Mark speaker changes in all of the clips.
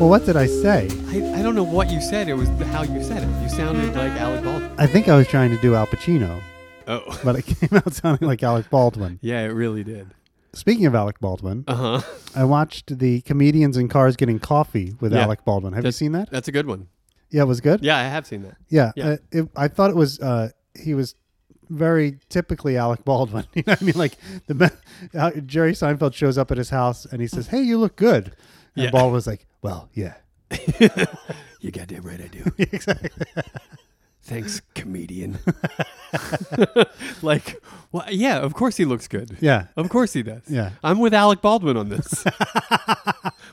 Speaker 1: what did I say?
Speaker 2: I, I don't know what you said. It was the, how you said it. You sounded like Alec Baldwin.
Speaker 1: I think I was trying to do Al Pacino,
Speaker 2: Oh,
Speaker 1: but it came out sounding like Alec Baldwin.
Speaker 2: yeah, it really did.
Speaker 1: Speaking of Alec Baldwin,
Speaker 2: Uh huh.
Speaker 1: I watched the comedians in cars getting coffee with
Speaker 2: Yeah.
Speaker 1: Alec Baldwin. Have
Speaker 2: That's-
Speaker 1: you seen that?
Speaker 2: That's a good one.
Speaker 1: Yeah, it was good.
Speaker 2: Yeah, I have seen that.
Speaker 1: Yeah,
Speaker 2: Yeah.
Speaker 1: Uh, it, I thought it was. Uh, he was very typically Alec Baldwin. You know, what I mean, like the me- uh, Jerry Seinfeld shows up at his house and he says, "Hey, you look good." And
Speaker 2: Yeah.
Speaker 1: Baldwin's like, "Well, yeah,
Speaker 2: You goddamn right I do.
Speaker 1: exactly."
Speaker 2: Thanks, comedian. like, well, yeah, of course he looks good.
Speaker 1: Yeah,
Speaker 2: Of course he does.
Speaker 1: Yeah.
Speaker 2: I'm with Alec Baldwin on this.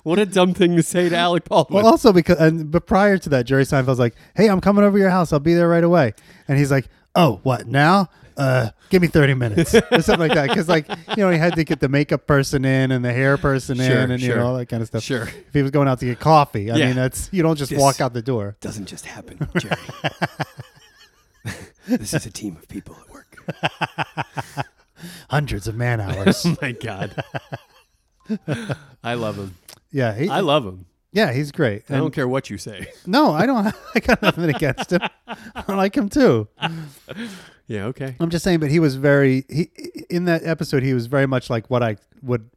Speaker 2: what a dumb thing to say to Alec Baldwin.
Speaker 1: Well, also because, and, but prior to that, Jerry Seinfeld's like, "Hey, I'm coming over to your house. I'll be there right away." And he's like, "Oh, what now? Uh, give me 30 minutes or something like that." Because like you know, he had to get the makeup person in and the hair person
Speaker 2: Sure,
Speaker 1: in, and you
Speaker 2: sure.
Speaker 1: know all that kind of stuff.
Speaker 2: Sure.
Speaker 1: If he was going out to get coffee, I
Speaker 2: Yeah.
Speaker 1: mean, that's you don't just
Speaker 3: This-
Speaker 1: walk out the door.
Speaker 3: doesn't just happen, Jerry. this is a team of people at work.
Speaker 1: Hundreds of man hours.
Speaker 2: oh my god. I love him.
Speaker 1: yeah, he,
Speaker 2: I love him.
Speaker 1: yeah, he's great.
Speaker 2: I
Speaker 1: And-
Speaker 2: don't care what you say.
Speaker 1: no, I don't. I got nothing against him. I like him too.
Speaker 2: Yeah, okay.
Speaker 1: I'm just saying, but he was very he in that episode. He was very much like what I would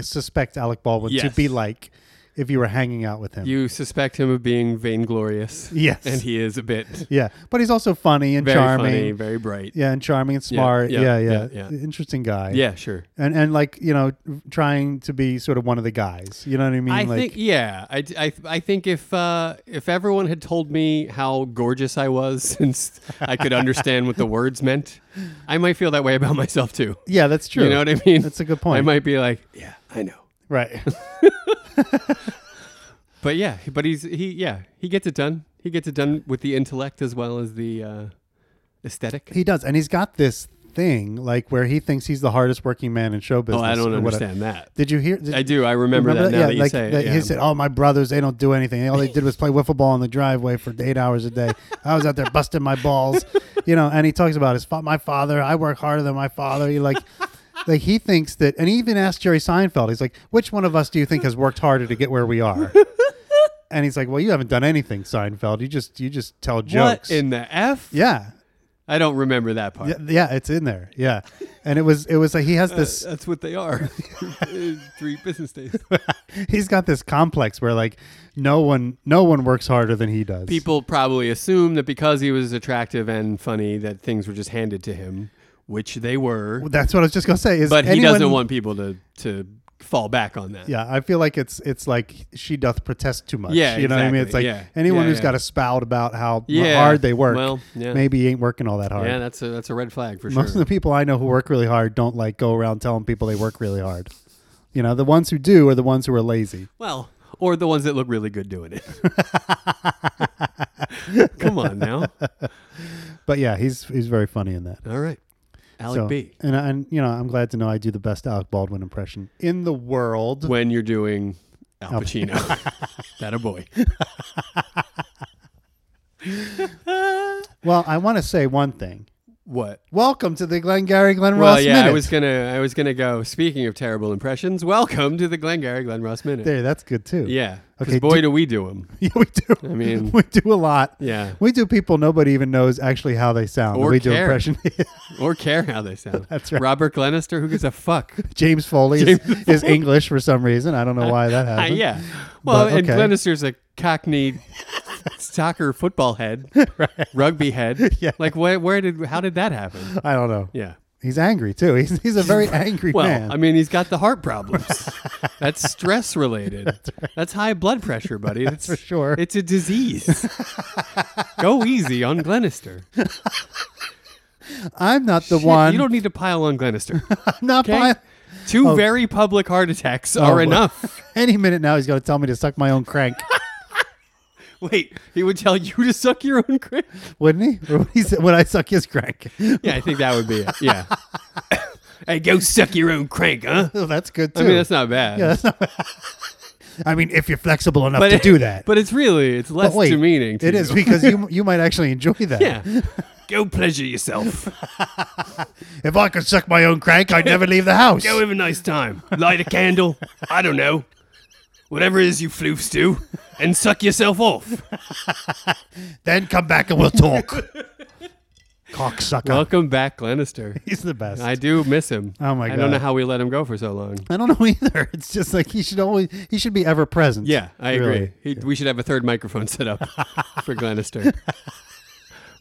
Speaker 1: suspect Alec Baldwin to
Speaker 2: Yes.
Speaker 1: be like if you were hanging out with him.
Speaker 2: You suspect him of being vainglorious.
Speaker 1: Yes.
Speaker 2: And he is a bit
Speaker 1: yeah, but he's also funny and
Speaker 2: very
Speaker 1: charming.
Speaker 2: funny, very bright.
Speaker 1: Yeah, and charming and smart.
Speaker 2: yeah,
Speaker 1: Yeah yeah,
Speaker 2: yeah, yeah.
Speaker 1: Interesting guy.
Speaker 2: Yeah, sure.
Speaker 1: and and like you know, trying to be sort of one of the guys. You know what I mean?
Speaker 2: I
Speaker 1: like,
Speaker 2: think yeah. I, d- I, I think if uh, if everyone had told me how gorgeous I was since I could understand what the words meant, I might feel that way about myself too.
Speaker 1: yeah, that's true.
Speaker 2: You know what I mean?
Speaker 1: That's a good
Speaker 2: I
Speaker 1: point.
Speaker 2: might be like,
Speaker 3: Yeah, I know.
Speaker 1: right.
Speaker 2: but yeah, but he's he yeah he gets it done. He gets it done with the intellect as well as the uh, aesthetic.
Speaker 1: he does, and he's got this thing like where he thinks he's the hardest working man in show
Speaker 2: oh,
Speaker 1: business.
Speaker 2: I don't
Speaker 1: or whatever.
Speaker 2: understand that.
Speaker 1: Did you hear? Did,
Speaker 2: I do. I remember, that now that you
Speaker 1: like
Speaker 2: say it.
Speaker 1: that
Speaker 2: yeah.
Speaker 1: he said, "Oh, my brothers, they don't do anything. All they did was play wiffle ball in the driveway for eight hours a day. I was out there busting my balls, you know." And he talks about his fa- my father. I work harder than my father. He like. Like he thinks that, and he even asked Jerry Seinfeld. He's like, "Which one of us do you think has worked harder to get where we are?" and he's like, "Well, you haven't done anything, Seinfeld. You just you just tell jokes."
Speaker 2: What in the f?
Speaker 1: yeah,
Speaker 2: I don't remember that part.
Speaker 1: yeah, yeah, it's in there. Yeah, and it was it was like he has
Speaker 2: Uh,
Speaker 1: this
Speaker 2: that's what they are. Three business days.
Speaker 1: he's got this complex where like no one no one works harder than he does.
Speaker 2: People probably assume that because he was attractive and funny, that things were just handed to him, which they were.
Speaker 1: Well, That's what I was just gonna say. Is
Speaker 2: But he
Speaker 1: anyone-
Speaker 2: doesn't want people to to fall back on that.
Speaker 1: Yeah, I feel like it's it's like she doth protest too much.
Speaker 2: Yeah,
Speaker 1: you know what I mean.
Speaker 2: exactly.
Speaker 1: It's like
Speaker 2: Yeah.
Speaker 1: anyone
Speaker 2: Yeah,
Speaker 1: who's
Speaker 2: yeah.
Speaker 1: got a spout about how
Speaker 2: Yeah.
Speaker 1: hard they work,
Speaker 2: Well, yeah.
Speaker 1: maybe ain't working all that hard.
Speaker 2: Yeah, that's a that's a red flag for
Speaker 1: Most
Speaker 2: sure.
Speaker 1: of the people I know who work really hard don't like go around telling people they work really hard. You know, the ones who do are the ones who are lazy.
Speaker 2: well, or the ones that look really good doing it. Come on now.
Speaker 1: But yeah, he's he's very funny in that.
Speaker 2: All right. Alec
Speaker 1: so,
Speaker 2: B.
Speaker 1: and and you know, I'm glad to know I do the best Alec Baldwin impression in the world.
Speaker 2: When you're doing Al Pacino. that a boy.
Speaker 1: Well, I want to say one thing.
Speaker 2: What?
Speaker 1: Welcome to the Glengarry Glen
Speaker 2: Well,
Speaker 1: Ross
Speaker 2: yeah,
Speaker 1: minute.
Speaker 2: I was gonna I was gonna go. Speaking of terrible impressions, welcome to the Glengarry Glen Ross minute.
Speaker 1: there, that's good too.
Speaker 2: Yeah. Because
Speaker 1: Okay,
Speaker 2: boy,
Speaker 1: do-
Speaker 2: do, we do them.
Speaker 1: Yeah, we do.
Speaker 2: I mean-
Speaker 1: we do a lot.
Speaker 2: Yeah.
Speaker 1: We do people nobody even knows actually how they sound.
Speaker 2: Or
Speaker 1: we do
Speaker 2: care.
Speaker 1: impression.
Speaker 2: Or care how they sound.
Speaker 1: That's right.
Speaker 2: Robert Glenister, who gives a fuck?
Speaker 1: James Foley is, is English for some reason. I don't know why that
Speaker 2: Uh,
Speaker 1: happened.
Speaker 2: yeah. Well,
Speaker 1: But,
Speaker 2: and
Speaker 1: okay.
Speaker 2: Glenister's a cockney soccer football head, rugby head.
Speaker 1: Yeah.
Speaker 2: Like, where, where did, how did that happen?
Speaker 1: I don't know.
Speaker 2: Yeah.
Speaker 1: He's angry too. He's, he's a very angry
Speaker 2: Well,
Speaker 1: man.
Speaker 2: I mean, he's got the heart problems. That's stress related. That's, high blood pressure, buddy. That's,
Speaker 1: for sure.
Speaker 2: It's a disease. Go easy on Glenister.
Speaker 1: I'm not the
Speaker 2: Shit,
Speaker 1: one.
Speaker 2: You don't need to pile on Glenister.
Speaker 1: I'm not
Speaker 2: Okay?
Speaker 1: buying-
Speaker 2: Two very public heart attacks are
Speaker 1: Oh, well.
Speaker 2: enough.
Speaker 1: Any minute now, he's going to tell me to suck my own crank,
Speaker 2: Wait, he would tell you to suck your own crank?
Speaker 1: wouldn't he? Or would, he say, would I suck his crank?
Speaker 2: Yeah, I think that would be it. Yeah. hey, go suck your own crank, huh?
Speaker 1: Oh, that's good too.
Speaker 2: I mean, that's not bad.
Speaker 1: Yeah, that's not. I mean, if you're flexible enough
Speaker 2: but
Speaker 1: to
Speaker 2: it-
Speaker 1: do that.
Speaker 2: But it's really, it's less
Speaker 1: But wait,
Speaker 2: demeaning to
Speaker 1: It is
Speaker 2: you.
Speaker 1: because you you might actually enjoy that.
Speaker 2: Yeah. go pleasure yourself.
Speaker 1: If I could suck my own crank, I'd never leave the house.
Speaker 2: have a nice time. Light a candle. I don't know. whatever it is you floofs do, and suck yourself off.
Speaker 1: Then come back and we'll talk. Cocksucker.
Speaker 2: Welcome back, Lannister.
Speaker 1: He's the best.
Speaker 2: I do miss him.
Speaker 1: Oh my
Speaker 2: I don't know
Speaker 1: God.
Speaker 2: how we let him go for so long.
Speaker 1: I don't know either. It's just like he should always he should be ever present.
Speaker 2: Yeah, I agree.
Speaker 1: Really.
Speaker 2: He, We should have a third microphone set up for Glenister.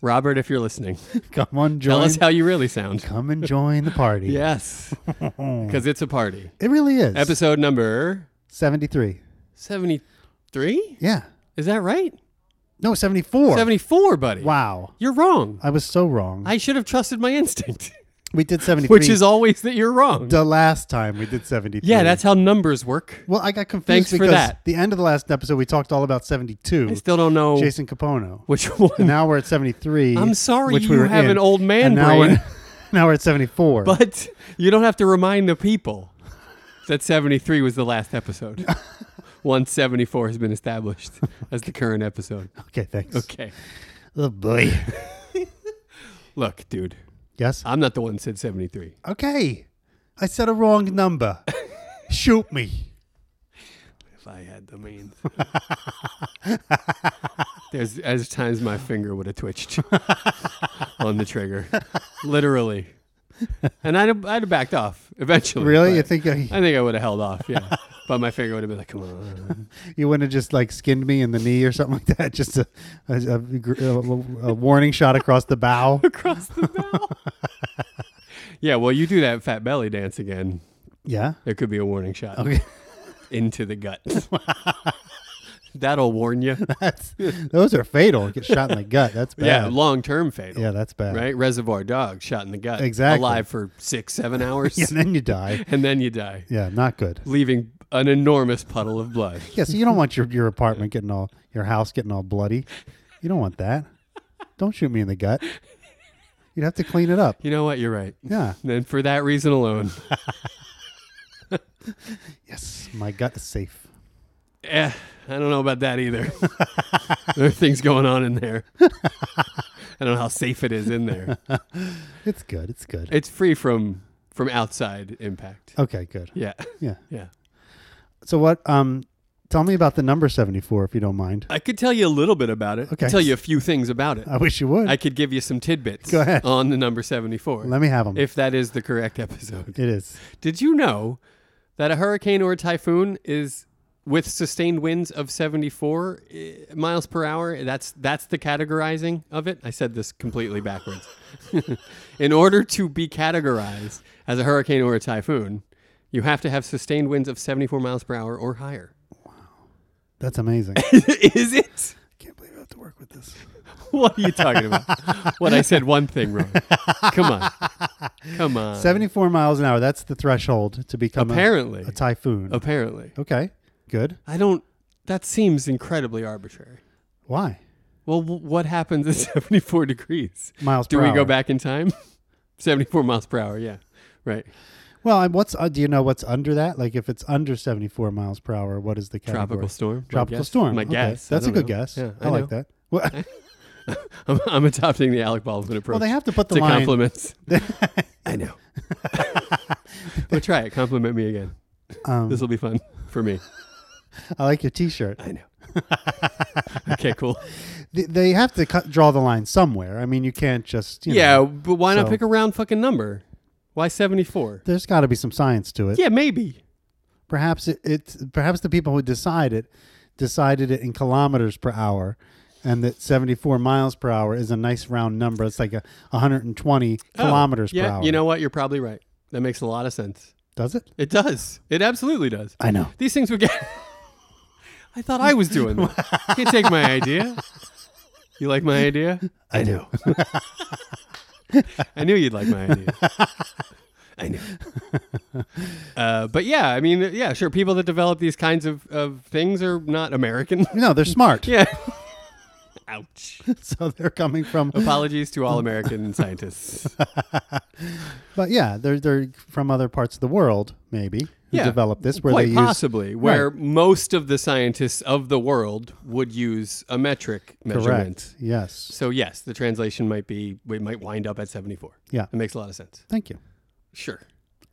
Speaker 2: Robert, if you're listening,
Speaker 1: Come on,
Speaker 2: tell
Speaker 1: join.
Speaker 2: us how you really sound.
Speaker 1: come and join the party.
Speaker 2: Yes, because it's a party.
Speaker 1: It really is.
Speaker 2: Episode number
Speaker 1: seventy three.
Speaker 2: 73?
Speaker 1: Yeah.
Speaker 2: Is that right?
Speaker 1: No, seventy four.
Speaker 2: 74, buddy.
Speaker 1: Wow.
Speaker 2: You're wrong.
Speaker 1: I was so wrong.
Speaker 2: I should have trusted my instinct,
Speaker 1: we did seventy three.
Speaker 2: which is always that you're wrong.
Speaker 1: the last time we did seventy three.
Speaker 2: Yeah, that's how numbers work.
Speaker 1: well, I got confused
Speaker 2: Thanks for
Speaker 1: because
Speaker 2: that.
Speaker 1: the end of the last episode we talked all about seventy
Speaker 2: I
Speaker 1: two.
Speaker 2: still don't know
Speaker 1: Jason Capono.
Speaker 2: which one.
Speaker 1: And now we're at seventy three.
Speaker 2: I'm sorry
Speaker 1: which
Speaker 2: you
Speaker 1: we were
Speaker 2: have
Speaker 1: in.
Speaker 2: an old man
Speaker 1: and now
Speaker 2: brain.
Speaker 1: We're, now we're at seventy four.
Speaker 2: But you don't have to remind the people that 73 was the last episode. 174 has been established as the current episode.
Speaker 1: okay, thanks.
Speaker 2: Okay.
Speaker 1: Oh boy.
Speaker 2: Look, dude,
Speaker 1: yes.
Speaker 2: I'm not the one that said 73.
Speaker 1: Okay. I said a wrong number. Shoot me.
Speaker 2: If I had the means. There's as times my finger would have twitched on the trigger. Literally. And I'd have, I'd have backed off eventually.
Speaker 1: Really? You
Speaker 2: but
Speaker 1: think uh, I,
Speaker 2: I think I would have held off, yeah. but my finger would have been like, come on.
Speaker 1: you wouldn't have just like skinned me in the knee or something like that? Just a, a, a, gr- a- a warning shot across the bow?
Speaker 2: across the bow. yeah, well, you do that fat belly dance again.
Speaker 1: Yeah.
Speaker 2: There could be a warning shot
Speaker 1: Okay.
Speaker 2: into the gut. That'll warn you.
Speaker 1: That's, those are fatal. Get shot in the gut. That's
Speaker 2: Yeah,
Speaker 1: bad.
Speaker 2: long term fatal.
Speaker 1: Yeah, that's bad.
Speaker 2: Right? Reservoir dog shot in the gut.
Speaker 1: Exactly.
Speaker 2: Alive for six, seven hours.
Speaker 1: Yeah, and then you die.
Speaker 2: And then you die,
Speaker 1: Yeah, not good.
Speaker 2: leaving an enormous puddle of blood.
Speaker 1: Yeah, so you don't want your, your apartment getting all, your house getting all bloody. You don't want that. Don't shoot me in the gut. You'd have to clean it up.
Speaker 2: You know what? You're right.
Speaker 1: Yeah.
Speaker 2: And for that reason alone,
Speaker 1: Yes, my gut is safe.
Speaker 2: eh, I don't know about that either. there are things going on in there. I don't know how safe it is in there.
Speaker 1: It's good. It's good.
Speaker 2: It's free from from outside impact.
Speaker 1: Okay, good.
Speaker 2: Yeah,
Speaker 1: Yeah.
Speaker 2: yeah.
Speaker 1: So what? Um, tell me about the number seventy-four, if you don't mind.
Speaker 2: I could tell you a little bit about it. I
Speaker 1: Okay.
Speaker 2: could tell you a few things about it.
Speaker 1: I wish you would.
Speaker 2: I could give you some tidbits
Speaker 1: Go ahead.
Speaker 2: on the number 74
Speaker 1: Let me have them.
Speaker 2: if that is the correct episode.
Speaker 1: it is.
Speaker 2: Did you know that a hurricane or a typhoon is with sustained winds of 74 eh, miles per hour? That's that's the categorizing of it. I said this completely backwards. In order to be categorized as a hurricane or a typhoon, you have to have sustained winds of 74 miles per hour or higher.
Speaker 1: That's amazing.
Speaker 2: is it?
Speaker 1: can't believe I have to work with this.
Speaker 2: What are you talking about? what I said one thing wrong. Come on. Come on.
Speaker 1: Seventy-four miles an hour. That's the threshold to become a-
Speaker 2: apparently.
Speaker 1: a, typhoon.
Speaker 2: apparently.
Speaker 1: okay. Good.
Speaker 2: I don't that seems incredibly arbitrary.
Speaker 1: Why?
Speaker 2: Well, w- what happens at 74 degrees?
Speaker 1: Miles
Speaker 2: Do
Speaker 1: per
Speaker 2: we go
Speaker 1: hour.
Speaker 2: back in time? 74 miles per hour, yeah. Right.
Speaker 1: Well, and what's uh, do you know what's under that? Like if it's under seventy-four miles per hour, what is the category?
Speaker 2: Tropical storm. my
Speaker 1: Tropical
Speaker 2: guess.
Speaker 1: storm.
Speaker 2: My
Speaker 1: Okay.
Speaker 2: guess. I
Speaker 1: That's a
Speaker 2: don't
Speaker 1: good
Speaker 2: know.
Speaker 1: guess.
Speaker 2: Yeah,
Speaker 1: I, like that. Well,
Speaker 2: that. I'm, I'm adopting the Alec Baldwin approach
Speaker 1: well, they have to put the
Speaker 2: to
Speaker 1: line.
Speaker 2: compliments. I know. but try it. Compliment me again.
Speaker 1: Um,
Speaker 2: This will be fun for me.
Speaker 1: I like your T-shirt.
Speaker 2: I know. okay, cool.
Speaker 1: They, they have to cut, draw the line somewhere. I mean, you can't just you
Speaker 2: yeah,
Speaker 1: know,
Speaker 2: but why not
Speaker 1: so-
Speaker 2: pick a round fucking number? Why 74?
Speaker 1: there's got to be some science to it.
Speaker 2: Yeah, maybe.
Speaker 1: Perhaps it, it's perhaps the people who decide it decided it in kilometers per hour, and that 74 miles per hour is a nice round number. It's like a 120
Speaker 2: Oh,
Speaker 1: kilometers
Speaker 2: yeah,
Speaker 1: per hour.
Speaker 2: You know what? You're probably right. That makes a lot of sense.
Speaker 1: does it?
Speaker 2: It does. It absolutely does.
Speaker 1: I know.
Speaker 2: These things would get. I thought I was doing that. You can't take my idea. You like my idea?
Speaker 1: I do.
Speaker 2: I knew you'd like my idea. I knew. Uh, but yeah, I mean, yeah, sure. People that develop these kinds of, of things are not American.
Speaker 1: no, they're smart.
Speaker 2: yeah. Ouch.
Speaker 1: So they're coming from,
Speaker 2: Oh. Apologies to all American scientists.
Speaker 1: but yeah, they're they're from other parts of the world, maybe. Who
Speaker 2: Yeah.
Speaker 1: developed this? Where
Speaker 2: Quite
Speaker 1: they
Speaker 2: possibly, where most of the scientists of the world would use a metric
Speaker 1: use
Speaker 2: measurement.
Speaker 1: correct. Yes.
Speaker 2: So yes, the translation might be we might wind up at seventy four.
Speaker 1: Yeah.
Speaker 2: It makes a lot of sense.
Speaker 1: Thank you.
Speaker 2: Sure.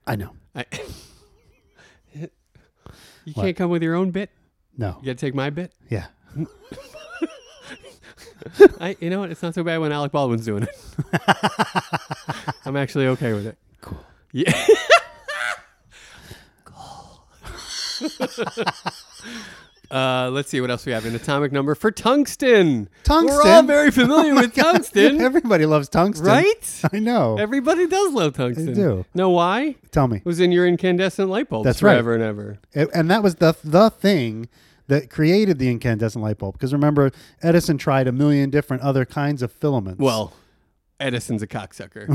Speaker 1: I know.
Speaker 2: I, you can't come with your own bit.
Speaker 1: No.
Speaker 2: You got to take my bit.
Speaker 1: Yeah.
Speaker 2: I, you know what? It's not so bad when Alec Baldwin's doing it. I'm actually okay with it.
Speaker 1: Cool.
Speaker 2: Yeah. Uh, let's see what else we have. An atomic number for tungsten. We're all
Speaker 1: Tungsten? Oh
Speaker 2: very familiar with tungsten,
Speaker 1: Everybody loves tungsten.
Speaker 2: right?
Speaker 1: I know.
Speaker 2: Everybody does love tungsten.
Speaker 1: do.
Speaker 2: Know why? It
Speaker 1: Tell me.
Speaker 2: was in your incandescent light bulbs
Speaker 1: That's right.
Speaker 2: forever and ever.
Speaker 1: It- and that was the the thing that created the incandescent light bulb. Because remember, Edison tried a million different other kinds of filaments.
Speaker 2: Well, Edison's a cocksucker.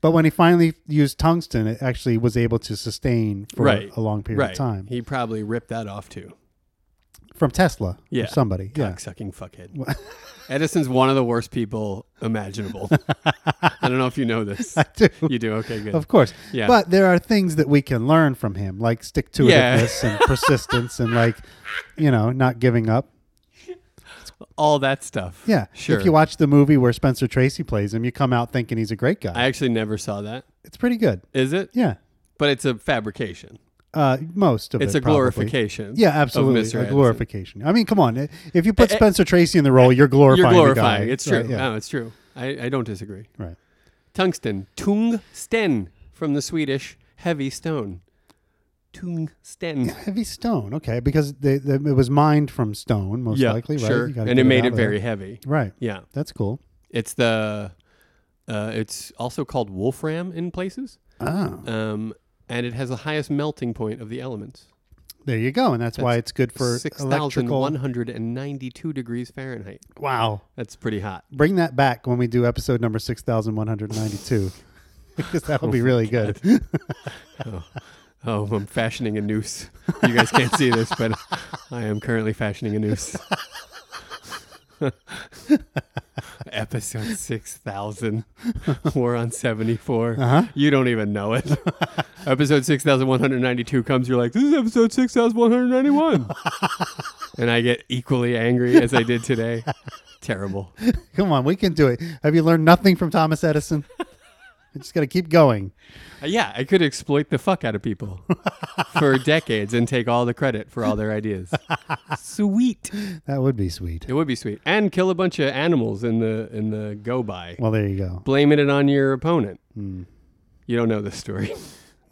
Speaker 1: but when he finally used tungsten, it actually was able to sustain for
Speaker 2: Right.
Speaker 1: a long period
Speaker 2: right.
Speaker 1: of time.
Speaker 2: He probably ripped that off too.
Speaker 1: From Tesla,
Speaker 2: Yeah.
Speaker 1: or somebody. Yeah,
Speaker 2: Cocksucking fuckhead. Edison's one of the worst people imaginable. I don't know if you know this.
Speaker 1: I do.
Speaker 2: You do? Okay, good.
Speaker 1: Of course.
Speaker 2: Yeah.
Speaker 1: But there are things that we can learn from him, like stick to itiveness and persistence and like, you know, not giving up.
Speaker 2: All that stuff.
Speaker 1: Yeah.
Speaker 2: Sure.
Speaker 1: If you watch the movie where Spencer Tracy plays him, you come out thinking he's a great guy.
Speaker 2: I actually never saw that.
Speaker 1: it's pretty good.
Speaker 2: Is it?
Speaker 1: Yeah.
Speaker 2: But it's a fabrication.
Speaker 1: Uh, most of
Speaker 2: It's
Speaker 1: it.
Speaker 2: a
Speaker 1: probably.
Speaker 2: glorification.
Speaker 1: Yeah, absolutely.
Speaker 2: Of Mr.
Speaker 1: A
Speaker 2: Edison.
Speaker 1: glorification. I mean, come on. If you put
Speaker 2: Eh, eh,
Speaker 1: Spencer Tracy in the role, you're
Speaker 2: You're
Speaker 1: glorifying. the
Speaker 2: glorifying.
Speaker 1: guy.
Speaker 2: It's true.
Speaker 1: Right, yeah.
Speaker 2: No, it's true. I, I don't disagree.
Speaker 1: Right.
Speaker 2: Tungsten. Tungsten from the Swedish heavy stone. Tungsten.
Speaker 1: Heavy stone. Okay, because they, they, it was mined from stone, most likely. Right.
Speaker 2: sure.
Speaker 1: You gotta
Speaker 2: And
Speaker 1: get
Speaker 2: it made
Speaker 1: out
Speaker 2: it
Speaker 1: of there.
Speaker 2: very heavy.
Speaker 1: Right.
Speaker 2: Yeah.
Speaker 1: That's cool.
Speaker 2: It's the uh, it's also called wolfram in places,
Speaker 1: Oh,
Speaker 2: um, and it has the highest melting point of the elements,
Speaker 1: there you go, and that's, why it's good for
Speaker 2: six thousand one
Speaker 1: electrical.
Speaker 2: hundred and ninety-two degrees Fahrenheit.
Speaker 1: Wow.
Speaker 2: That's pretty hot.
Speaker 1: Bring that back when we do episode number six thousand one hundred ninety-two, because that would be really good.
Speaker 2: Oh, I'm fashioning a noose. You guys can't see this, but I am currently fashioning a noose. Episode 6000. We're on 74.
Speaker 1: Uh-huh.
Speaker 2: You don't even know it. episode 6192 comes, you're like, this is episode 6191. and I get equally angry as I did today. Terrible.
Speaker 1: Come on, we can do it. Have you learned nothing from Thomas Edison? I just got to keep going.
Speaker 2: Uh, Yeah, I could exploit the fuck out of people for decades and take all the credit for all their ideas. Sweet.
Speaker 1: That would be sweet.
Speaker 2: It would be sweet. And kill a bunch of animals in the in the go by.
Speaker 1: Well, there you go.
Speaker 2: Blaming it on your opponent.
Speaker 1: Hmm.
Speaker 2: You don't know this story.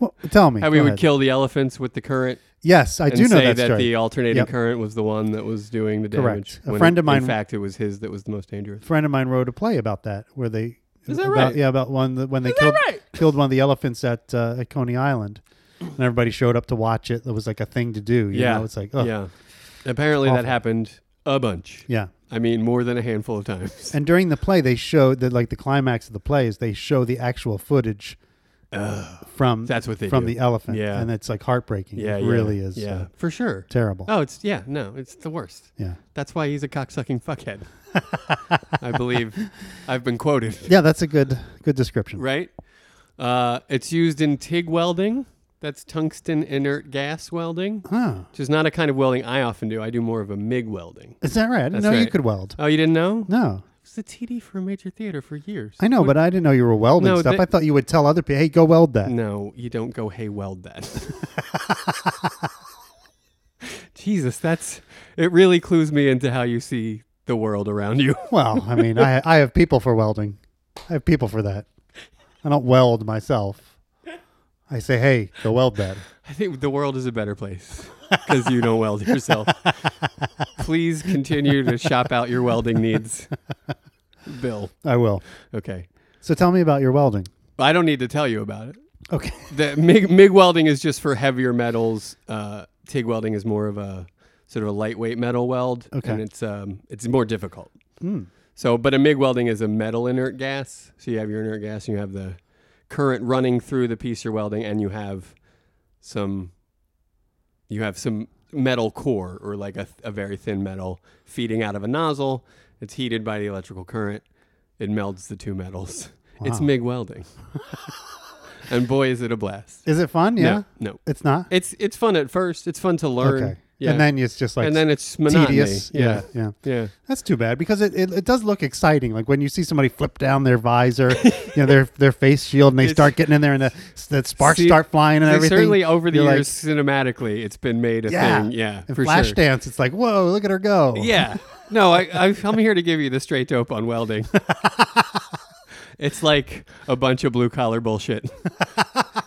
Speaker 1: Well, tell me.
Speaker 2: How we
Speaker 1: Go
Speaker 2: would
Speaker 1: ahead.
Speaker 2: kill the elephants with the current
Speaker 1: Yes, I
Speaker 2: and
Speaker 1: do know
Speaker 2: say
Speaker 1: that, story.
Speaker 2: the uh, alternating
Speaker 1: Yep.
Speaker 2: current was the one that was doing the
Speaker 1: Correct.
Speaker 2: damage.
Speaker 1: A
Speaker 2: when
Speaker 1: friend
Speaker 2: it-
Speaker 1: of mine-
Speaker 2: In fact, it was his that was the most dangerous.
Speaker 1: friend of mine wrote a play about that where they
Speaker 2: Is that
Speaker 1: about,
Speaker 2: right?
Speaker 1: yeah about one that when they killed killed one of the elephants at uh, at Coney Island and everybody showed up to watch it it was like a thing to do you know? it's like oh yeah.
Speaker 2: yeah. Apparently that
Speaker 1: Awful.
Speaker 2: happened a bunch. I mean, more than a handful of times.
Speaker 1: and during the play they showed that like the climax of the play is they show the actual footage from
Speaker 2: That's what they
Speaker 1: from
Speaker 2: do.
Speaker 1: the elephant
Speaker 2: Yeah.
Speaker 1: and it's like heartbreaking
Speaker 2: Yeah,
Speaker 1: it
Speaker 2: yeah,
Speaker 1: really is
Speaker 2: Yeah,
Speaker 1: uh,
Speaker 2: for sure.
Speaker 1: terrible
Speaker 2: Oh, it's yeah, no, it's the worst.
Speaker 1: yeah
Speaker 2: That's why he's a cocksucking fuckhead. I believe I've been quoted,
Speaker 1: yeah that's a good good description
Speaker 2: right? Uh, it's used in TIG welding. That's tungsten inert gas welding,
Speaker 1: Huh.
Speaker 2: which is not a kind of welding I often do. I do more of a MIG welding.
Speaker 1: is that right I didn't
Speaker 2: That's
Speaker 1: know you
Speaker 2: right.
Speaker 1: could weld
Speaker 2: Oh, you didn't know?
Speaker 1: no
Speaker 2: It was the TD for major theater for years.
Speaker 1: I know, but I didn't know you were welding
Speaker 2: No,
Speaker 1: stuff.
Speaker 2: they-
Speaker 1: I thought you would tell other people, "Hey, go weld that."
Speaker 2: No, you don't go hey weld that. Jesus, that's it really clues me into how you see the world around you.
Speaker 1: Well, I mean, I I have people for welding. I have people for that. I don't weld myself. I say, "Hey, go weld that."
Speaker 2: I think the world is a better place because you don't weld yourself. Please continue to shop out your welding needs, Bill.
Speaker 1: I will.
Speaker 2: Okay.
Speaker 1: So tell me about your welding.
Speaker 2: I don't need to tell you about it.
Speaker 1: Okay.
Speaker 2: The MIG, MIG welding is just for heavier metals. Uh, TIG welding is more of a sort of a lightweight metal weld,
Speaker 1: Okay.
Speaker 2: and it's um, it's more difficult.
Speaker 1: Hmm.
Speaker 2: So, but a MIG welding is a metal inert gas. So you have your inert gas, and you have the current running through the piece you're welding, and you have some you have some metal core or like a, th- a very thin metal feeding out of a nozzle. It's heated by the electrical current. It melds the two metals. It's
Speaker 1: Wow.
Speaker 2: MIG welding, and boy, is it a blast!
Speaker 1: Is it fun? Yeah.
Speaker 2: No, no,
Speaker 1: It's not.
Speaker 2: it's it's fun at first. It's fun to learn.
Speaker 1: Okay.
Speaker 2: Yeah.
Speaker 1: and then it's just like
Speaker 2: and then it's monotony.
Speaker 1: tedious.
Speaker 2: Yeah.
Speaker 1: yeah, yeah.
Speaker 2: yeah,
Speaker 1: That's too bad because it, it, it does look exciting. Like when you see somebody flip down their visor, you know their their face shield, and they
Speaker 2: It's-
Speaker 1: start getting in there, and the, the sparks
Speaker 2: See,
Speaker 1: start flying and
Speaker 2: They
Speaker 1: everything.
Speaker 2: Certainly, over the
Speaker 1: You're like,
Speaker 2: years, cinematically, it's been made a
Speaker 1: Yeah.
Speaker 2: thing. Yeah,
Speaker 1: and
Speaker 2: for sure.
Speaker 1: Flashdance, it's like whoa, look at her go.
Speaker 2: Yeah. No, I, I, I'm here to give you the straight dope on welding. it's like a bunch of blue collar bullshit.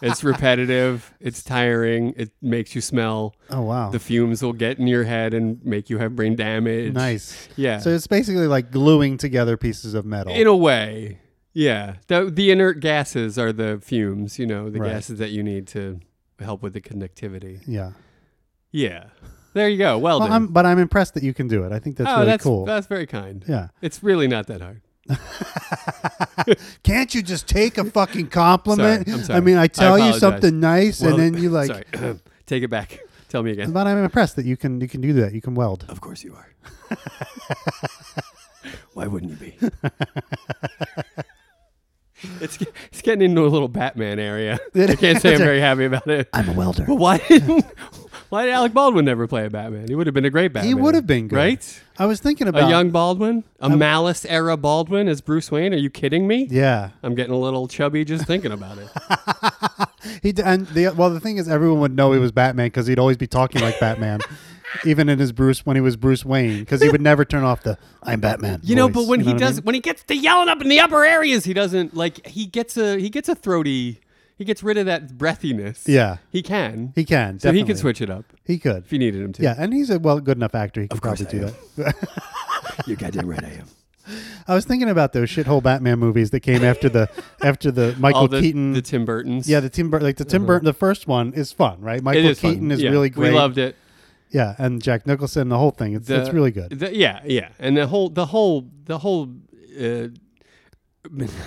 Speaker 2: it's repetitive. It's tiring. It makes you smell.
Speaker 1: Oh wow.
Speaker 2: The fumes will get in your head and make you have brain damage.
Speaker 1: nice.
Speaker 2: Yeah.
Speaker 1: So it's basically like gluing together pieces of metal.
Speaker 2: in a way. Yeah. The, the inert gases are the fumes, you know, the
Speaker 1: Right.
Speaker 2: gases that you need to help with the conductivity.
Speaker 1: yeah.
Speaker 2: Yeah. There you go. Welding.
Speaker 1: Well, I'm, but I'm impressed that you can do it. I think that's
Speaker 2: oh,
Speaker 1: really
Speaker 2: that's
Speaker 1: cool.
Speaker 2: that's very kind.
Speaker 1: yeah.
Speaker 2: It's really not that hard.
Speaker 1: Can't you just take a fucking compliment?
Speaker 2: Sorry, I'm sorry.
Speaker 1: I mean, I
Speaker 2: I
Speaker 1: tell you
Speaker 2: apologize.
Speaker 1: something nice,
Speaker 2: Well,
Speaker 1: and then you like.
Speaker 2: Sorry. Take it back. Tell me again.
Speaker 1: But I'm impressed that you can you can do that. You can weld.
Speaker 3: Of course you are. Why wouldn't you be?
Speaker 2: It's, ge- it's getting into a little Batman area.
Speaker 1: It
Speaker 2: I can't say I'm very happy about it.
Speaker 3: I'm a welder.
Speaker 2: But why didn't why did Alec Baldwin never play a Batman? He would have been a great Batman.
Speaker 1: He would have been good.
Speaker 2: right.
Speaker 1: I was thinking about
Speaker 2: A young Baldwin, a Malice era Baldwin as Bruce Wayne. Are you kidding me?
Speaker 1: Yeah,
Speaker 2: I'm getting a little chubby just thinking about it.
Speaker 1: he d- and the well the thing is everyone would know he was Batman because he'd always be talking like Batman, even in his Bruce when he was Bruce Wayne because he would never turn off the I'm Batman.
Speaker 2: You know,
Speaker 1: voice.
Speaker 2: but when
Speaker 1: You
Speaker 2: he
Speaker 1: what I
Speaker 2: does, when he gets to yelling up in the upper areas, he doesn't like he gets a he gets a throaty. He gets rid of that breathiness.
Speaker 1: Yeah.
Speaker 2: he can.
Speaker 1: mean? he can.
Speaker 2: so he
Speaker 1: definitely.
Speaker 2: can switch it up
Speaker 1: He could.
Speaker 2: if you needed him to.
Speaker 1: Yeah, and he's a well good enough actor. He could
Speaker 3: course
Speaker 1: probably do
Speaker 3: I
Speaker 1: that.
Speaker 3: am. You're goddamn right I am.
Speaker 1: I was thinking about those shithole Batman movies that came after the after the Michael
Speaker 2: all the,
Speaker 1: Keaton.
Speaker 2: the Tim Burtons.
Speaker 1: yeah, the Tim Burton, like the Tim Burton, the first one is fun, right?
Speaker 2: It
Speaker 1: Michael
Speaker 2: fun.
Speaker 1: Keaton is
Speaker 2: Yeah,
Speaker 1: really great.
Speaker 2: We loved it.
Speaker 1: yeah, and Jack Nicholson, the whole thing. It's
Speaker 2: The-
Speaker 1: it's really good.
Speaker 2: the- yeah, yeah, and the whole, the whole, the whole. Uh,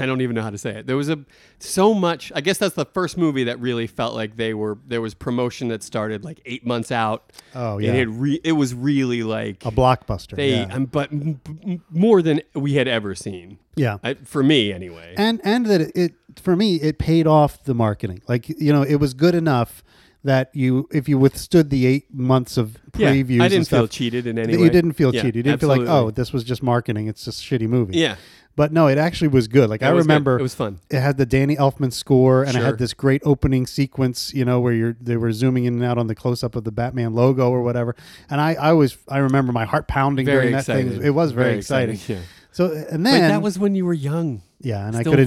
Speaker 2: I don't even know how to say it. There was a so much. I guess that's the first movie that really felt like they were. There was promotion that started like eight months out.
Speaker 1: Oh,
Speaker 2: and
Speaker 1: yeah.
Speaker 2: it re, it was really like
Speaker 1: A blockbuster.
Speaker 2: they,
Speaker 1: yeah.
Speaker 2: um, but m- m- more than we had ever seen.
Speaker 1: yeah.
Speaker 2: I, for me, anyway.
Speaker 1: and and that it, it for me it paid off the marketing like you know it was good enough that you if you withstood the eight months of
Speaker 2: yeah, I
Speaker 1: previews
Speaker 2: didn't
Speaker 1: and stuff,
Speaker 2: feel cheated in any
Speaker 1: that
Speaker 2: way.
Speaker 1: you didn't feel
Speaker 2: Yeah,
Speaker 1: cheated you didn't feel like
Speaker 2: absolutely.
Speaker 1: oh this was just marketing it's just a shitty movie
Speaker 2: Yeah.
Speaker 1: but no it actually was good like i
Speaker 2: was good.
Speaker 1: remember
Speaker 2: It was fun.
Speaker 1: it had the danny elfman score and it
Speaker 2: Sure.
Speaker 1: had this great opening sequence you know where you're they were zooming in and out on the close-up of the batman logo or whatever and i i was i remember my heart pounding
Speaker 2: Very
Speaker 1: during that
Speaker 2: excited.
Speaker 1: thing it was very,
Speaker 2: Very
Speaker 1: exciting,
Speaker 2: exciting, yeah.
Speaker 1: so and
Speaker 2: But
Speaker 1: then
Speaker 2: that was when you were young.
Speaker 1: yeah and i
Speaker 2: still
Speaker 1: could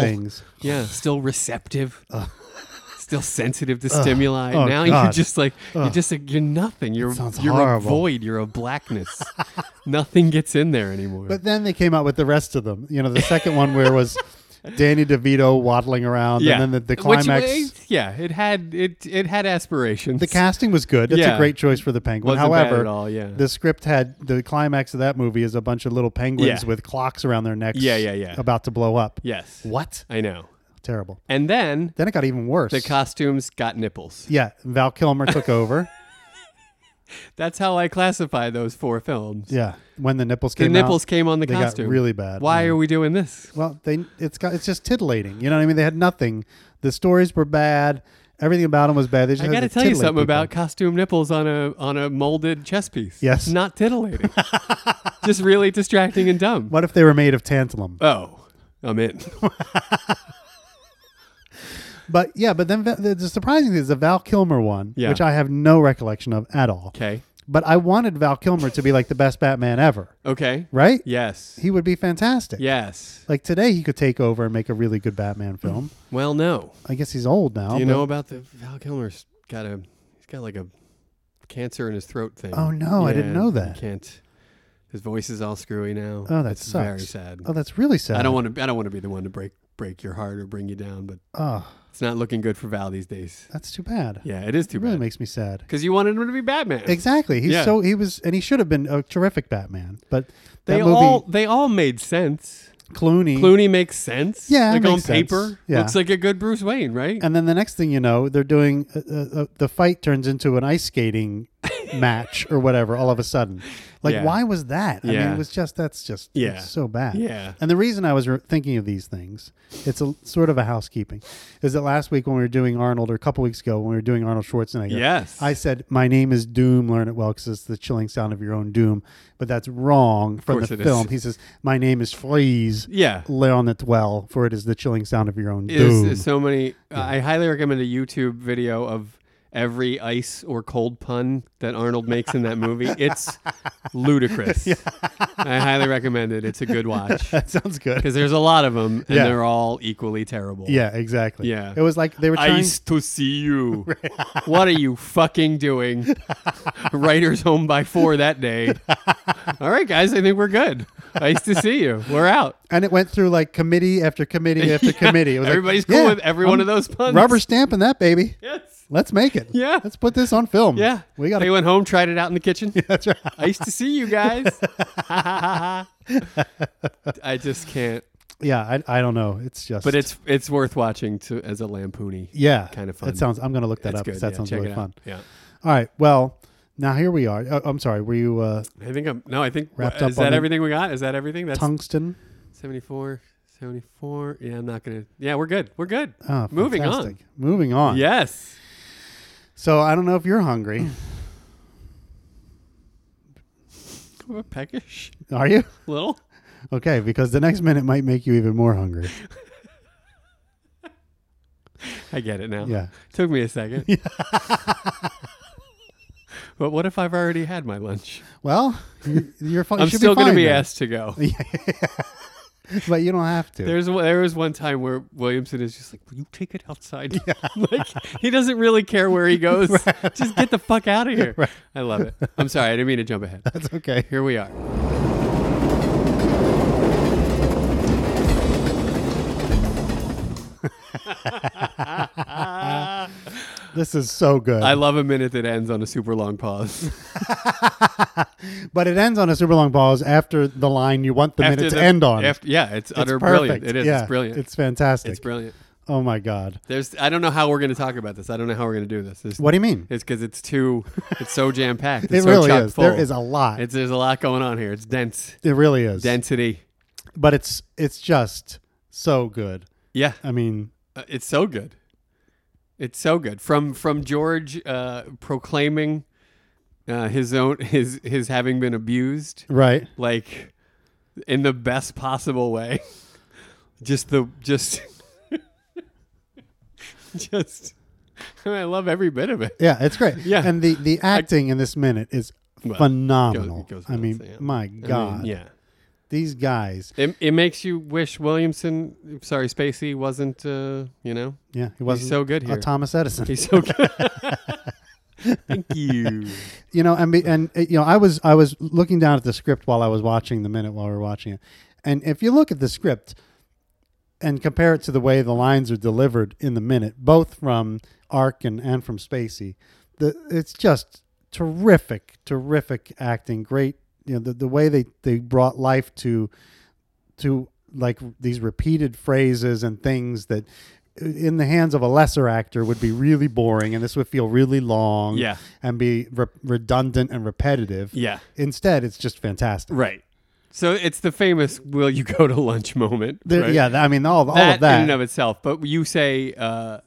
Speaker 1: enjoy things
Speaker 2: Yeah, still receptive. Still sensitive to stimuli.
Speaker 1: Oh,
Speaker 2: now
Speaker 1: God.
Speaker 2: you're just like you're just like, you're nothing. You're
Speaker 1: sounds
Speaker 2: you're
Speaker 1: horrible.
Speaker 2: a void. You're a blackness. nothing gets in there anymore.
Speaker 1: But then they came out with the rest of them. You know, the second one where it was Danny DeVito waddling around,
Speaker 2: yeah,
Speaker 1: and then the, the
Speaker 2: Which,
Speaker 1: climax.
Speaker 2: uh, yeah, it had it it had aspirations.
Speaker 1: the casting was good. That's
Speaker 2: Yeah.
Speaker 1: a great choice for the penguin.
Speaker 2: Wasn't bad
Speaker 1: However,
Speaker 2: at all, yeah.
Speaker 1: the script had the climax of that movie is a bunch of little penguins
Speaker 2: Yeah.
Speaker 1: with clocks around their necks.
Speaker 2: Yeah, yeah, yeah.
Speaker 1: About to blow up.
Speaker 2: yes,
Speaker 1: What?
Speaker 2: I know.
Speaker 1: Terrible.
Speaker 2: And then
Speaker 1: Then it got even worse.
Speaker 2: the costumes got nipples.
Speaker 1: yeah, Val Kilmer took over.
Speaker 2: That's how I classify those four films.
Speaker 1: Yeah, when the nipples
Speaker 2: The
Speaker 1: came
Speaker 2: nipples
Speaker 1: out,
Speaker 2: came on the
Speaker 1: they
Speaker 2: costume.
Speaker 1: got really bad.
Speaker 2: Why
Speaker 1: Yeah.
Speaker 2: are we doing this?
Speaker 1: Well, they it's got it's just titillating. You know what I mean? They had nothing. The stories were bad. Everything about them was bad. They just
Speaker 2: I
Speaker 1: had
Speaker 2: got to
Speaker 1: to
Speaker 2: tell you
Speaker 1: titillate
Speaker 2: something
Speaker 1: people.
Speaker 2: about costume nipples on a on a molded chess piece.
Speaker 1: Yes.
Speaker 2: not titillating, just really distracting and dumb.
Speaker 1: What if they were made of tantalum?
Speaker 2: Oh, I'm in.
Speaker 1: But yeah, but then the, the surprising thing is the Val Kilmer one,
Speaker 2: Yeah.
Speaker 1: which I have no recollection of at all.
Speaker 2: Okay,
Speaker 1: But I wanted Val Kilmer to be like the best Batman ever,
Speaker 2: okay.
Speaker 1: right?
Speaker 2: Yes,
Speaker 1: He would be fantastic.
Speaker 2: yes.
Speaker 1: Like today, he could take over and make a really good Batman film.
Speaker 2: Well, no.
Speaker 1: I guess he's old now.
Speaker 2: Do you
Speaker 1: but-
Speaker 2: know about the Val Kilmer's got a he's got like a cancer in his throat thing.
Speaker 1: Oh, no, I didn't
Speaker 2: Yeah,
Speaker 1: know
Speaker 2: he
Speaker 1: that.
Speaker 2: Can't. His voice is all screwy now.
Speaker 1: Oh, that
Speaker 2: It's
Speaker 1: sucks.
Speaker 2: Very sad.
Speaker 1: Oh, that's really sad.
Speaker 2: I don't want to. I don't want to be the one to break break your heart or bring you down, but
Speaker 1: Oh,
Speaker 2: it's not looking good for Val these days.
Speaker 1: that's too bad.
Speaker 2: Yeah, it is too
Speaker 1: it really
Speaker 2: bad.
Speaker 1: makes me sad.
Speaker 2: Because you wanted him to be Batman.
Speaker 1: Exactly. He's
Speaker 2: Yeah.
Speaker 1: so he was, and he should have been a terrific Batman. But that
Speaker 2: They
Speaker 1: movie,
Speaker 2: all they all made sense.
Speaker 1: Clooney,
Speaker 2: Clooney makes sense.
Speaker 1: Yeah, it
Speaker 2: like on
Speaker 1: makes sense.
Speaker 2: paper,
Speaker 1: Yeah.
Speaker 2: looks like a good Bruce Wayne, right?
Speaker 1: And then the next thing you know, they're doing uh, uh, uh, the fight turns into an ice skating match or whatever all of a sudden. Like,
Speaker 2: Yeah.
Speaker 1: why was that? I mean,
Speaker 2: Yeah.
Speaker 1: it was just, that's just
Speaker 2: Yeah.
Speaker 1: it's so bad.
Speaker 2: Yeah.
Speaker 1: And the reason I was re- thinking of these things, it's a sort of a housekeeping, is that last week when we were doing Arnold, or a couple weeks ago when we were doing Arnold Schwarzenegger,
Speaker 2: Yes.
Speaker 1: I said, My name is Doom, learn it well because it's the chilling sound of your own doom. But that's wrong from
Speaker 2: course
Speaker 1: the
Speaker 2: it is.
Speaker 1: film. He says, My name is Freeze.
Speaker 2: Yeah.
Speaker 1: Leon it well, for it is the chilling sound of your own
Speaker 2: It is
Speaker 1: doom.
Speaker 2: is so many. I highly recommend a YouTube video of every ice or cold pun that Arnold makes in that movie. It's ludicrous. I highly recommend it. It's a good watch
Speaker 1: that sounds good.
Speaker 2: because there's a lot of them and
Speaker 1: Yeah.
Speaker 2: they're all equally terrible.
Speaker 1: Yeah, exactly.
Speaker 2: Yeah.
Speaker 1: It was like they were trying.
Speaker 2: Ice to see you. what are you fucking doing? Writer's home by four that day. All right, guys, I think we're good. Nice to see you. We're out.
Speaker 1: and it went through like committee after committee after committee. It was like,
Speaker 2: Everybody's cool
Speaker 1: yeah,
Speaker 2: with every one of those puns.
Speaker 1: Rubber stamping that baby.
Speaker 2: Yes.
Speaker 1: Let's make it.
Speaker 2: Yeah.
Speaker 1: Let's put this on film.
Speaker 2: Yeah.
Speaker 1: We got
Speaker 2: They
Speaker 1: to.
Speaker 2: went home, tried it out in the kitchen.
Speaker 1: That's right.
Speaker 2: Nice to see you guys. I just can't.
Speaker 1: Yeah, I, I don't know. It's just.
Speaker 2: But it's it's worth watching to as a lampoonie.
Speaker 1: yeah,
Speaker 2: kind of fun.
Speaker 1: That sounds. I'm gonna look that
Speaker 2: It's
Speaker 1: up. 'cause
Speaker 2: good.
Speaker 1: That
Speaker 2: yeah,
Speaker 1: sounds
Speaker 2: check
Speaker 1: really
Speaker 2: it
Speaker 1: fun.
Speaker 2: out. Yeah.
Speaker 1: All right. Well, now here we are. Uh, I'm sorry. Were you uh,
Speaker 2: I think I'm no, I think
Speaker 1: Wrapped
Speaker 2: uh,
Speaker 1: up
Speaker 2: is
Speaker 1: on
Speaker 2: that
Speaker 1: the-
Speaker 2: everything we got? Is that everything? That's
Speaker 1: tungsten?
Speaker 2: 74 74. Yeah, I'm not going to Yeah, we're good. We're good.
Speaker 1: Oh,
Speaker 2: Moving on.
Speaker 1: fantastic. Moving on.
Speaker 2: Yes.
Speaker 1: So I don't know if you're hungry.
Speaker 2: We're peckish.
Speaker 1: Are you?
Speaker 2: Little.
Speaker 1: Okay, because the next minute might make you even more hungry.
Speaker 2: I get it now.
Speaker 1: Yeah.
Speaker 2: Took me a second. but what if I've already had my lunch?
Speaker 1: Well, you- you're fine.
Speaker 2: I'm still
Speaker 1: going to
Speaker 2: be asked to go.
Speaker 1: but you don't have to.
Speaker 2: There's there was one time where Williamson is just like, "Will you take it outside?" like he doesn't really care where he goes. Just get the fuck out of here. I love it. I'm sorry, I didn't mean to jump ahead.
Speaker 1: That's okay.
Speaker 2: Here we are.
Speaker 1: This is so good.
Speaker 2: I love a minute that ends on a super long pause.
Speaker 1: but it ends on a super long pause after the line you want the minute to
Speaker 2: the-
Speaker 1: end on.
Speaker 2: after- yeah, it's,
Speaker 1: it's
Speaker 2: utter
Speaker 1: perfect.
Speaker 2: brilliant. It is.
Speaker 1: Yeah,
Speaker 2: it's brilliant. It's,
Speaker 1: It's fantastic.
Speaker 2: brilliant.
Speaker 1: oh my god.
Speaker 2: There's. I don't know how we're going to talk about this. I don't know how we're going to do this. There's-
Speaker 1: What do you mean?
Speaker 2: It's because it's too. It's so jam packed.
Speaker 1: It
Speaker 2: so
Speaker 1: really
Speaker 2: chock
Speaker 1: is. There
Speaker 2: full.
Speaker 1: is a lot.
Speaker 2: It's there's a lot going on here. It's dense.
Speaker 1: it really is.
Speaker 2: Density.
Speaker 1: But it's it's just so good.
Speaker 2: Yeah.
Speaker 1: I mean,
Speaker 2: Uh, It's so good. It's so good. From from George uh, proclaiming uh, his own his his having been abused,
Speaker 1: right?
Speaker 2: like in the best possible way. Just the just just. I, mean, I love every bit of it.
Speaker 1: Yeah, it's great.
Speaker 2: Yeah.
Speaker 1: And the the acting in this minute is
Speaker 2: Well,
Speaker 1: phenomenal.
Speaker 2: goes- goes
Speaker 1: I mean,
Speaker 2: without saying.
Speaker 1: my
Speaker 2: I mean,
Speaker 1: god.
Speaker 2: yeah.
Speaker 1: These guys.
Speaker 2: It, it makes you wish Williamson, sorry Spacey, wasn't uh, you know
Speaker 1: Yeah, he wasn't
Speaker 2: so good
Speaker 1: a
Speaker 2: here.
Speaker 1: Thomas Edison.
Speaker 2: he's so good. Thank you.
Speaker 1: you know and be, and uh, you know i was i was looking down at the script while i was watching the minute while we were watching it and if you look at the script and compare it to the way the lines are delivered in the minute both from arc and, and from spacey the it's just terrific terrific acting great you know the, the way they they brought life to to like these repeated phrases and things that uh, in the hands of a lesser actor would be really boring and this would feel really long
Speaker 2: Yeah.
Speaker 1: and be re- redundant and repetitive
Speaker 2: Yeah.
Speaker 1: instead it's just fantastic
Speaker 2: Right. So it's the famous "Will you go to lunch?" moment.
Speaker 1: There-
Speaker 2: right?
Speaker 1: yeah th- i mean all, all
Speaker 2: that
Speaker 1: of that
Speaker 2: in and of itself. But you say uh,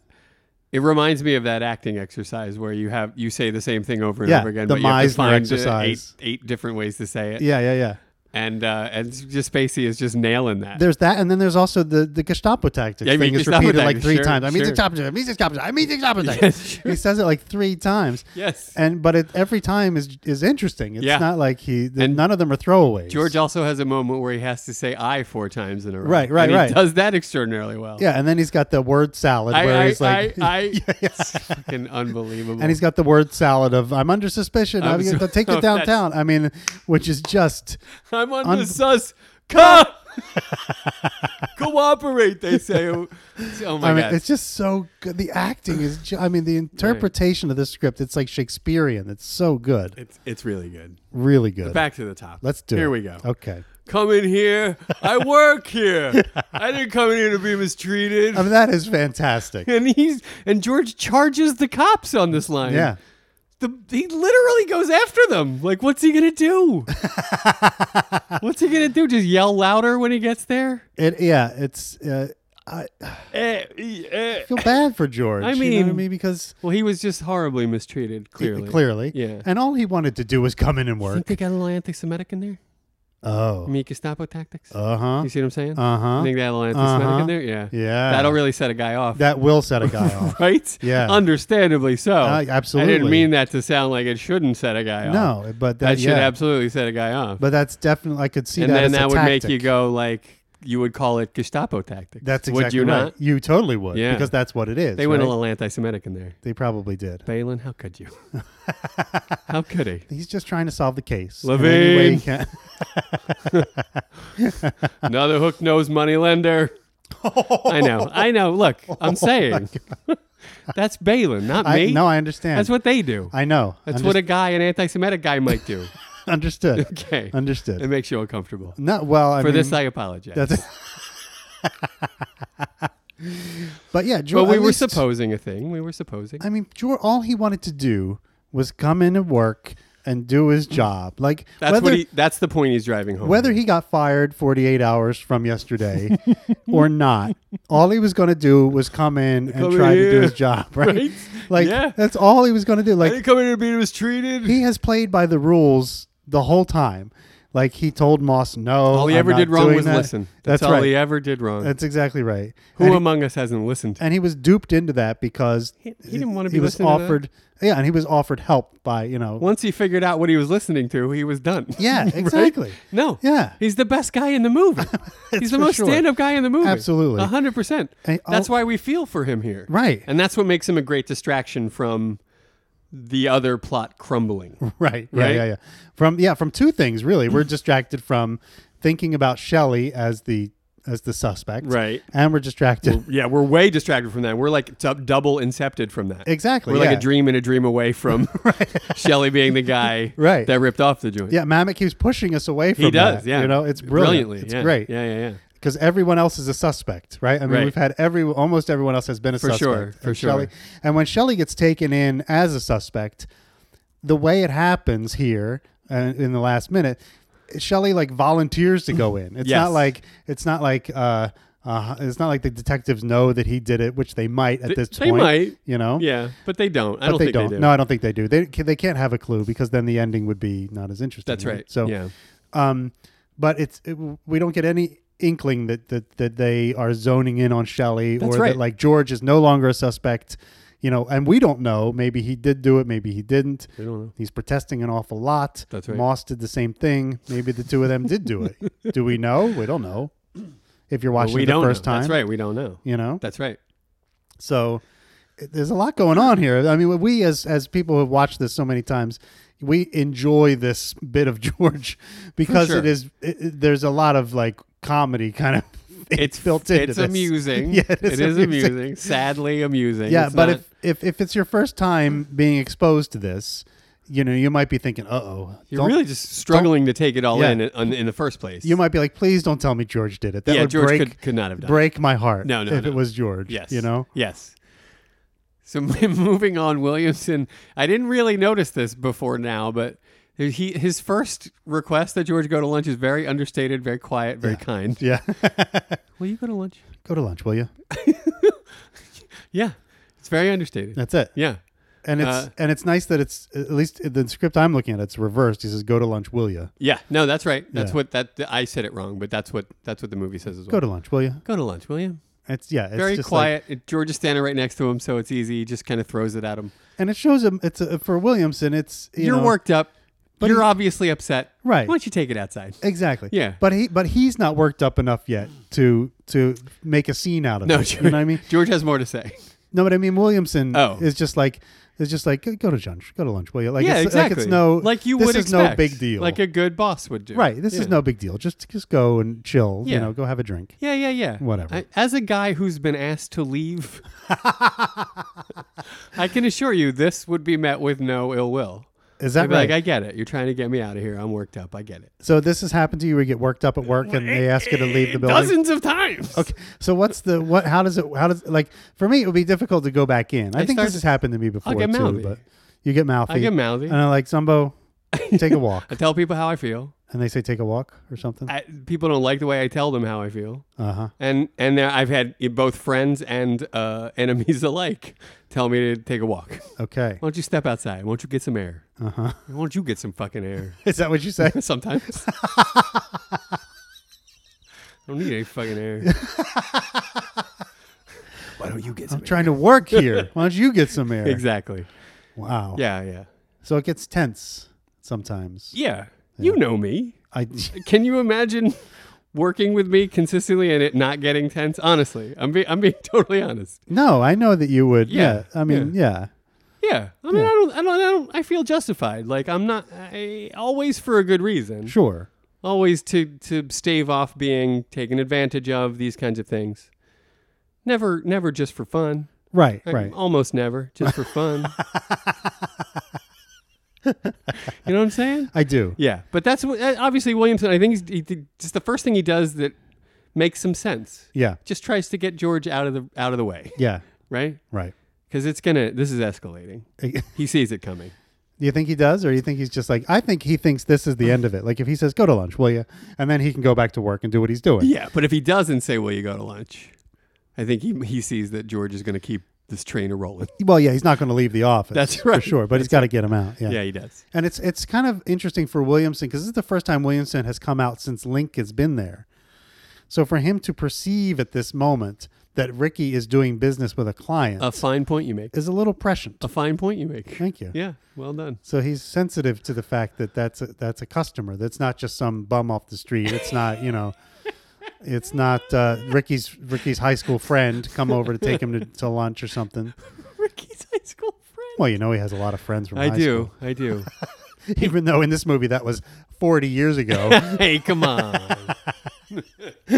Speaker 2: it reminds me of that acting exercise where you have you say the same thing over and
Speaker 1: Yeah,
Speaker 2: over again.
Speaker 1: the
Speaker 2: but you have
Speaker 1: Meisner
Speaker 2: to find uh,
Speaker 1: exercise.
Speaker 2: Eight, eight different ways to say it.
Speaker 1: yeah yeah yeah
Speaker 2: And uh, and just Spacey is just nailing that.
Speaker 1: there's that, and then there's also the, the Gestapo tactic
Speaker 2: Yeah, I mean,
Speaker 1: thing is
Speaker 2: Gestapo
Speaker 1: repeated
Speaker 2: tactic,
Speaker 1: like three
Speaker 2: sure,
Speaker 1: times. I mean,
Speaker 2: sure.
Speaker 1: the Gestapo, I mean, the Gestapo, I mean, the Gestapo tactic.
Speaker 2: Yes, sure.
Speaker 1: He says it like three times,
Speaker 2: yes.
Speaker 1: and but it every time is is interesting. It's
Speaker 2: Yeah.
Speaker 1: not like he. th-
Speaker 2: And
Speaker 1: none of them are throwaways.
Speaker 2: George also has a moment where he has to say "I" four times in a row.
Speaker 1: Right, right,
Speaker 2: and
Speaker 1: right.
Speaker 2: He does that extraordinarily well.
Speaker 1: Yeah, and then he's got the word salad
Speaker 2: I,
Speaker 1: where
Speaker 2: I,
Speaker 1: he's like,
Speaker 2: I, I, it's fucking unbelievable.
Speaker 1: and he's got the word salad of "I'm under suspicion. I'm,
Speaker 2: I'm
Speaker 1: going to
Speaker 2: so-
Speaker 1: take you
Speaker 2: oh, that's-
Speaker 1: downtown." I mean, which is just
Speaker 2: I'm on
Speaker 1: Un-
Speaker 2: the sus. Co- Cooperate, they say. Oh my
Speaker 1: I mean,
Speaker 2: god!
Speaker 1: it's just so good. The acting is, ju- I mean, the interpretation of the script, it's like Shakespearean. It's so good.
Speaker 2: It's it's really good.
Speaker 1: Really good.
Speaker 2: Back to the top.
Speaker 1: Let's do
Speaker 2: Here
Speaker 1: it.
Speaker 2: we go.
Speaker 1: Okay.
Speaker 2: Come in here. I work here. I didn't come in here to be mistreated.
Speaker 1: I mean, that is fantastic.
Speaker 2: and he's and George charges the cops on this line.
Speaker 1: yeah.
Speaker 2: the he literally goes after them. Like, what's he gonna do? what's he gonna do? Just yell louder when he gets there?
Speaker 1: It yeah, it's uh, I
Speaker 2: Eh, eh, eh.
Speaker 1: feel bad for George.
Speaker 2: I
Speaker 1: you know what I
Speaker 2: mean-
Speaker 1: mean because
Speaker 2: Well, he was just horribly mistreated. Clearly,
Speaker 1: clearly,
Speaker 2: yeah.
Speaker 1: and all he wanted to do was come in and
Speaker 2: Think
Speaker 1: work.
Speaker 2: they got a little anti-Semitic in there?
Speaker 1: Oh,
Speaker 2: Me Gestapo tactics.
Speaker 1: uh huh,
Speaker 2: you see what I'm saying?
Speaker 1: uh
Speaker 2: I
Speaker 1: huh,
Speaker 2: think they had a little anti-Semitic
Speaker 1: Uh-huh.
Speaker 2: in there. Yeah.
Speaker 1: yeah.
Speaker 2: that'll really set a guy off,
Speaker 1: that will set a guy off.
Speaker 2: right?
Speaker 1: Yeah.
Speaker 2: understandably so.
Speaker 1: Uh, absolutely.
Speaker 2: Oh. I didn't mean that to sound like it shouldn't set a guy off.
Speaker 1: No, but that,
Speaker 2: that should
Speaker 1: yeah.
Speaker 2: absolutely set a guy off.
Speaker 1: But that's definitely I could see
Speaker 2: and
Speaker 1: that.
Speaker 2: then
Speaker 1: as a
Speaker 2: that would
Speaker 1: tactic.
Speaker 2: make you go like you would call it Gestapo tactics.
Speaker 1: That's
Speaker 2: would
Speaker 1: exactly
Speaker 2: you
Speaker 1: right.
Speaker 2: not?
Speaker 1: You totally would,
Speaker 2: Yeah.
Speaker 1: because that's what it is.
Speaker 2: They went a
Speaker 1: right?
Speaker 2: little anti-Semitic in there.
Speaker 1: They probably did.
Speaker 2: Balin, how could you? how could he?
Speaker 1: He's just trying to solve the case. in any way he
Speaker 2: Levine.
Speaker 1: can.
Speaker 2: Another hook nose moneylender. I know. I know. Look, I'm saying that's Balin, not
Speaker 1: Oh I,
Speaker 2: me.
Speaker 1: no, I understand.
Speaker 2: that's what they do.
Speaker 1: I know.
Speaker 2: That's
Speaker 1: I'm
Speaker 2: what a guy, an anti-Semitic guy, might do.
Speaker 1: just- understood.
Speaker 2: Okay, it
Speaker 1: Understood.
Speaker 2: makes you uncomfortable.
Speaker 1: Not well. I
Speaker 2: For
Speaker 1: mean,
Speaker 2: this, I apologize.
Speaker 1: that's. but yeah, Jor-
Speaker 2: but we
Speaker 1: at
Speaker 2: were
Speaker 1: least-
Speaker 2: supposing a thing. We were supposing.
Speaker 1: I mean, Jor, all he wanted to do was come in and work and do his job. Like
Speaker 2: That's
Speaker 1: whether
Speaker 2: what he. That's the point he's driving home.
Speaker 1: whether he got fired 48 hours from yesterday or not all he was going to do was come in and
Speaker 2: Come
Speaker 1: try to do
Speaker 2: here.
Speaker 1: his job right,
Speaker 2: Right?
Speaker 1: like
Speaker 2: Yeah.
Speaker 1: that's all he was going to do
Speaker 2: I
Speaker 1: like
Speaker 2: didn't come in here being mistreated.
Speaker 1: he has played by the rules the whole time like he told moss no
Speaker 2: all he
Speaker 1: I'm
Speaker 2: ever
Speaker 1: not
Speaker 2: did wrong
Speaker 1: doing
Speaker 2: was
Speaker 1: that.
Speaker 2: listen. That's,
Speaker 1: that's,
Speaker 2: all
Speaker 1: right
Speaker 2: he ever did wrong.
Speaker 1: that's exactly right
Speaker 2: Who
Speaker 1: and, he,
Speaker 2: among us hasn't listened? to
Speaker 1: and he was duped into that because
Speaker 2: He- he didn't wanna
Speaker 1: he
Speaker 2: be
Speaker 1: was
Speaker 2: listening to that.
Speaker 1: offered yeah and he was offered help by you know
Speaker 2: Once he figured out what he was listening to, he was done.
Speaker 1: yeah exactly
Speaker 2: No.
Speaker 1: Yeah.
Speaker 2: He's the best guy in the movie. He's the
Speaker 1: for
Speaker 2: most
Speaker 1: sure.
Speaker 2: stand-up guy in the movie.
Speaker 1: Absolutely.
Speaker 2: A hundred percent.
Speaker 1: And
Speaker 2: That's
Speaker 1: all-
Speaker 2: why we feel for him here.
Speaker 1: Right.
Speaker 2: And that's what makes him a great distraction from the other plot crumbling.
Speaker 1: Right. Yeah,
Speaker 2: Right?
Speaker 1: yeah, yeah. From yeah, from two things really. We're distracted from thinking about Shelley as the as the suspect.
Speaker 2: Right.
Speaker 1: And we're distracted.
Speaker 2: yeah, we're way distracted from that. We're like dub- double incepted from that.
Speaker 1: exactly.
Speaker 2: We're
Speaker 1: yeah.
Speaker 2: like a dream and a dream away from Shelley being the guy
Speaker 1: Right.
Speaker 2: that ripped off the joint.
Speaker 1: Yeah, Mamet keeps pushing us away from
Speaker 2: He does,
Speaker 1: that,
Speaker 2: yeah.
Speaker 1: You know, it's brilliant.
Speaker 2: Brilliantly.
Speaker 1: It's
Speaker 2: yeah.
Speaker 1: great.
Speaker 2: Yeah, yeah, yeah.
Speaker 1: Because everyone else is a suspect, right? I mean,
Speaker 2: Right.
Speaker 1: we've had every almost everyone else has been a
Speaker 2: For
Speaker 1: suspect.
Speaker 2: sure,
Speaker 1: And
Speaker 2: for sure.
Speaker 1: Shelley- and when Shelley gets taken in as a suspect, the way it happens here uh, in the last minute, Shelley like volunteers to go in. It's
Speaker 2: Yes.
Speaker 1: not like it's not like uh, uh, it's not like the detectives know that he did it, which they might at
Speaker 2: They-
Speaker 1: this
Speaker 2: they
Speaker 1: point.
Speaker 2: might.
Speaker 1: you know.
Speaker 2: Yeah, but they don't. I
Speaker 1: But
Speaker 2: don't
Speaker 1: they
Speaker 2: think
Speaker 1: don't.
Speaker 2: they do.
Speaker 1: No, I don't think they do. They they can't have a clue because then the ending would be not as interesting.
Speaker 2: That's right.
Speaker 1: So
Speaker 2: yeah.
Speaker 1: um, but it's it, we don't get any inkling that that, that they are zoning in on Shelley
Speaker 2: That's
Speaker 1: or
Speaker 2: right.
Speaker 1: that like George is no longer a suspect. You know, and we don't know. Maybe he did do it. Maybe he didn't.
Speaker 2: They don't know.
Speaker 1: He's protesting an awful lot.
Speaker 2: That's right.
Speaker 1: Moss did the same thing. Maybe the two of them did do it. do we know? We don't know. If you're watching
Speaker 2: we
Speaker 1: it the
Speaker 2: don't
Speaker 1: first
Speaker 2: know.
Speaker 1: time,
Speaker 2: That's right. We don't know.
Speaker 1: You know,
Speaker 2: That's right.
Speaker 1: so it- there's a lot going on here. I mean, we as as people who have watched this so many times, we enjoy this bit of George because
Speaker 2: sure.
Speaker 1: it is it, it- there's a lot of like comedy kind of
Speaker 2: It's
Speaker 1: built into
Speaker 2: It's
Speaker 1: this.
Speaker 2: amusing.
Speaker 1: Yeah,
Speaker 2: it is amusing. Sadly amusing.
Speaker 1: Yeah,
Speaker 2: It's
Speaker 1: but
Speaker 2: not-
Speaker 1: if, if if it's your first time being exposed to this, you know, you might be thinking, "Uh oh."
Speaker 2: you're really just struggling to take it all
Speaker 1: Yeah.
Speaker 2: in, in in the first place,
Speaker 1: you might be like, "Please don't tell me George did it." That
Speaker 2: yeah,
Speaker 1: would
Speaker 2: George
Speaker 1: break
Speaker 2: could, could not have done.
Speaker 1: break my heart
Speaker 2: No, no,
Speaker 1: if it
Speaker 2: no.
Speaker 1: was George.
Speaker 2: Yes.
Speaker 1: You know?
Speaker 2: Yes. So moving on, Williamson. I didn't really notice this before now, but he his first request that George go to lunch is very understated, very quiet, very kind.
Speaker 1: Yeah.
Speaker 2: Will you go to lunch?
Speaker 1: Go to lunch, will you?
Speaker 2: Yeah, it's very understated.
Speaker 1: That's it.
Speaker 2: yeah.
Speaker 1: And it's
Speaker 2: Uh,
Speaker 1: and it's nice that it's at least the script I'm looking at. It's reversed. He says, "Go to lunch, will you?
Speaker 2: Yeah, no, that's right. That's
Speaker 1: Yeah.
Speaker 2: what that I said it wrong, but that's what that's what the movie says as well.
Speaker 1: Go to lunch, will you?"
Speaker 2: Go to lunch, will you?
Speaker 1: It's yeah, it's
Speaker 2: Very
Speaker 1: just like-
Speaker 2: quiet. It- George is standing right next to him, so it's easy. He just kind of throws it at him.
Speaker 1: and it shows him. It's a, for Williamson. It's you
Speaker 2: You are
Speaker 1: know,
Speaker 2: worked up.
Speaker 1: but
Speaker 2: You're
Speaker 1: he-
Speaker 2: obviously upset.
Speaker 1: Right.
Speaker 2: Why don't you take it outside?
Speaker 1: exactly.
Speaker 2: Yeah.
Speaker 1: but he but he's not worked up enough yet to to make a scene out of
Speaker 2: No,
Speaker 1: it.
Speaker 2: George,
Speaker 1: You know what I mean?
Speaker 2: George has more to say.
Speaker 1: No, but I mean Williamson
Speaker 2: Oh.
Speaker 1: is just like is just like go to lunch, go to lunch, will you? Like
Speaker 2: yeah,
Speaker 1: it's,
Speaker 2: exactly.
Speaker 1: Like it's no
Speaker 2: like you
Speaker 1: this
Speaker 2: would
Speaker 1: is no
Speaker 2: expect,
Speaker 1: big deal.
Speaker 2: Like a good boss would do.
Speaker 1: right. This
Speaker 2: Yeah.
Speaker 1: is no big deal. Just just go and chill. You
Speaker 2: Yeah.
Speaker 1: know, go have a drink.
Speaker 2: Yeah, yeah, yeah.
Speaker 1: Whatever.
Speaker 2: I, as a guy who's been asked to leave, I can assure you this would be met with no ill will.
Speaker 1: Is that
Speaker 2: I'd be
Speaker 1: right?
Speaker 2: like, I get it. You're trying to get me out of here. I'm worked up. I get it.
Speaker 1: so this has happened to you. We get worked up at work, and they ask you to leave the building.
Speaker 2: Dozens of times.
Speaker 1: Okay. So what's the what? How does it? How does like for me? It would be difficult to go back in. I,
Speaker 2: I
Speaker 1: think
Speaker 2: start
Speaker 1: this
Speaker 2: to-
Speaker 1: has happened to me before
Speaker 2: get
Speaker 1: too.
Speaker 2: mouthy.
Speaker 1: But You get mouthy.
Speaker 2: I get mouthy.
Speaker 1: And I'm like, Zumbo, take a walk.
Speaker 2: I tell people how I feel.
Speaker 1: And they say, take a walk or something.
Speaker 2: I, people don't like the way I tell them how I feel.
Speaker 1: Uh huh.
Speaker 2: And and there, I've had both friends and uh, enemies alike tell me to take a walk.
Speaker 1: Okay.
Speaker 2: Why don't you step outside? Why don't you get some air?
Speaker 1: Uh
Speaker 3: Uh-huh.
Speaker 1: huh.
Speaker 2: Why don't you get some fucking air?
Speaker 1: Is that what you say?
Speaker 2: Sometimes. I don't need any fucking air.
Speaker 3: Why don't you get
Speaker 1: I'm
Speaker 3: some?
Speaker 1: trying to work here. Why don't you get some air?
Speaker 2: Exactly.
Speaker 1: Wow.
Speaker 2: Yeah, yeah.
Speaker 1: So it gets tense sometimes.
Speaker 2: Yeah. You know me.
Speaker 1: I
Speaker 2: Can you imagine working with me consistently and it not getting tense? Honestly, I'm be- I'm being totally honest.
Speaker 1: no, I know that you would. Yeah.
Speaker 2: Yeah,
Speaker 1: I mean, yeah.
Speaker 2: Yeah. I mean, I don't I don't I don't I feel justified. Like I'm not I always for a good reason.
Speaker 1: Sure.
Speaker 2: Always to to stave off being taken advantage of, these kinds of things. Never never just for fun.
Speaker 1: Right.
Speaker 2: I-
Speaker 1: Right.
Speaker 2: Almost never, just for fun. you know what I'm saying?
Speaker 1: I do.
Speaker 2: Yeah, but that's what uh, obviously Williamson. I think he's, he did, just the first thing he does that makes some sense.
Speaker 1: Yeah.
Speaker 2: Just tries to get George out of the out of the way,
Speaker 1: Yeah.
Speaker 2: right?
Speaker 1: Right.
Speaker 2: Because it's gonna. This is escalating.
Speaker 1: Do
Speaker 2: He sees it coming.
Speaker 1: you think he does, or you think he's just like? I think he thinks this is the end of it. Like if he says, "Go to lunch, will you?" and then he can go back to work and do what he's doing.
Speaker 2: Yeah, but if he doesn't say, "Will you go to lunch?" I think he he sees that George is gonna keep this train a rolling.
Speaker 1: Well, yeah, he's not going to leave the office.
Speaker 2: That's
Speaker 1: for
Speaker 2: right.
Speaker 1: sure. But he's got to get him out. Yeah.
Speaker 2: Yeah, he does.
Speaker 1: And it's it's kind of interesting for Williamson because this is the first time Williamson has come out since Link has been there. So for him to perceive at this moment that Ricky is doing business with a client
Speaker 2: A fine point you make.
Speaker 1: is a little prescient.
Speaker 2: A fine point you make.
Speaker 1: Thank you.
Speaker 2: Yeah, well done.
Speaker 1: So he's sensitive to the fact that that's a, that's a customer. That's not just some bum off the street. It's not you know, it's not uh, Ricky's Ricky's high school friend come over to take him to, to lunch or something.
Speaker 2: Ricky's high school friend.
Speaker 1: Well, you know he has a lot of friends from
Speaker 2: I
Speaker 1: high
Speaker 2: do. I do.
Speaker 1: school. Even though in this movie that was forty years ago.
Speaker 2: hey, come on.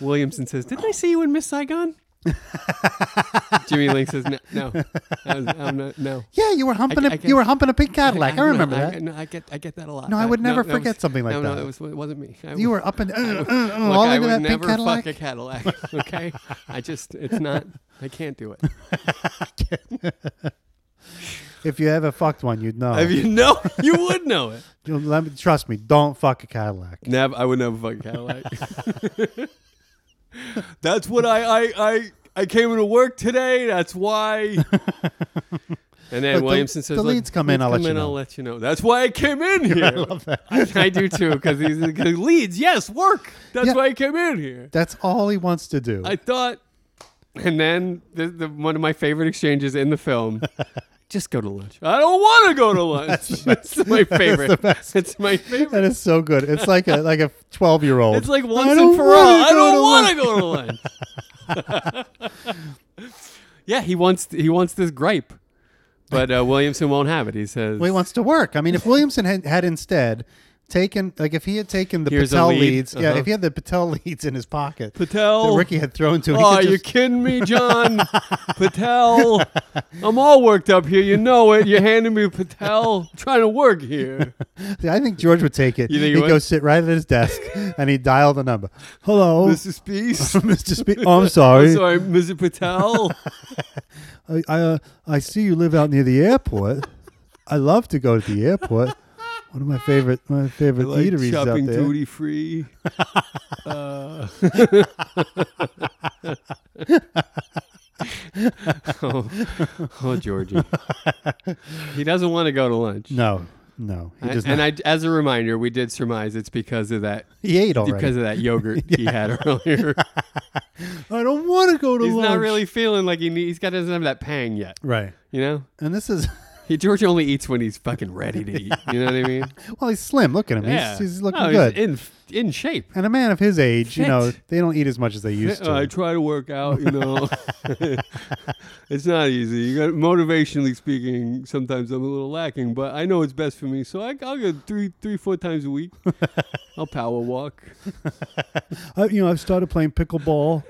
Speaker 2: Williamson says, "Didn't I see you in Miss Saigon?" Jimmy Link says, "No, no, I was- I'm not- no."
Speaker 1: Yeah, you were humping
Speaker 2: I
Speaker 1: a
Speaker 2: can-
Speaker 1: you were humping a pink Cadillac. I, remember
Speaker 2: no, I,
Speaker 1: that.
Speaker 2: no, I get, I get that a lot.
Speaker 1: No, I would never
Speaker 2: that was-
Speaker 1: forget something like
Speaker 2: no,
Speaker 1: that.
Speaker 2: No, it, was, it wasn't me. I,
Speaker 1: you
Speaker 2: would-
Speaker 1: were up and uh, uh,
Speaker 2: would-
Speaker 1: uh,
Speaker 2: look,
Speaker 1: all
Speaker 2: I
Speaker 1: into
Speaker 2: would
Speaker 1: that pink
Speaker 2: never
Speaker 1: Cadillac.
Speaker 2: fuck a Cadillac. Okay, I just, it's not. I can't do it.
Speaker 1: If you ever fucked one, you'd know.
Speaker 2: If you know, you would know it.
Speaker 1: You- Let me, trust me, don't fuck a Cadillac.
Speaker 2: Never, I would never fuck a Cadillac. That's what I, I, I, I came into work today. That's why. And then
Speaker 1: Look, the-
Speaker 2: Williamson says,
Speaker 1: the
Speaker 2: "Look,
Speaker 1: leads come in,
Speaker 2: leads
Speaker 1: I'll let you know."
Speaker 2: I'll let you know. That's why I came in here. I love that. I do too, because these cause leads, yes, work. That's
Speaker 1: Yeah.
Speaker 2: why I came in here.
Speaker 1: That's all he wants to do.
Speaker 2: I thought, and then the, the, one of my favorite exchanges in the film. Just go to lunch. I don't want to go to lunch. That's, my favorite. That's my favorite.
Speaker 1: that is so good. It's like a like a twelve year old.
Speaker 2: It's like once and for all. I don't want to go to lunch. yeah, he wants he wants this gripe, but uh, Williamson won't have it. He says,
Speaker 1: Well, he wants to work. I mean, if Williamson had, had instead taken like if he had taken the
Speaker 2: Here's a
Speaker 1: Patel
Speaker 2: lead.
Speaker 1: leads, yeah,
Speaker 2: Uh-huh.
Speaker 1: if he had the Patel leeds in his pocket,
Speaker 2: Patel.
Speaker 1: that Ricky had thrown to him, he
Speaker 2: Oh,
Speaker 1: could
Speaker 2: you
Speaker 1: just-
Speaker 2: kidding me, John? Patel, I'm all worked up here. You know it. You're handing me Patel. I'm trying to work here.
Speaker 1: See, I think George would take it.
Speaker 2: You think he
Speaker 1: he'd
Speaker 2: would?
Speaker 1: go sit right at his desk and he'd dial the number. Hello,
Speaker 2: Mr. Spees.
Speaker 1: Mr. Spe- oh, I'm Oh. sorry.
Speaker 2: Sorry, Mr. Patel.
Speaker 1: I I, uh, I see you live out near the airport. I love to go to the airport. One of my favorite my favorite
Speaker 2: like
Speaker 1: eateries out there.
Speaker 2: shopping duty free. Uh, oh, oh, Georgie. He doesn't want to go to lunch.
Speaker 1: No, no, he does
Speaker 2: and
Speaker 1: not.
Speaker 2: I, as a reminder, we did surmise it's because of that
Speaker 1: he ate already.
Speaker 2: because of that yogurt he had earlier.
Speaker 1: I don't want to go to
Speaker 2: he's
Speaker 1: lunch.
Speaker 2: not really feeling like he need, he's got doesn't have that pang yet.
Speaker 1: right.
Speaker 2: You know,
Speaker 1: And this is
Speaker 2: he George only eats when he's fucking ready to eat. You know what I mean?
Speaker 1: well, he's slim. Look at him.
Speaker 2: yeah,
Speaker 1: He's, he's looking
Speaker 2: No,
Speaker 1: good.
Speaker 2: he's in in shape.
Speaker 1: and a man of his age, you know,
Speaker 2: Fit.
Speaker 1: they don't eat as much as they used
Speaker 2: Yeah, I
Speaker 1: to.
Speaker 2: try to work out, you know. it's not easy. You got, motivationally speaking, sometimes I'm a little lacking, but I know it's best for me. So I, I'll go three, three, four times a week. I'll power walk.
Speaker 1: I, you know, I've started playing pickleball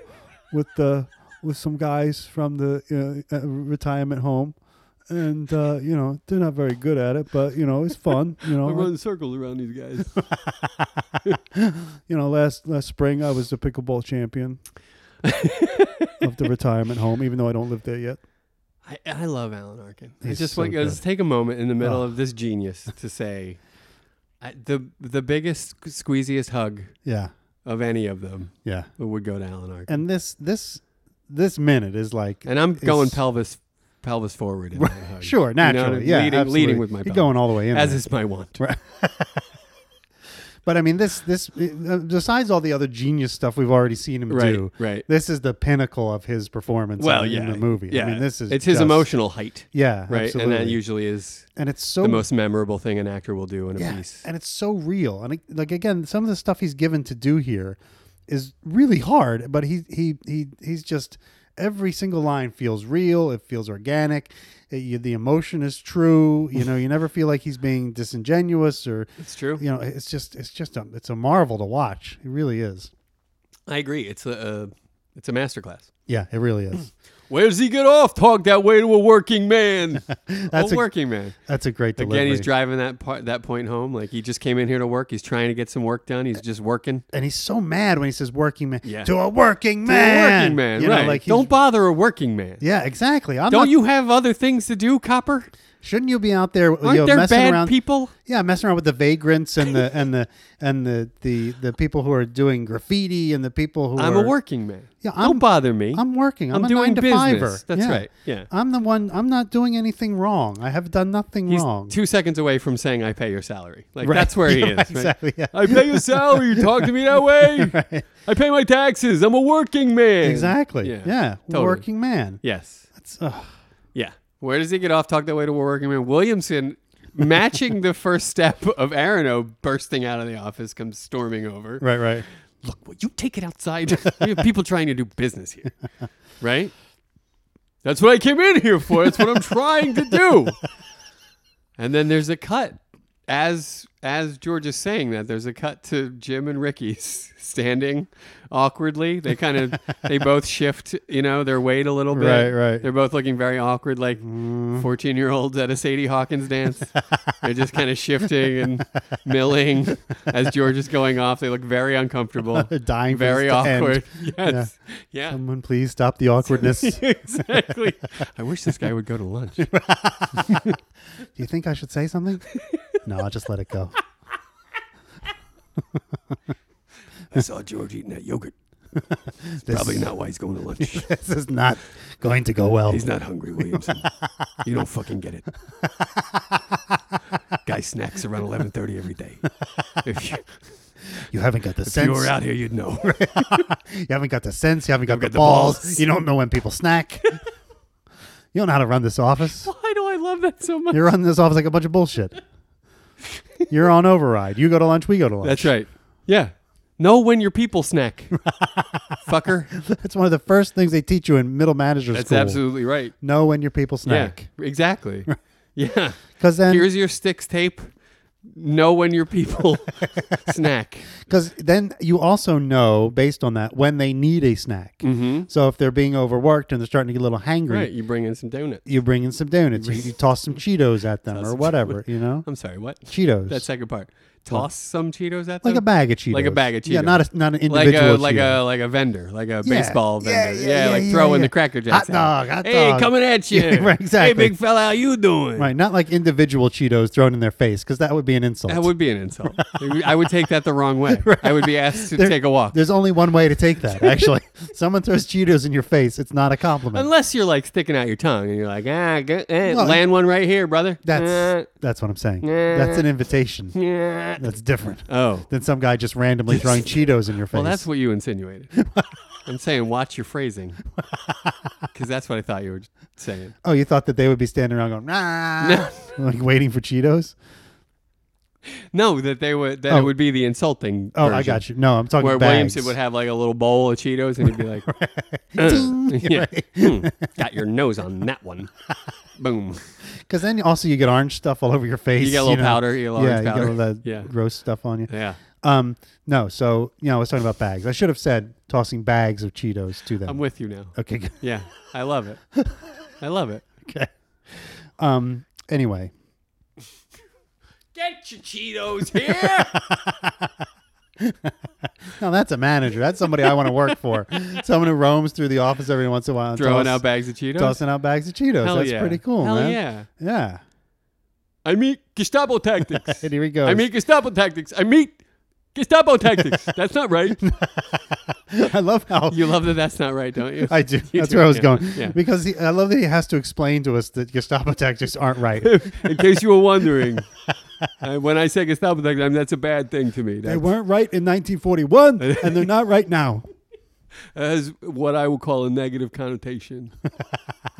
Speaker 1: with the with some guys from the uh, uh, retirement home, and uh, you know, they're not very good at it, but you know, it's fun. You know,
Speaker 2: I run circles around these guys.
Speaker 1: you know, last last spring I was the pickleball champion of the retirement home, even though I don't live there yet.
Speaker 2: I, I love Alan Arkin.
Speaker 1: He's
Speaker 2: It's just
Speaker 1: so
Speaker 2: what goes.
Speaker 1: good. Oh.
Speaker 2: Take a moment in the middle of this genius to say, I, the the biggest squeeziest hug
Speaker 1: Yeah.
Speaker 2: of any of them
Speaker 1: Yeah.
Speaker 2: would go to Alan Arkin.
Speaker 1: And this this this minute is like
Speaker 2: And I'm going
Speaker 1: is-
Speaker 2: pelvis pelvis forward in that hug.
Speaker 1: sure
Speaker 2: You know what I
Speaker 1: naturally
Speaker 2: mean?
Speaker 1: yeah
Speaker 2: leading,
Speaker 1: absolutely.
Speaker 2: leading with my
Speaker 1: You're
Speaker 2: pelvis,
Speaker 1: going all the way in
Speaker 2: as
Speaker 1: there.
Speaker 2: is my want.
Speaker 1: but I mean this this uh, besides all the other genius stuff we've already seen him
Speaker 2: Right,
Speaker 1: do
Speaker 2: right.
Speaker 1: this is the pinnacle of his performance
Speaker 2: Well,
Speaker 1: in,
Speaker 2: yeah,
Speaker 1: in the movie
Speaker 2: Yeah,
Speaker 1: I mean this is
Speaker 2: it's his
Speaker 1: just-
Speaker 2: emotional height,
Speaker 1: yeah
Speaker 2: right?
Speaker 1: absolutely.
Speaker 2: And that usually is
Speaker 1: And it's so
Speaker 2: the most memorable thing an actor will do in a
Speaker 1: yeah,
Speaker 2: piece.
Speaker 1: and it's so real. And it, like again, some of the stuff he's given to do here is really hard, but he he he he's just every single line feels real. It feels organic. It- you- the emotion is true. You know, you never feel like he's being disingenuous or
Speaker 2: It's true.
Speaker 1: you know. It's just it's just a it's a marvel to watch. It really is.
Speaker 2: I agree. It's a uh, it's a masterclass.
Speaker 1: Yeah, it really is.
Speaker 2: Where does he get off? Talk that way to a working man.
Speaker 1: That's
Speaker 2: a
Speaker 1: a-
Speaker 2: working man.
Speaker 1: That's a great delivery.
Speaker 2: Again, he's driving that part that point home. Like he just came in here to work. He's trying to get some work done. He's just working.
Speaker 1: and he's so mad when he says "working man"
Speaker 2: Yeah.
Speaker 1: to a working
Speaker 2: To
Speaker 1: man.
Speaker 2: a working man,
Speaker 1: You know,
Speaker 2: right?
Speaker 1: like he's-
Speaker 2: Don't bother a working man.
Speaker 1: Yeah, exactly. I'm
Speaker 2: Don't
Speaker 1: not,
Speaker 2: you have other things to do, Copper?
Speaker 1: shouldn't you be out there, you
Speaker 2: Aren't
Speaker 1: know,
Speaker 2: there
Speaker 1: messing
Speaker 2: bad
Speaker 1: around?
Speaker 2: people?
Speaker 1: Yeah, messing around with the vagrants and the and the and the the, the people who are doing graffiti and the people who
Speaker 2: I'm
Speaker 1: are,
Speaker 2: a working man.
Speaker 1: Yeah, I'm-
Speaker 2: Don't bother me.
Speaker 1: I'm working. I'm,
Speaker 2: I'm
Speaker 1: a
Speaker 2: doing
Speaker 1: nine to
Speaker 2: business.
Speaker 1: fiver.
Speaker 2: That's
Speaker 1: yeah.
Speaker 2: right. Yeah.
Speaker 1: I'm the one. I'm not doing anything wrong. I have done nothing
Speaker 2: He's
Speaker 1: wrong.
Speaker 2: two seconds away from saying, "I pay your salary." Like
Speaker 1: Right.
Speaker 2: that's where he
Speaker 1: Yeah,
Speaker 2: is. right?
Speaker 1: exactly, yeah.
Speaker 2: I pay your salary. You talk to me that way. I pay my taxes. I'm a working man.
Speaker 1: exactly. Yeah.
Speaker 2: Totally.
Speaker 1: Working man.
Speaker 2: Yes.
Speaker 1: That's, ugh.
Speaker 2: Yeah. Where does he get off? Talk that way to a working man. Williamson, matching the first step of Arano bursting out of the office, comes storming over.
Speaker 1: right. Right.
Speaker 2: Look, will you take it outside? we have people trying to do business here, right? That's what I came in here for. That's what I'm trying to do. And then there's a cut. As as George is saying that, there's a cut to Jim and Ricky's standing awkwardly. They kind of they both shift, you know, their weight a little bit.
Speaker 1: Right, right. Mm-hmm.
Speaker 2: They're both looking very awkward, like 14 year olds at a Sadie Hawkins dance. They're just kind of shifting and milling as George is going off. They look very uncomfortable,
Speaker 1: Dying. for
Speaker 2: very
Speaker 1: this to end.
Speaker 2: awkward. Yes, yeah.
Speaker 1: Someone please stop the awkwardness. Do
Speaker 2: exactly. I wish this guy would go to lunch.
Speaker 1: you think I should say something? no, I'll just let it go.
Speaker 3: I saw George eating that yogurt. It's
Speaker 1: This-
Speaker 3: probably not why he's going to lunch.
Speaker 1: This is not going to go well.
Speaker 3: He's not hungry, Williamson. you don't fucking get it. Guy snacks around 11:30 every day. If you,
Speaker 1: You haven't got the
Speaker 3: if
Speaker 1: sense.
Speaker 3: you were out here, you'd know.
Speaker 1: You haven't got the sense. You haven't got,
Speaker 3: You've
Speaker 1: the,
Speaker 3: got the
Speaker 1: balls.
Speaker 3: balls.
Speaker 1: You don't know when people snack. you don't know how to run this office.
Speaker 2: Why do I love that so much?
Speaker 1: You're running this office like a bunch of bullshit. You're on override. You go to lunch. We go to lunch.
Speaker 2: That's right. Yeah. Know when your people snack, fucker.
Speaker 1: That's one of the first things they teach you in middle manager
Speaker 2: That's
Speaker 1: school.
Speaker 2: absolutely right.
Speaker 1: know when your people snack.
Speaker 2: Yeah, exactly. Yeah.
Speaker 1: Because then,
Speaker 2: Here's your sticks tape. Know when your people snack.
Speaker 1: because then you also know based on that when they need a snack. So if they're being overworked and they're starting to get a little hangry,
Speaker 2: Right. You bring in some donuts.
Speaker 1: you bring in some donuts. you, you toss some Cheetos at them or whatever. You know,
Speaker 2: I'm sorry. What?
Speaker 1: Cheetos.
Speaker 2: That second part. Toss some Cheetos at them.
Speaker 1: like a bag of Cheetos.
Speaker 2: Like a bag of
Speaker 1: Yeah,
Speaker 2: Cheetos.
Speaker 1: not a, not an
Speaker 2: like
Speaker 1: individual.
Speaker 2: a like
Speaker 1: Cheeto.
Speaker 2: a like a vendor, like a
Speaker 1: Yeah.
Speaker 2: baseball
Speaker 1: Yeah,
Speaker 2: vendor.
Speaker 1: yeah,
Speaker 2: Yeah,
Speaker 1: yeah,
Speaker 2: like
Speaker 1: yeah,
Speaker 2: throwing
Speaker 1: yeah.
Speaker 2: the cracker
Speaker 1: Hot
Speaker 2: jacks.
Speaker 1: dog,
Speaker 2: at. 'em.
Speaker 1: hot
Speaker 2: hey,
Speaker 1: dog.
Speaker 2: coming at you.
Speaker 1: Yeah, right, exactly.
Speaker 2: Hey, big fella, how you doing?
Speaker 1: right, not like individual Cheetos thrown in their face because that would be an insult.
Speaker 2: That would be an insult. I would take that the wrong way. I would be asked to
Speaker 1: There-
Speaker 2: take a walk.
Speaker 1: There's only one way to take that. Actually, someone throws Cheetos in your face, it's not a compliment.
Speaker 2: Unless you're like sticking out your tongue and you're like, ah, go, eh,
Speaker 1: Well,
Speaker 2: land one right here, brother.
Speaker 1: that's that's what I'm saying. That's an invitation.
Speaker 2: Eh, eh.
Speaker 1: That's different
Speaker 2: oh,
Speaker 1: than some guy just randomly throwing Cheetos in your face.
Speaker 2: well, that's what you insinuated. I'm saying, watch your phrasing, because that's what I thought you were saying.
Speaker 1: oh, you thought that they would be standing around going, nah, like waiting for Cheetos?
Speaker 2: No, that they would that
Speaker 1: Oh.
Speaker 2: it would be the insulting.
Speaker 1: Oh, I
Speaker 2: version.
Speaker 1: got you. No, I'm talking
Speaker 2: where
Speaker 1: bags.
Speaker 2: Williamson would have like a little bowl of Cheetos and he'd be like, "Uh, yeah, hmm, got your nose on that one. Boom.
Speaker 1: Because then also you get orange stuff all over your face.
Speaker 2: You get a little
Speaker 1: know?
Speaker 2: powder, you get a little
Speaker 1: yeah,
Speaker 2: orange
Speaker 1: you
Speaker 2: powder.
Speaker 1: get all that
Speaker 2: Yeah.
Speaker 1: gross stuff on you.
Speaker 2: Yeah.
Speaker 1: Um, no, so you know, I was talking about bags. I should have said tossing bags of Cheetos to them.
Speaker 2: I'm with you now.
Speaker 1: okay, good.
Speaker 2: Yeah. I love it. I love it.
Speaker 1: okay. Um, anyway,
Speaker 2: Get your Cheetos here.
Speaker 1: No, that's a manager. That's somebody I want to work for. Someone who roams through the office every once in a while, and
Speaker 2: Throwing
Speaker 1: toss-
Speaker 2: out bags of Cheetos.
Speaker 1: tossing out bags of Cheetos.
Speaker 2: Hell
Speaker 1: that's
Speaker 2: yeah.
Speaker 1: pretty cool,
Speaker 2: Hell
Speaker 1: man.
Speaker 2: yeah.
Speaker 1: Yeah.
Speaker 2: I meet Gestapo tactics.
Speaker 1: And here he goes.
Speaker 2: I meet Gestapo tactics. I meet Gestapo tactics. That's not right.
Speaker 1: I love how
Speaker 2: You love that that's not right, don't you?
Speaker 1: I do.
Speaker 2: You
Speaker 1: That's
Speaker 2: do,
Speaker 1: where I was
Speaker 2: yeah.
Speaker 1: going.
Speaker 2: Yeah.
Speaker 1: Because he, I love that he has to explain to us that Gestapo tactics aren't right.
Speaker 2: In case you were wondering, uh, when I say Gestapo tactics, I mean, that's a bad thing to me.
Speaker 1: they
Speaker 2: That's,
Speaker 1: weren't right in 1941, and they're not right now.
Speaker 2: that is what I would call a negative connotation.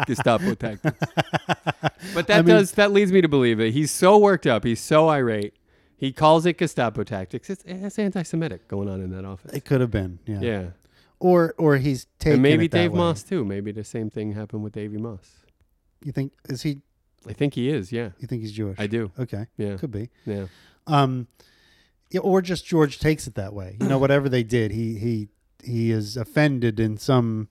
Speaker 2: Gestapo tactics. But that
Speaker 1: mean-
Speaker 2: does that leads me to believe it. He's so worked up. He's so irate. He calls it Gestapo tactics. It's, it's anti-Semitic going on in that office.
Speaker 1: It could have been, yeah.
Speaker 2: yeah.
Speaker 1: Or or he's taking
Speaker 2: And maybe
Speaker 1: it that
Speaker 2: Dave
Speaker 1: way.
Speaker 2: Moss too. Maybe the same thing happened with Davey Moss.
Speaker 1: You think is he?
Speaker 2: I think he is. Yeah,
Speaker 1: You think he's Jewish?
Speaker 2: I do.
Speaker 1: Okay,
Speaker 2: Yeah,
Speaker 1: could be.
Speaker 2: yeah.
Speaker 1: Um, yeah, or just George takes it that way. You know, whatever they did, he he he is offended in some,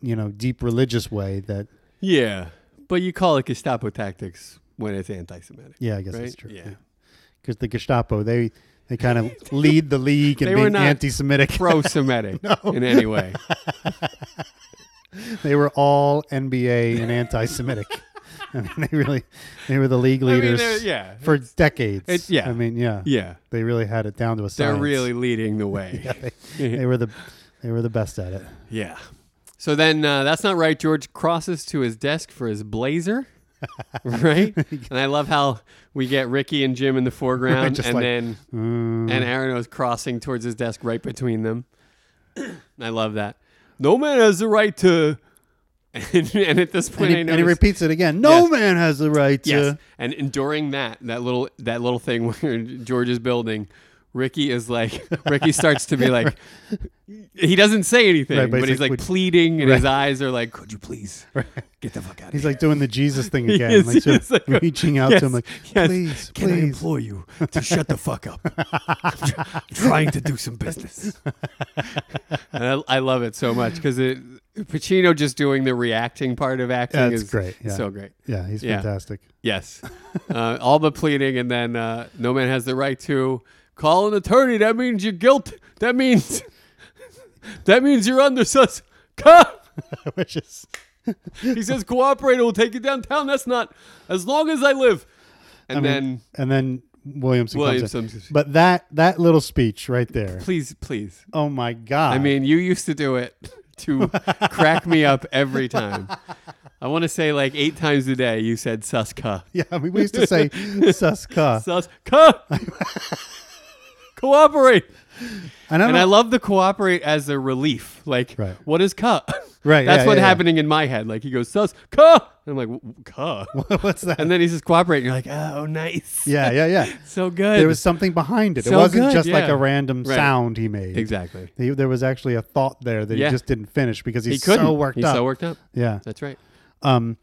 Speaker 1: you know, deep religious way. That
Speaker 2: Yeah, but you call it Gestapo tactics when it's anti-Semitic.
Speaker 1: yeah, I guess
Speaker 2: Right?
Speaker 1: that's true.
Speaker 2: Yeah.
Speaker 1: because the Gestapo they they kind of lead the league in
Speaker 2: They were
Speaker 1: being
Speaker 2: not
Speaker 1: anti-Semitic.
Speaker 2: Pro-Semitic in any way.
Speaker 1: They were all NBA and anti-Semitic. I mean, they really they were the league
Speaker 2: I mean,
Speaker 1: leaders
Speaker 2: they're- yeah,
Speaker 1: for decades.
Speaker 2: it's- yeah.
Speaker 1: I mean, yeah,
Speaker 2: yeah.
Speaker 1: They really had it down to a
Speaker 2: They're
Speaker 1: science.
Speaker 2: really leading the way.
Speaker 1: Yeah, they, they were the they were the best at it.
Speaker 2: Yeah. So then uh, that's not right. George crosses to his desk for his blazer. right? And I love how we get Ricky and Jim in the foreground
Speaker 1: just
Speaker 2: and
Speaker 1: like,
Speaker 2: then
Speaker 1: Mm.
Speaker 2: and Aaron was crossing towards his desk right between them. I love that. No man has the right to and, and at this
Speaker 1: and,
Speaker 2: point
Speaker 1: he,
Speaker 2: I
Speaker 1: and
Speaker 2: noticed,
Speaker 1: he repeats it again. No
Speaker 2: Yes.
Speaker 1: man has the right to.
Speaker 2: Yes. And and during that that little that little thing where George is building, Ricky is like Ricky starts to be like he doesn't say anything,
Speaker 1: Right,
Speaker 2: but, he's, like
Speaker 1: "Would-
Speaker 2: pleading and his eyes are like, Could you please get the fuck out of
Speaker 1: He's
Speaker 2: here?
Speaker 1: like doing the Jesus thing
Speaker 2: He
Speaker 1: again,
Speaker 2: is,
Speaker 1: like, sort
Speaker 2: he is,
Speaker 1: of
Speaker 2: like,
Speaker 1: reaching out
Speaker 2: yes,
Speaker 1: to him, like,
Speaker 2: yes.
Speaker 1: please,
Speaker 3: Can I
Speaker 1: please.
Speaker 3: implore you to shut the fuck up? I'm tr- trying to do some business.
Speaker 2: And I, I love it so much because it Pacino just doing the reacting part of acting
Speaker 1: That's
Speaker 2: is
Speaker 1: great, yeah.
Speaker 2: So great.
Speaker 1: yeah, he's
Speaker 2: Yeah.
Speaker 1: fantastic.
Speaker 2: Yes. uh, all but pleading, and then uh, no man has the right to call an attorney. That means you're guilty. That means that means you're under sus. Co-
Speaker 1: Which is
Speaker 2: He says cooperate, or we'll take you downtown. That's not as long as I live. And
Speaker 1: mean,
Speaker 2: then
Speaker 1: and then Williamson, comes in.
Speaker 2: Williamson.
Speaker 1: But that that little speech right there.
Speaker 2: Please, please.
Speaker 1: Oh my god!
Speaker 2: I mean, you used to do it to crack me up every time. I want to say like eight times a day. You said suska.
Speaker 1: yeah, I mean, we used to say Suska,
Speaker 2: Sus co- cooperate.
Speaker 1: and I don't
Speaker 2: And I love the cooperate as a relief. Like,
Speaker 1: Right.
Speaker 2: what is cuh?
Speaker 1: Right,
Speaker 2: That's
Speaker 1: yeah,
Speaker 2: what
Speaker 1: yeah, yeah.
Speaker 2: happening in my head. Like he goes sus cuh, and I'm like "W- cuh,
Speaker 1: what's that?
Speaker 2: and then he says cooperate, and you're like, oh, nice.
Speaker 1: yeah, yeah, yeah.
Speaker 2: so good.
Speaker 1: There was something behind it. it
Speaker 2: So
Speaker 1: wasn't
Speaker 2: good,
Speaker 1: just like
Speaker 2: yeah.
Speaker 1: a random
Speaker 2: Right.
Speaker 1: sound he made.
Speaker 2: exactly.
Speaker 1: He, there was actually a thought there that
Speaker 2: Yeah.
Speaker 1: he just didn't finish because
Speaker 2: He
Speaker 1: he's
Speaker 2: couldn't.
Speaker 1: so worked
Speaker 2: he's
Speaker 1: up.
Speaker 2: so worked up.
Speaker 1: yeah.
Speaker 2: That's right.
Speaker 1: Um,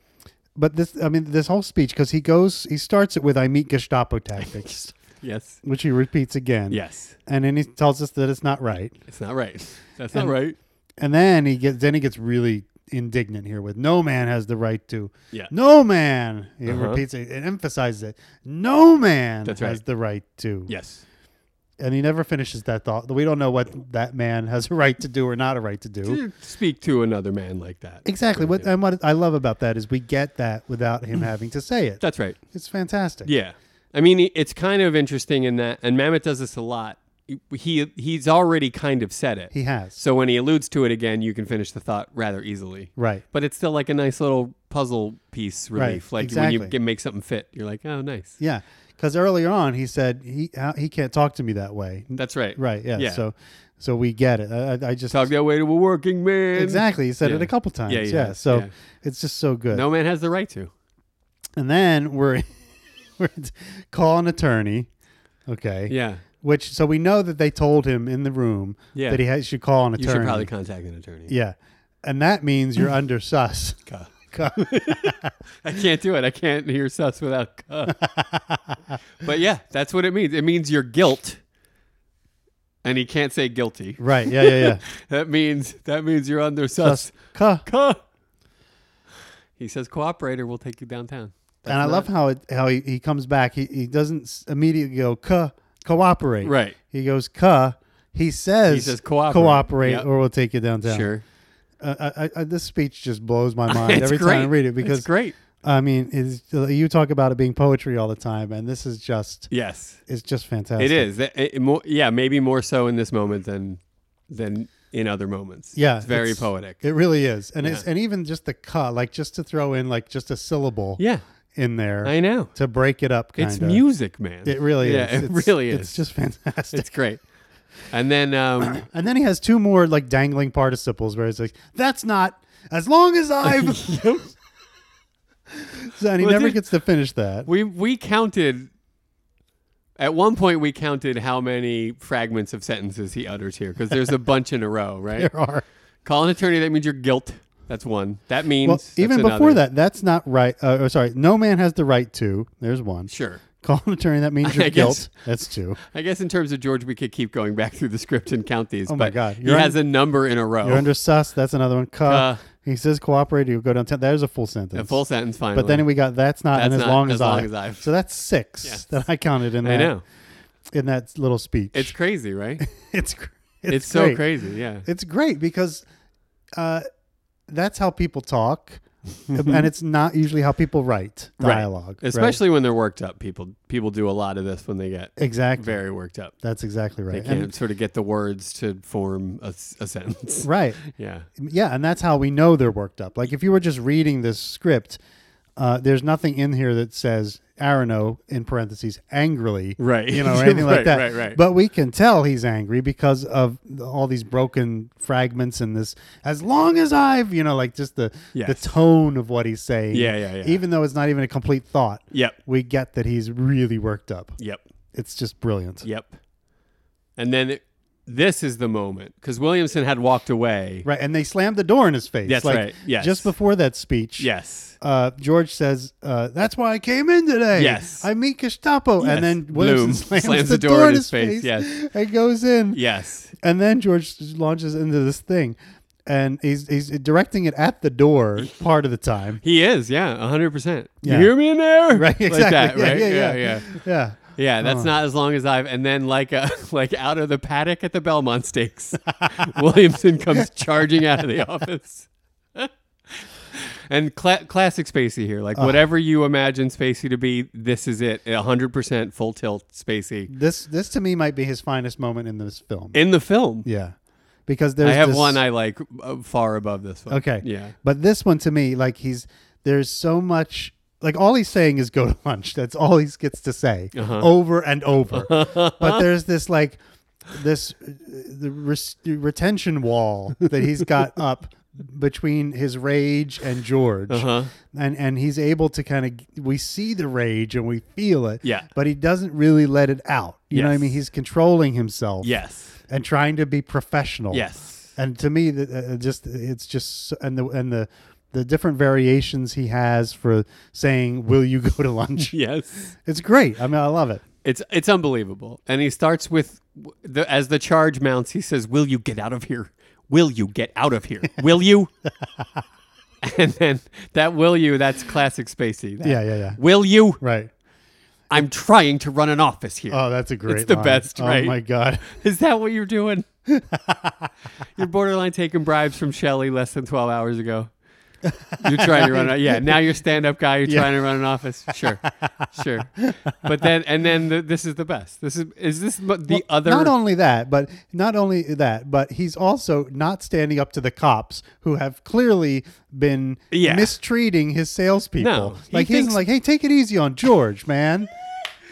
Speaker 1: but this, I mean, this whole speech because he goes, he starts it with "I meet Gestapo tactics,"
Speaker 2: Yes.
Speaker 1: which he repeats again.
Speaker 2: Yes.
Speaker 1: and then he tells us that it's not right.
Speaker 2: It's not right. That's not right.
Speaker 1: And then he gets, then he gets really indignant here with "No man has the right to."
Speaker 2: Yeah.
Speaker 1: No man. He
Speaker 2: Uh-huh.
Speaker 1: repeats it. It emphasizes it. No man
Speaker 2: That's
Speaker 1: has
Speaker 2: right.
Speaker 1: the right to.
Speaker 2: Yes.
Speaker 1: And he never finishes that thought. We don't know what that man has a right to do or not a right to do.
Speaker 2: To Speak to another man like that.
Speaker 1: Exactly. What and what I love about that is we get that without him having to say it.
Speaker 2: That's right.
Speaker 1: It's fantastic.
Speaker 2: Yeah. I mean, i- it's kind of interesting in that, and Mamet does this a lot. He- He he's already kind of said it.
Speaker 1: He has.
Speaker 2: So when he alludes to it again, you can finish the thought rather easily.
Speaker 1: right.
Speaker 2: But it's still like a nice little puzzle piece relief. like when
Speaker 1: exactly.
Speaker 2: you can make something fit, you're like, oh, nice.
Speaker 1: Yeah. Because earlier on he said he how- he can't talk to me that way.
Speaker 2: That's right.
Speaker 1: Right. Yeah.
Speaker 2: Yeah.
Speaker 1: So so we get it. I, I- I just
Speaker 2: Talk that way to a working man.
Speaker 1: exactly. He said
Speaker 2: Yeah.
Speaker 1: it a couple times.
Speaker 2: Yeah,
Speaker 1: Yeah.
Speaker 2: he has.
Speaker 1: So
Speaker 2: Yeah.
Speaker 1: it's just so good.
Speaker 2: No man has the right to.
Speaker 1: And then we're we're call an attorney. Okay.
Speaker 2: Yeah.
Speaker 1: Which so we know that they told him in the room
Speaker 2: Yeah.
Speaker 1: that he has, should call an
Speaker 2: You
Speaker 1: attorney.
Speaker 2: should probably contact an attorney.
Speaker 1: yeah. And that means you're under sus.
Speaker 2: Cuh.
Speaker 1: Cuh.
Speaker 2: I can't do it. I can't hear sus without. cuh. but yeah, that's what it means. It means your guilt, and he can't say guilty.
Speaker 1: Right. Yeah. Yeah. Yeah.
Speaker 2: That means that means you're under sus.
Speaker 1: Sus. Cuh.
Speaker 2: Cuh. He says, "Cooperate, or we'll take you downtown."
Speaker 1: and I love how it how he, he comes back. He, he doesn't s- immediately go cuh. cooperate.
Speaker 2: Right.
Speaker 1: He goes, "Cuh." He says,
Speaker 2: He says, "Cooperate." Yep.
Speaker 1: or we'll take you downtown."
Speaker 2: Sure.
Speaker 1: Uh, I, I, I, this speech just blows my mind
Speaker 2: It's
Speaker 1: every
Speaker 2: great.
Speaker 1: time I read it because
Speaker 2: it's great.
Speaker 1: I mean, it's, you talk about it being poetry all the time, and this is just
Speaker 2: Yes,
Speaker 1: it's just fantastic.
Speaker 2: it is. That- it- it more- yeah, maybe more so in this moment than than in other moments.
Speaker 1: Yeah,
Speaker 2: it's very
Speaker 1: it's-
Speaker 2: poetic.
Speaker 1: It really is, and it's
Speaker 2: Yeah.
Speaker 1: and even just the "cuh," like just to throw in like just a syllable
Speaker 2: yeah,
Speaker 1: in there
Speaker 2: I know.
Speaker 1: to break it up. Kind
Speaker 2: It's
Speaker 1: of.
Speaker 2: music, man.
Speaker 1: It really
Speaker 2: yeah,
Speaker 1: is.
Speaker 2: it
Speaker 1: It's-
Speaker 2: really is.
Speaker 1: It's just fantastic.
Speaker 2: It's great. And then um,
Speaker 1: And then he has two more like dangling participles where it's like, that's not as long as I've. so, and he
Speaker 2: Well,
Speaker 1: never
Speaker 2: dude-
Speaker 1: gets to finish that.
Speaker 2: we we counted. At one point, we counted how many fragments of sentences he utters here because there's a bunch in a row, right?
Speaker 1: There are.
Speaker 2: Call an attorney. That means your guilt. That's one. That means
Speaker 1: Well,
Speaker 2: that's
Speaker 1: even
Speaker 2: another.
Speaker 1: before that, that's not right. Uh, oh, sorry, no man has the right to. There's one.
Speaker 2: Sure.
Speaker 1: Call an attorney. That means
Speaker 2: I
Speaker 1: your guilt.
Speaker 2: guess.
Speaker 1: That's two.
Speaker 2: I guess in terms of George, we could keep going back through the script and count these.
Speaker 1: Oh my
Speaker 2: but
Speaker 1: God.
Speaker 2: he
Speaker 1: You're
Speaker 2: has a number in a row.
Speaker 1: You're under sus. That's another one. Cuh.
Speaker 2: Oh. Cuh.
Speaker 1: He says cooperate. You go downtown. There's a full sentence.
Speaker 2: a full sentence. Finally,
Speaker 1: but then we got that's not and
Speaker 2: That's
Speaker 1: as
Speaker 2: not
Speaker 1: long
Speaker 2: as
Speaker 1: as,
Speaker 2: long
Speaker 1: I.
Speaker 2: as I've.
Speaker 1: So that's six
Speaker 2: Yes.
Speaker 1: that I counted in
Speaker 2: I
Speaker 1: that
Speaker 2: know
Speaker 1: in that little speech.
Speaker 2: it's crazy, right? It's,
Speaker 1: it's cr- it's,
Speaker 2: so
Speaker 1: great.
Speaker 2: crazy. Yeah,
Speaker 1: It's great because uh, that's how people talk, and it's not usually how people write
Speaker 2: Mm-hmm. Right.
Speaker 1: dialogue, right?
Speaker 2: especially when they're worked up. People people do a lot of this when they get
Speaker 1: exactly.
Speaker 2: very worked up.
Speaker 1: That's exactly
Speaker 2: They
Speaker 1: right.
Speaker 2: can't
Speaker 1: And-
Speaker 2: sort of get the words to form a, s- a sentence.
Speaker 1: right.
Speaker 2: Yeah,
Speaker 1: Yeah, and that's how we know they're worked up. Like if you were just reading this script, uh, there's nothing in here that says Arano in parentheses angrily,
Speaker 2: Right.
Speaker 1: You know, or anything
Speaker 2: Right,
Speaker 1: like that.
Speaker 2: right, right.
Speaker 1: But we can tell he's angry because of all these broken fragments and this. As long as I've, you know, like just the the
Speaker 2: Yes.
Speaker 1: tone of what he's saying.
Speaker 2: Yeah, yeah, yeah.
Speaker 1: Even though it's not even a complete thought,
Speaker 2: Yep.
Speaker 1: we get that he's really worked up.
Speaker 2: yep,
Speaker 1: It's just brilliant.
Speaker 2: yep. And then it- this is the moment because Williamson had walked away.
Speaker 1: Right, and they slammed the door in his face.
Speaker 2: That's
Speaker 1: like,
Speaker 2: right, yes.
Speaker 1: Just before that speech.
Speaker 2: Yes.
Speaker 1: uh, George says, uh, "That's why I came in today.
Speaker 2: Yes.
Speaker 1: I meet Gestapo."
Speaker 2: Yes.
Speaker 1: And then
Speaker 2: Bloom
Speaker 1: Williamson slams, the door, in his face,
Speaker 2: yes.
Speaker 1: and goes in.
Speaker 2: Yes.
Speaker 1: And then George launches into this thing, and he's he's directing it at the door part of the time.
Speaker 2: He is, yeah, hundred percent. You
Speaker 1: Yeah.
Speaker 2: hear me in there,
Speaker 1: Right, exactly.
Speaker 2: Like that,
Speaker 1: yeah,
Speaker 2: right?
Speaker 1: yeah,
Speaker 2: yeah,
Speaker 1: yeah,
Speaker 2: yeah.
Speaker 1: yeah.
Speaker 2: Yeah, that's not as long as I've. And then, like, uh, like out of the paddock at the Belmont Stakes, Williamson comes charging out of the office. and cla- classic Spacey here,
Speaker 1: Uh.
Speaker 2: like whatever you imagine Spacey to be, this is it, hundred percent full tilt Spacey
Speaker 1: This this to me might be his finest moment in this film.
Speaker 2: in the film.
Speaker 1: yeah, because there's
Speaker 2: I have
Speaker 1: this-
Speaker 2: one I like uh, far above this one.
Speaker 1: Okay.
Speaker 2: yeah,
Speaker 1: But this one to me, like he's there's so much like all he's saying is go to lunch. That's all he gets to say
Speaker 2: Uh-huh.
Speaker 1: over and over. but there's this like this uh, the res- retention wall that he's got up between his rage and George.
Speaker 2: Uh-huh.
Speaker 1: And and he's able to kind of we see the rage and we feel it.
Speaker 2: Yeah.
Speaker 1: But he doesn't really let it out. You know what I
Speaker 2: Yes.
Speaker 1: mean? He's controlling himself
Speaker 2: yes,
Speaker 1: and trying to be professional
Speaker 2: yes,
Speaker 1: and to me th- uh, just it's just and the and the the different variations he has for saying will you go to lunch
Speaker 2: yes.
Speaker 1: it's great i mean i love it
Speaker 2: It's it's unbelievable. And he starts with w- the as the charge mounts, he says, "Will you get out of here? Will you get out of here? Will you?" and then that "will you" that's classic Spacey. That,
Speaker 1: Yeah, yeah, yeah.
Speaker 2: Will you?
Speaker 1: right
Speaker 2: I'm trying to run an office here. Is
Speaker 1: oh that's a great
Speaker 2: the
Speaker 1: line.
Speaker 2: best, right?
Speaker 1: oh my god
Speaker 2: that what you're doing? you're borderline taking bribes from Shelley less than 12 hours ago. You're trying to run. A, yeah, now you're stand-up guy. You're trying to run an office. Sure, sure. But then, and then the, this is the best. This is is this mo- the other.
Speaker 1: not only that but not only that but he's also not standing up to the cops who have clearly been
Speaker 2: Yeah.
Speaker 1: mistreating his salespeople
Speaker 2: No, he
Speaker 1: like he's
Speaker 2: thinks-
Speaker 1: like hey take it easy on george man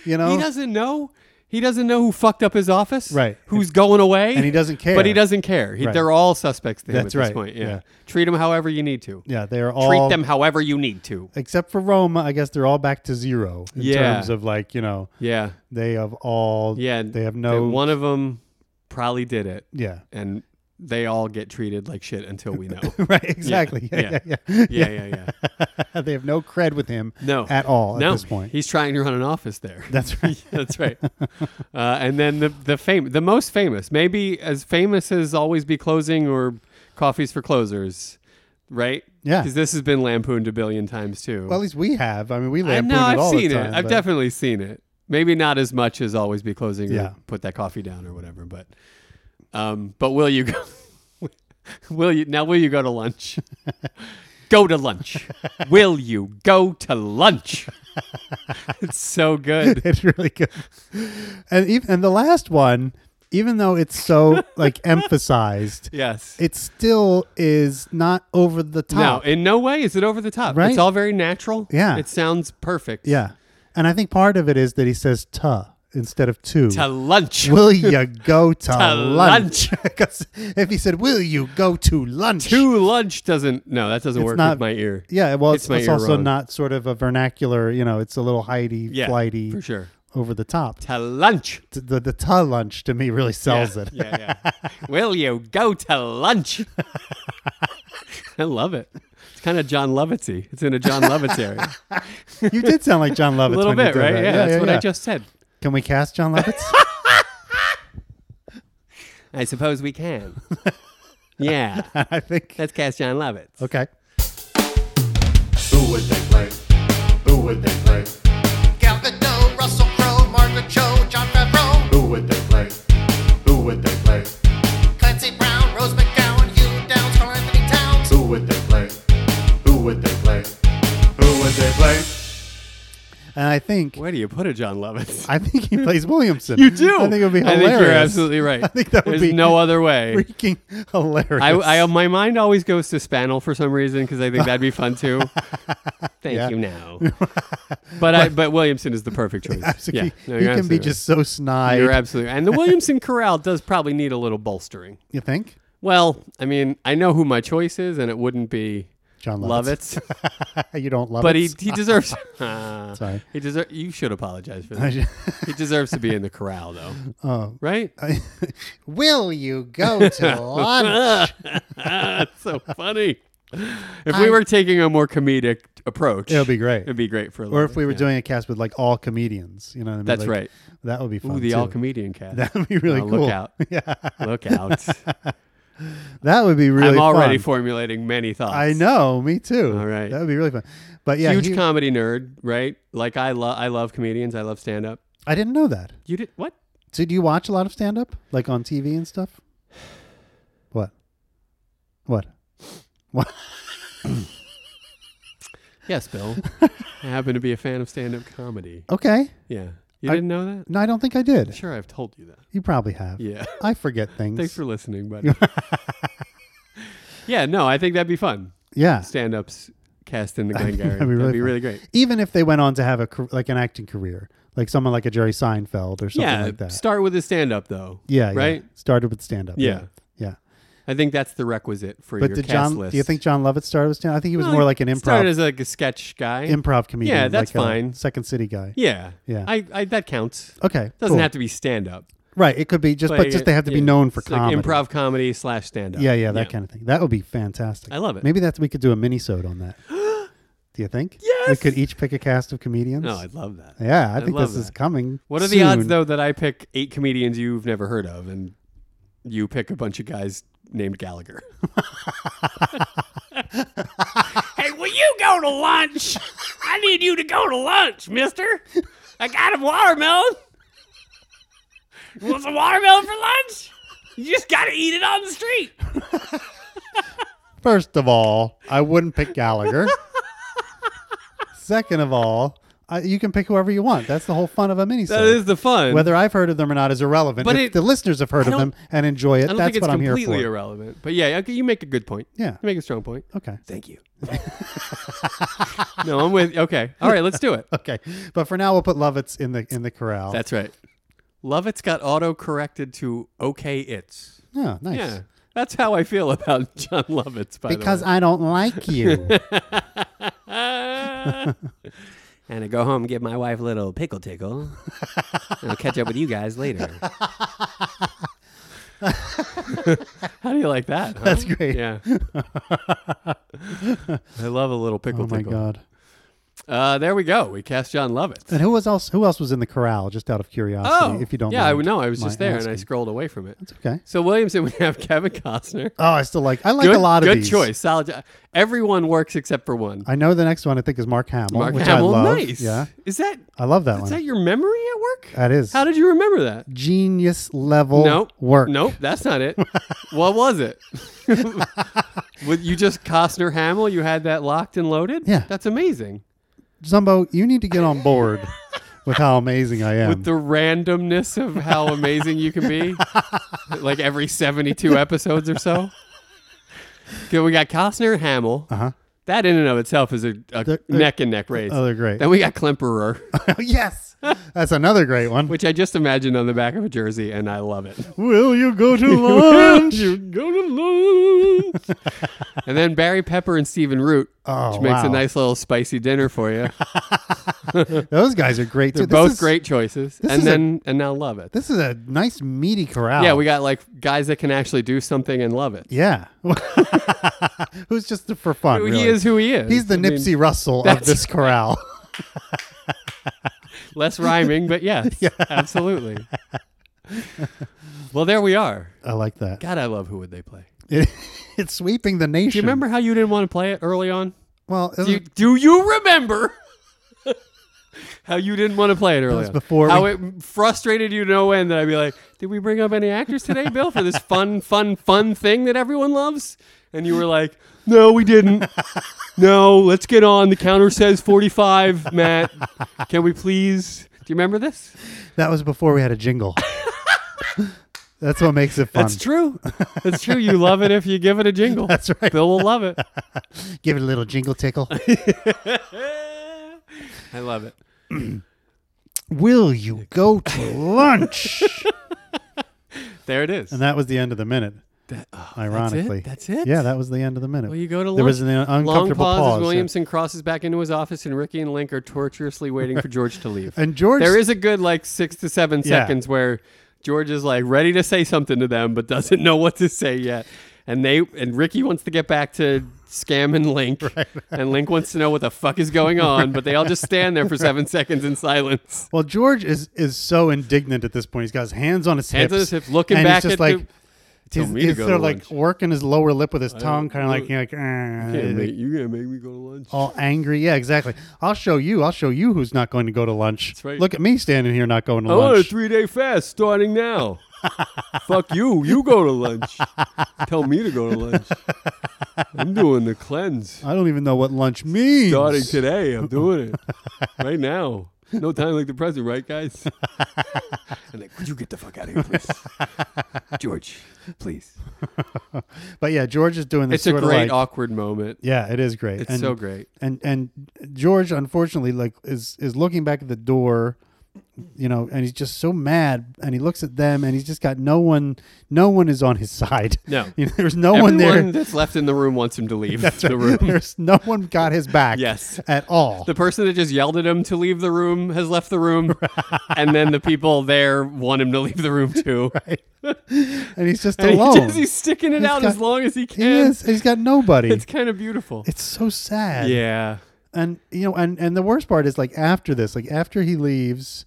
Speaker 1: you know
Speaker 2: He doesn't know. He doesn't know who fucked up his office.
Speaker 1: Oh. Right.
Speaker 2: Who's going away.
Speaker 1: And he doesn't care.
Speaker 2: But he doesn't care. He,
Speaker 1: Right.
Speaker 2: They're all suspects to him
Speaker 1: That's
Speaker 2: at this
Speaker 1: right.
Speaker 2: point. Yeah.
Speaker 1: Yeah.
Speaker 2: Treat them however you need to.
Speaker 1: yeah they are all
Speaker 2: Treat them however you need to.
Speaker 1: except for Roma, I guess they're all back to zero in
Speaker 2: Yeah.
Speaker 1: terms of like you know
Speaker 2: Yeah.
Speaker 1: they have all
Speaker 2: Yeah.
Speaker 1: they have no
Speaker 2: One of them probably did it,
Speaker 1: yeah
Speaker 2: and they all get treated like shit until we know.
Speaker 1: right exactly
Speaker 2: Yeah.
Speaker 1: yeah yeah yeah,
Speaker 2: yeah, yeah, yeah.
Speaker 1: they have no cred with him
Speaker 2: No.
Speaker 1: at all
Speaker 2: no,
Speaker 1: at this point
Speaker 2: he's trying to run an office there.
Speaker 1: that's right
Speaker 2: That's right. Uh, and then the the fame, the most famous, maybe as famous as always be closing or coffees for closers, right?
Speaker 1: Yeah.
Speaker 2: because this has been lampooned a billion times too.
Speaker 1: well at least we have I mean we
Speaker 2: I
Speaker 1: lampoon
Speaker 2: know
Speaker 1: it all
Speaker 2: I've
Speaker 1: the
Speaker 2: seen it.
Speaker 1: time,
Speaker 2: I've
Speaker 1: but-
Speaker 2: definitely seen it. Maybe not as much as always be closing
Speaker 1: Yeah.
Speaker 2: or put that coffee down or whatever, but um but will you go will you now will you go to lunch? go to lunch. will you go to lunch? it's so good.
Speaker 1: it's really good. And even and the last one, even though it's so like emphasized,
Speaker 2: Yes.
Speaker 1: it still is not over the
Speaker 2: No,
Speaker 1: top.
Speaker 2: in no way is it over the top.
Speaker 1: Right?
Speaker 2: It's all very natural.
Speaker 1: Yeah.
Speaker 2: It sounds perfect.
Speaker 1: yeah, and I think part of it is that he says "ta" instead of "to."
Speaker 2: To lunch.
Speaker 1: Will you go to, lunch?
Speaker 2: lunch.
Speaker 1: Because if he said, "Will you go to lunch?"
Speaker 2: to lunch doesn't no, that doesn't work
Speaker 1: not-
Speaker 2: with my ear.
Speaker 1: yeah, well,
Speaker 2: It's
Speaker 1: it's,
Speaker 2: my
Speaker 1: it's
Speaker 2: ear
Speaker 1: also
Speaker 2: wrong.
Speaker 1: not sort of a vernacular. You know, it's a little Heidi,
Speaker 2: Yeah.
Speaker 1: flighty,
Speaker 2: For sure.
Speaker 1: over the top.
Speaker 2: To lunch.
Speaker 1: T- The the "ta" lunch to me really sells
Speaker 2: yeah,
Speaker 1: it.
Speaker 2: Yeah, yeah. Will you go to lunch? I love it. It's kind of John Lovitzy. It's in a John Lovitz area.
Speaker 1: you did sound like John Lovitz
Speaker 2: a little
Speaker 1: when you
Speaker 2: bit,
Speaker 1: did
Speaker 2: right?
Speaker 1: that.
Speaker 2: Yeah, that's what I just said.
Speaker 1: Can we cast John Lovitz?
Speaker 2: I suppose we can. yeah,
Speaker 1: I think.
Speaker 2: let's cast John Lovitz.
Speaker 1: Okay.
Speaker 4: Who would they play? Who would they play?
Speaker 5: Gal Gadot, Russell Crowe, Margaret Cho, John Favreau,
Speaker 4: Who would they play? Who would they play?
Speaker 5: Clancy Brown, Rose McGowan, Hugh Downs, Carl Anthony Towns.
Speaker 4: Who would they play? Who would they play? Who would they play?
Speaker 1: And I think
Speaker 2: Where do you put a John Lovitz?
Speaker 1: I think he plays Williamson.
Speaker 2: You do.
Speaker 1: I think it would be
Speaker 2: I
Speaker 1: hilarious.
Speaker 2: think you're absolutely right. I
Speaker 1: think that would
Speaker 2: There's
Speaker 1: be
Speaker 2: no other way.
Speaker 1: freaking hilarious.
Speaker 2: I, I my mind always goes to Spaniel for some reason because I think that'd be fun too. Thank
Speaker 1: Yeah.
Speaker 2: you now, but I, but Williamson is the perfect choice.
Speaker 1: Absolutely-
Speaker 2: Yeah, no,
Speaker 1: he
Speaker 2: you're
Speaker 1: can be
Speaker 2: absolutely right.
Speaker 1: just so snide.
Speaker 2: You're absolutely right. And the Williamson Corral does probably need a little bolstering.
Speaker 1: you think?
Speaker 2: Well, I mean, I know who my choice is, and it wouldn't be
Speaker 1: John Lovitz.
Speaker 2: Lovitz,
Speaker 1: Uh, you don't love
Speaker 2: but he he deserves. Ah,
Speaker 1: Sorry.
Speaker 2: he deserves. You should apologize for that. he deserves to be in the corral, though.
Speaker 1: Oh.
Speaker 2: right?
Speaker 1: Will you go to lunch?
Speaker 2: That's so funny. If we were taking a more comedic approach,
Speaker 1: It'll be great.
Speaker 2: It'd be great for. A
Speaker 1: Or if we were doing a cast with like all comedians, you know what I mean?
Speaker 2: That's
Speaker 1: Like,
Speaker 2: right.
Speaker 1: That would be fun.
Speaker 2: Ooh, the
Speaker 1: too.
Speaker 2: all comedian cast.
Speaker 1: That would be really
Speaker 2: Oh,
Speaker 1: cool.
Speaker 2: Look out!
Speaker 1: Yeah.
Speaker 2: Look out!
Speaker 1: That would be really
Speaker 2: I'm already
Speaker 1: fun.
Speaker 2: formulating many thoughts.
Speaker 1: I know, me too.
Speaker 2: All right.
Speaker 1: That would be really fun. But yeah,
Speaker 2: huge
Speaker 1: he-
Speaker 2: comedy nerd, right? Like I love I love comedians. I love stand up.
Speaker 1: I didn't know that.
Speaker 2: You did what?
Speaker 1: So do you watch a lot of stand up? Like on TV and stuff? What? What? What?
Speaker 2: Yes, Bill. I happen to be a fan of stand up comedy.
Speaker 1: Okay.
Speaker 2: Yeah. You
Speaker 1: Oh. I-
Speaker 2: didn't know that?
Speaker 1: No, I don't think I did.
Speaker 2: Sure, I've told you that.
Speaker 1: You probably have.
Speaker 2: Yeah.
Speaker 1: I forget things.
Speaker 2: Thanks for listening, buddy. yeah, no, I think that'd be fun.
Speaker 1: yeah.
Speaker 2: Stand ups cast in the
Speaker 1: that'd
Speaker 2: Glengarry. that'd
Speaker 1: be
Speaker 2: be really,
Speaker 1: really fun.
Speaker 2: great.
Speaker 1: Even if they went on to have a car- like an acting career, like someone like a Jerry Seinfeld or something
Speaker 2: yeah.
Speaker 1: like that.
Speaker 2: Start with a stand up though.
Speaker 1: yeah, yeah.
Speaker 2: Right?
Speaker 1: Started with stand up.
Speaker 2: Yeah.
Speaker 1: Yeah.
Speaker 2: I think that's the requisite for
Speaker 1: But
Speaker 2: your
Speaker 1: did
Speaker 2: cast
Speaker 1: John
Speaker 2: list.
Speaker 1: do you think John Lovett started with stand I think he was
Speaker 2: Well,
Speaker 1: more like an improv
Speaker 2: Started as like a sketch guy.
Speaker 1: improv comedian.
Speaker 2: Yeah, that's
Speaker 1: like a
Speaker 2: fine.
Speaker 1: Second City guy.
Speaker 2: yeah.
Speaker 1: Yeah.
Speaker 2: I, I that counts.
Speaker 1: Okay.
Speaker 2: Doesn't
Speaker 1: cool.
Speaker 2: have to be stand up.
Speaker 1: Right. It could be just but just they have to be known for comedy.
Speaker 2: Like improv comedy slash stand up.
Speaker 1: Yeah, yeah, that kind of thing. That would be fantastic.
Speaker 2: I love it.
Speaker 1: Maybe that's we could do a mini sode on that. do you think? Yes. We could each pick a cast of comedians.
Speaker 2: No, I'd love that.
Speaker 1: yeah, I
Speaker 2: I'd
Speaker 1: think
Speaker 2: love
Speaker 1: this
Speaker 2: that.
Speaker 1: is coming.
Speaker 2: What are the odds
Speaker 1: soon.
Speaker 2: though that I pick eight comedians you've never heard of and you pick a bunch of guys named Gallagher? hey, will you go to lunch? I need you to go to lunch, mister. I got a watermelon. You want some watermelon for lunch? You just gotta eat it on the street.
Speaker 1: First of all, I wouldn't pick Gallagher. Second of all, I, you can pick whoever you want. That's the whole fun of a mini
Speaker 2: That is the fun.
Speaker 1: Whether I've heard of them or not is irrelevant.
Speaker 2: But
Speaker 1: if
Speaker 2: it-
Speaker 1: the listeners have heard of
Speaker 2: don't-
Speaker 1: them and enjoy
Speaker 2: I
Speaker 1: it,
Speaker 2: don't
Speaker 1: that's
Speaker 2: think it's
Speaker 1: what I'm here for.
Speaker 2: completely irrelevant. But yeah, okay, you make a good point.
Speaker 1: Yeah.
Speaker 2: You make a strong point.
Speaker 1: okay.
Speaker 2: Thank you. no, I'm with. Okay, all right, let's do it.
Speaker 1: Okay. But for now, we'll put Lovitz in the in the corral.
Speaker 2: That's right. Lovett's got auto corrected to "Okay, it's."
Speaker 1: yeah, nice.
Speaker 2: Yeah, that's how I feel about John Lovitz. By
Speaker 1: Because
Speaker 2: the
Speaker 1: I don't like you.
Speaker 2: way. and I go home and give my wife a little pickle tickle. and I'll catch up with you guys later. how do you like that? huh?
Speaker 1: That's great.
Speaker 2: Yeah. I love a little pickle
Speaker 1: Oh my
Speaker 2: tickle.
Speaker 1: god.
Speaker 2: Uh, there we go. We cast John Lovitz.
Speaker 1: And who was else? Who else was in the corral? Just out of curiosity,
Speaker 2: Oh,
Speaker 1: if you don't.
Speaker 2: yeah, I
Speaker 1: mind
Speaker 2: know. I was
Speaker 1: my
Speaker 2: just there and I
Speaker 1: asking.
Speaker 2: scrolled away from it.
Speaker 1: okay.
Speaker 2: So Williamson, we have Kevin Costner.
Speaker 1: Oh, I still like. I like
Speaker 2: good,
Speaker 1: a lot of
Speaker 2: good
Speaker 1: these.
Speaker 2: choice. Solid. jo- Everyone works except for one.
Speaker 1: I know the next one. I think is Mark Hamill,
Speaker 2: Mark
Speaker 1: which
Speaker 2: Hamill,
Speaker 1: I love.
Speaker 2: nice.
Speaker 1: Yeah,
Speaker 2: Is that
Speaker 1: I love that
Speaker 2: is
Speaker 1: one.
Speaker 2: that your memory at work?
Speaker 1: that is
Speaker 2: How did you remember that?
Speaker 1: genius level
Speaker 2: Nope.
Speaker 1: work.
Speaker 2: Nope, that's not it. what was it? Would you just Costner Hamill? You had that locked and loaded?
Speaker 1: Yeah.
Speaker 2: That's amazing.
Speaker 1: Zumbo, you need to get on board with how amazing I am.
Speaker 2: With the randomness of how amazing you can be, like every 72 episodes or so. Okay, we got Costner and Hamill.
Speaker 1: uh-huh.
Speaker 2: That in and of itself is a, a
Speaker 1: They're- they're-
Speaker 2: neck and neck race.
Speaker 1: Oh, they're great.
Speaker 2: then we got Klemperer,
Speaker 1: yes, that's another great one.
Speaker 2: which I just imagined on the back of a jersey, and I love it.
Speaker 1: Will you go to lunch?
Speaker 2: You go to lunch. and then Barry Pepper and Stephen Root,
Speaker 1: Oh,
Speaker 2: which makes
Speaker 1: wow.
Speaker 2: a nice little spicy dinner for you.
Speaker 1: Those guys are great too.
Speaker 2: They're
Speaker 1: This
Speaker 2: both
Speaker 1: is-
Speaker 2: great choices.
Speaker 1: is
Speaker 2: And
Speaker 1: a-
Speaker 2: then and now love it.
Speaker 1: This is a nice meaty corral.
Speaker 2: Yeah, we got like guys that can actually do something and love it.
Speaker 1: Yeah. Who's just for fun?
Speaker 2: He
Speaker 1: really.
Speaker 2: is who he is.
Speaker 1: He's the
Speaker 2: I mean,
Speaker 1: Nipsey Russell of
Speaker 2: that's-
Speaker 1: this corral.
Speaker 2: less rhyming, but yes, absolutely. well, there we are.
Speaker 1: I like that.
Speaker 2: God, I love who would they play.
Speaker 1: It, it's sweeping the nation.
Speaker 2: Do you remember how you didn't want to play it early on?
Speaker 1: Well, it
Speaker 2: Do you,
Speaker 1: was-
Speaker 2: do you remember how you didn't want to play it earlier?
Speaker 1: was before
Speaker 2: how
Speaker 1: we-
Speaker 2: it frustrated you to no end that I'd be like, "Did we bring up any actors today, Bill, for this fun, fun, fun thing that everyone loves?" And you were like, "No, we didn't. no, let's get on. The counter says 45, Matt. Can we please?" Do you remember this?
Speaker 1: that was before we had a jingle. That's what makes it fun.
Speaker 2: That's true. That's true. You love it if you give it a jingle.
Speaker 1: That's right.
Speaker 2: Bill will love it.
Speaker 1: Give it a little jingle tickle.
Speaker 2: I love it.
Speaker 1: Will you go to lunch?
Speaker 2: There it is.
Speaker 1: and that was the end of the minute. ironically,
Speaker 2: uh, That's it?
Speaker 1: Yeah, that was the end of the minute.
Speaker 2: Well, you go to
Speaker 1: There was an
Speaker 2: lunch. Long
Speaker 1: uncomfortable
Speaker 2: pause,
Speaker 1: pause.
Speaker 2: as Williamson crosses back into his office, and Ricky and Link are tortuously waiting for George to leave.
Speaker 1: And George,
Speaker 2: there is a good like six to seven
Speaker 1: Yeah.
Speaker 2: seconds where George is like ready to say something to them, but doesn't know what to say yet. And they and Ricky wants to get back to Scam and Link, and Link wants to know what the fuck is going on, but they all just stand there for seven seconds in silence.
Speaker 1: Well, George is is so indignant at this point. He's got his hands on his
Speaker 2: Hands
Speaker 1: hips,
Speaker 2: on his hips, looking
Speaker 1: and
Speaker 2: back
Speaker 1: he's just
Speaker 2: at
Speaker 1: like.
Speaker 2: the- Tell
Speaker 1: he's
Speaker 2: me to
Speaker 1: he's
Speaker 2: go
Speaker 1: sort
Speaker 2: to
Speaker 1: of like
Speaker 2: lunch.
Speaker 1: working his lower lip with his tongue, kind of like
Speaker 2: look.
Speaker 1: you're like,
Speaker 2: Hey,
Speaker 1: "Eh,"
Speaker 2: mate, you gonna make me go to lunch?
Speaker 1: all angry. Yeah, exactly. I'll show you. I'll show you who's not going to go to lunch.
Speaker 2: That's right.
Speaker 1: Look at me standing here not going to
Speaker 2: I want a
Speaker 1: lunch.
Speaker 2: three day Oh, fast starting now. Fuck you. You go to lunch. Tell me to go to lunch. I'm doing the cleanse.
Speaker 1: I don't even know what lunch means.
Speaker 2: Starting today, I'm doing it right now. No time like the present, right, guys?
Speaker 3: And like, would you get the fuck out of here, please? George, please.
Speaker 1: But yeah, George is doing this.
Speaker 2: It's a
Speaker 1: sort
Speaker 2: great,
Speaker 1: Of like,
Speaker 2: awkward moment.
Speaker 1: yeah, it is great.
Speaker 2: It's
Speaker 1: And-
Speaker 2: so great.
Speaker 1: and and George unfortunately like is is looking back at the door you know and he's just so mad and he looks at them and he's just got no one no one is on his side
Speaker 2: No.
Speaker 1: you know, there's no
Speaker 2: Everyone
Speaker 1: one there
Speaker 2: that's left in the room wants him to leave the room.
Speaker 1: there's no one got his back
Speaker 2: Yes.
Speaker 1: at all
Speaker 2: The person that just yelled at him to leave the room has left the room, and then the people there want him to leave the room too.
Speaker 1: and he's just
Speaker 2: And he
Speaker 1: alone
Speaker 2: just- he's sticking it
Speaker 1: He's
Speaker 2: out
Speaker 1: got-
Speaker 2: as long as he can.
Speaker 1: he is he's got nobody
Speaker 2: It's
Speaker 1: it's,
Speaker 2: kind of beautiful.
Speaker 1: so sad
Speaker 2: yeah.
Speaker 1: and you know and and the worst part is like after this like after he leaves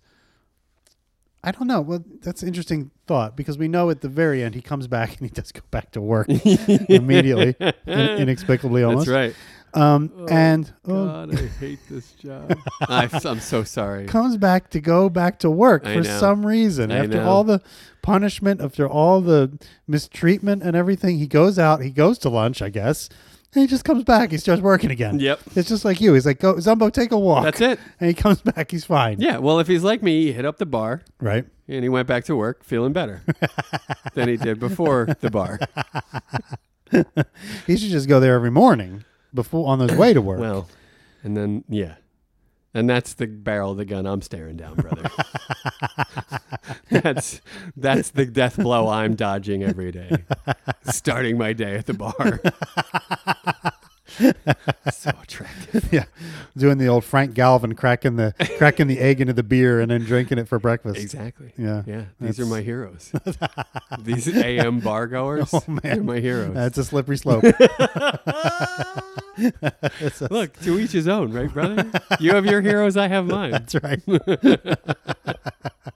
Speaker 1: i don't know well that's an interesting thought because we know at the very end he comes back and he does go back to work immediately in- inexplicably almost
Speaker 2: That's right.
Speaker 1: um and oh,
Speaker 2: God, I hate this job. I, am so sorry.
Speaker 1: comes back to go back to work
Speaker 2: I
Speaker 1: for
Speaker 2: know.
Speaker 1: some reason
Speaker 2: I
Speaker 1: after
Speaker 2: know.
Speaker 1: all the punishment after all the mistreatment and everything he goes out he goes to lunch i guess and he just comes back he starts working again
Speaker 2: Yep.
Speaker 1: it's just like you he's like go zumbo take a walk
Speaker 2: That's it.
Speaker 1: and he comes back he's fine
Speaker 2: Yeah. Well, if he's like me, he hit up the bar
Speaker 1: right
Speaker 2: and he went back to work feeling better than he did before the bar.
Speaker 1: He should just go there every morning before on his way to work.
Speaker 2: Well, and then, yeah. And that's the barrel of the gun I'm staring down, brother. that's that's the death blow I'm dodging every day. Starting my day at the bar. so attractive.
Speaker 1: yeah, doing the old Frank Galvin cracking the cracking the egg into the beer and then drinking it for breakfast.
Speaker 2: Exactly.
Speaker 1: Yeah,
Speaker 2: Yeah, these are
Speaker 1: That's-
Speaker 2: my heroes. these AM bar goers,
Speaker 1: Oh, man.
Speaker 2: they're my heroes. Ah!
Speaker 1: That's a slippery slope.
Speaker 2: Look, to each his own, right, brother? You have your heroes, I have mine.
Speaker 1: That's right.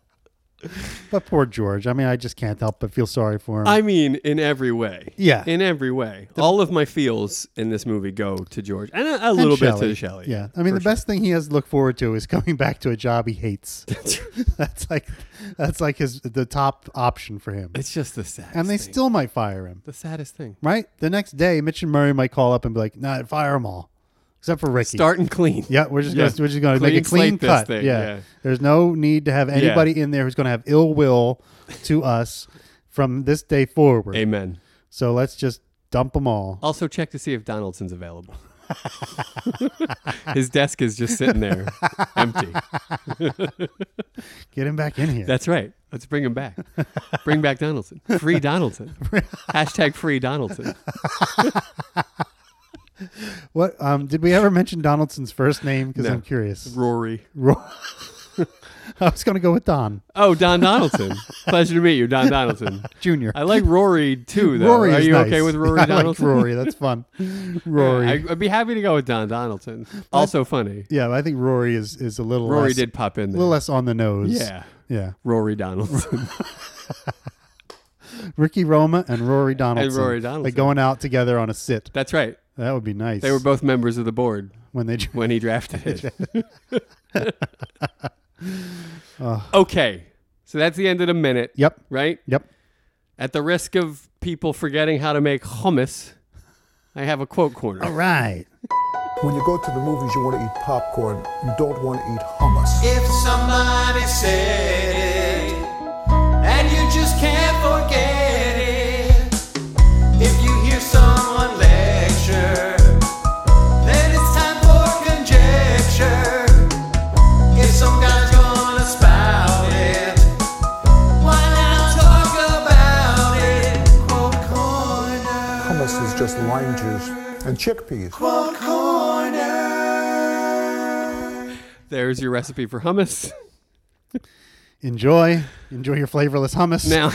Speaker 1: but poor George. I mean, I just can't help but feel sorry for him.
Speaker 2: I mean, in every way.
Speaker 1: Yeah.
Speaker 2: In every way. All of my feels in this movie go to George. And a, a
Speaker 1: And
Speaker 2: little bit
Speaker 1: Shelley.
Speaker 2: to Shelley.
Speaker 1: Yeah. I mean, the best thing he has to look forward to is coming back to a job he hates. that's like that's like his the top option for him.
Speaker 2: It's just the saddest
Speaker 1: And they
Speaker 2: thing.
Speaker 1: still might fire him,
Speaker 2: the saddest thing.
Speaker 1: right? The next day, Mitch and Murray might call up and be like, "Nah, fire them all, except for Ricky."
Speaker 2: Start and clean.
Speaker 1: Yeah, we're just
Speaker 2: Yeah.
Speaker 1: gonna we're just gonna make
Speaker 2: Clean
Speaker 1: a clean
Speaker 2: slate this
Speaker 1: cut.
Speaker 2: thing,
Speaker 1: Yeah.
Speaker 2: yeah.
Speaker 1: there's no need to have anybody in there who's gonna have ill will to us from this day forward.
Speaker 2: Amen. Oh.
Speaker 1: So let's just dump them all.
Speaker 2: Also, check to see if Donaldson's available. His desk is just sitting there, empty.
Speaker 1: Get him back in here.
Speaker 2: That's right. Let's bring him back. Bring back Donaldson. Free Donaldson. Hashtag free Donaldson.
Speaker 1: what? Um, did we ever mention Donaldson's first name? Because
Speaker 2: No.
Speaker 1: I'm curious.
Speaker 2: Rory.
Speaker 1: Ro- I was gonna go with Don
Speaker 2: Oh, Don Donaldson. Pleasure to meet you, Don Donaldson.
Speaker 1: Junior.
Speaker 2: I like Rory too, though.
Speaker 1: Rory
Speaker 2: Are
Speaker 1: is
Speaker 2: you
Speaker 1: nice.
Speaker 2: okay with Rory
Speaker 1: I like
Speaker 2: Donaldson?
Speaker 1: Rory. That's fun. Rory.
Speaker 2: I, would be happy to go with Don Donaldson. Also funny.
Speaker 1: yeah, I think Rory is is a little
Speaker 2: Rory
Speaker 1: less,
Speaker 2: did pop in
Speaker 1: a little
Speaker 2: there.
Speaker 1: less on the nose.
Speaker 2: Yeah.
Speaker 1: yeah.
Speaker 2: Rory Donaldson.
Speaker 1: Ricky Roma and Rory Donaldson.
Speaker 2: Rory
Speaker 1: Like
Speaker 2: Donaldson.
Speaker 1: going out together on a sit.
Speaker 2: That's right.
Speaker 1: That would be nice.
Speaker 2: They were both members of the board
Speaker 1: when they
Speaker 2: when he drafted it. okay. So that's the end of the minute.
Speaker 1: Yep.
Speaker 2: Right?
Speaker 1: Yep.
Speaker 2: At the risk of people forgetting how to make hummus, I have a quote corner.
Speaker 1: All right.
Speaker 6: When you go to the movies, you want to eat popcorn. You don't want to eat hummus.
Speaker 5: If somebody said it, and you just can't forget it, if you hear someone lecture, then it's time for conjecture. If some guy's gonna spout it, why not talk about it? Quote corner,
Speaker 6: Hummus is just lime juice and chickpeas.
Speaker 5: quote corner.
Speaker 2: There's your recipe for hummus.
Speaker 1: Enjoy. Enjoy your flavorless hummus.
Speaker 2: Now,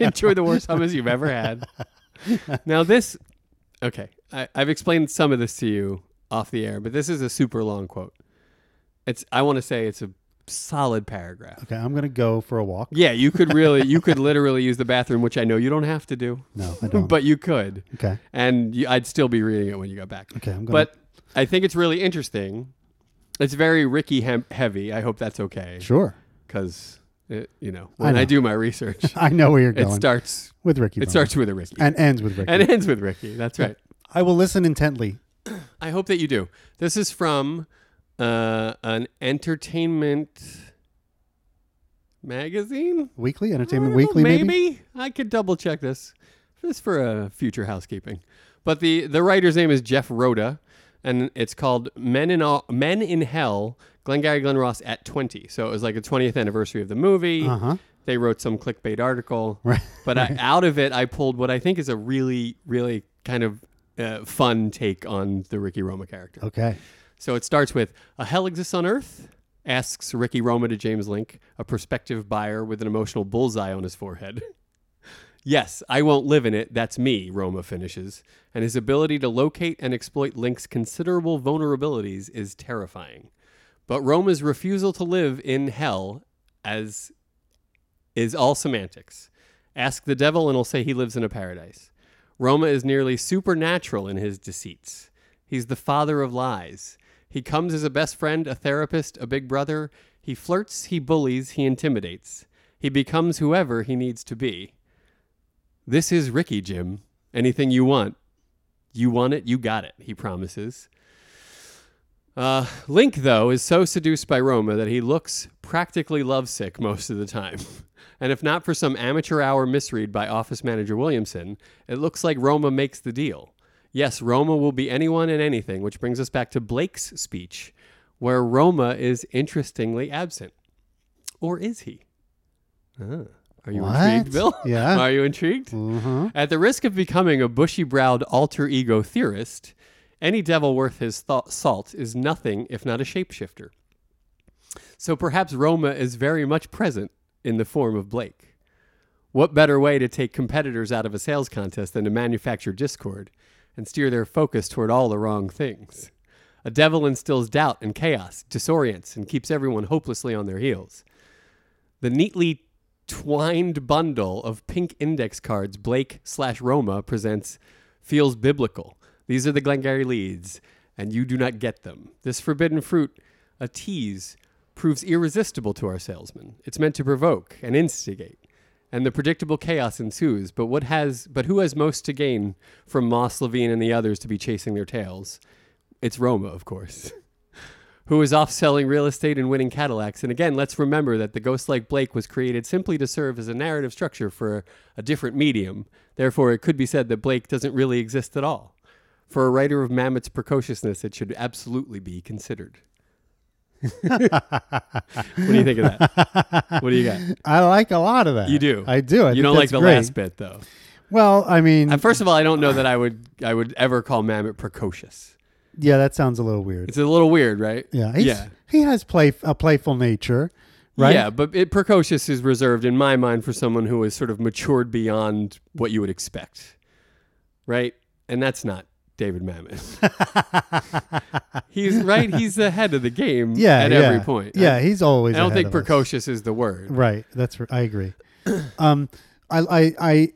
Speaker 2: enjoy the worst hummus you've ever had. Now, this, okay, I, I've explained some of this to you off the air, but this is a super long quote. It's, I want to say it's a solid paragraph.
Speaker 1: Okay, I'm gonna go for a walk.
Speaker 2: Yeah, you could really, you could literally use the bathroom, which I know you don't have to do,
Speaker 1: No, I don't.
Speaker 2: but you could.
Speaker 1: okay.
Speaker 2: and you, I'd still be reading it when you got back.
Speaker 1: Okay, I'm gonna-
Speaker 2: But I think it's really interesting. It's very Ricky hem- heavy. I hope that's okay
Speaker 1: Sure.
Speaker 2: because you know when I,
Speaker 1: know.
Speaker 2: do my research,
Speaker 1: I know where you're
Speaker 2: it
Speaker 1: going.
Speaker 2: starts
Speaker 1: with Ricky.
Speaker 2: it
Speaker 1: Bobby.
Speaker 2: starts with a Ricky
Speaker 1: Oh. and ends with Ricky.
Speaker 2: and ends with Ricky. That's right.
Speaker 1: I will listen intently.
Speaker 2: I hope that you do. This is from uh, an entertainment magazine.
Speaker 1: Weekly entertainment
Speaker 2: I don't know,
Speaker 1: weekly maybe?
Speaker 2: I could double check this. This for uh, future housekeeping. But the the writer's name is Jeff Rhoda, and it's called Men in All, Men in Hell. Glengarry Glen Ross at 20. So it was like a 20th anniversary of the movie.
Speaker 1: Uh-huh.
Speaker 2: They wrote some clickbait article.
Speaker 1: Right.
Speaker 2: But I, out of it, I pulled what I think is a really, really kind of uh, fun take on the Ricky Roma character.
Speaker 1: Okay.
Speaker 2: So it starts with A hell exists on Earth? asks Ricky Roma to James Link, a prospective buyer with an emotional bullseye on his forehead. yes, I won't live in it. That's me, Roma finishes. And his ability to locate and exploit Link's considerable vulnerabilities is terrifying. But Roma's refusal to live in hell as is all semantics. Ask the devil and he'll say he lives in a paradise. Roma is nearly supernatural in his deceits. He's the father of lies. He comes as a best friend, a therapist, a big brother. He flirts, he bullies, he intimidates. He becomes whoever he needs to be. This is Ricky, Jim. Anything you want. You want it, you got it, he promises. Uh, Link, though, is so seduced by Roma that he looks practically lovesick most of the time. And if not for some amateur hour misread by office manager Williamson, it looks like Roma makes the deal. Yes, Roma will be anyone and anything, which brings us back to Blake's speech, where Roma is interestingly absent. Or is he? Ah, are you
Speaker 1: What?
Speaker 2: intrigued, Bill?
Speaker 1: Yeah.
Speaker 2: Are you intrigued?
Speaker 1: Uh-huh.
Speaker 2: At the risk of becoming a bushy browed alter ego theorist, any devil worth his thought salt is nothing if not a shapeshifter. So perhaps Roma is very much present in the form of Blake. What better way to take competitors out of a sales contest than to manufacture discord? and steer their focus toward all the wrong things. A devil instills doubt and chaos, disorients, and keeps everyone hopelessly on their heels. The neatly twined bundle of pink index cards Blake slash Roma presents feels biblical. These are the Glengarry leads, and you do not get them. This forbidden fruit, a tease, proves irresistible to our salesman. It's meant to provoke and instigate, and the predictable chaos ensues. But what has but who has most to gain from Moss Levine and the others to be chasing their tails? It's Roma, of course who is off selling real estate and winning Cadillacs. And again, let's remember that the ghost like Blake was created simply to serve as a narrative structure for a different medium. Therefore, it could be said that Blake doesn't really exist at all. For a writer of Mamet's precociousness, it should absolutely be considered. what do you think of that? What do you got?
Speaker 1: I like a lot of that.
Speaker 2: You do.
Speaker 1: I do. I
Speaker 2: you
Speaker 1: think
Speaker 2: don't like
Speaker 1: that's
Speaker 2: the
Speaker 1: great.
Speaker 2: last bit though.
Speaker 1: Well, I mean,
Speaker 2: And first of all, I don't know that I would I would ever call Mamet precocious.
Speaker 1: yeah, that sounds a little weird.
Speaker 2: It's a little weird, right?
Speaker 1: Yeah, he's,
Speaker 2: yeah.
Speaker 1: he has play a playful nature, right?
Speaker 2: Yeah, but it, precocious is reserved in my mind for someone who has sort of matured beyond what you would expect, right? And that's not David Mamet. he's right. He's ahead of the game.
Speaker 1: yeah,
Speaker 2: at
Speaker 1: yeah.
Speaker 2: every point.
Speaker 1: Yeah,
Speaker 2: I,
Speaker 1: he's always.
Speaker 2: I don't
Speaker 1: ahead
Speaker 2: think
Speaker 1: of us.
Speaker 2: precocious is the word.
Speaker 1: Right. That's r- I agree. um, I I I.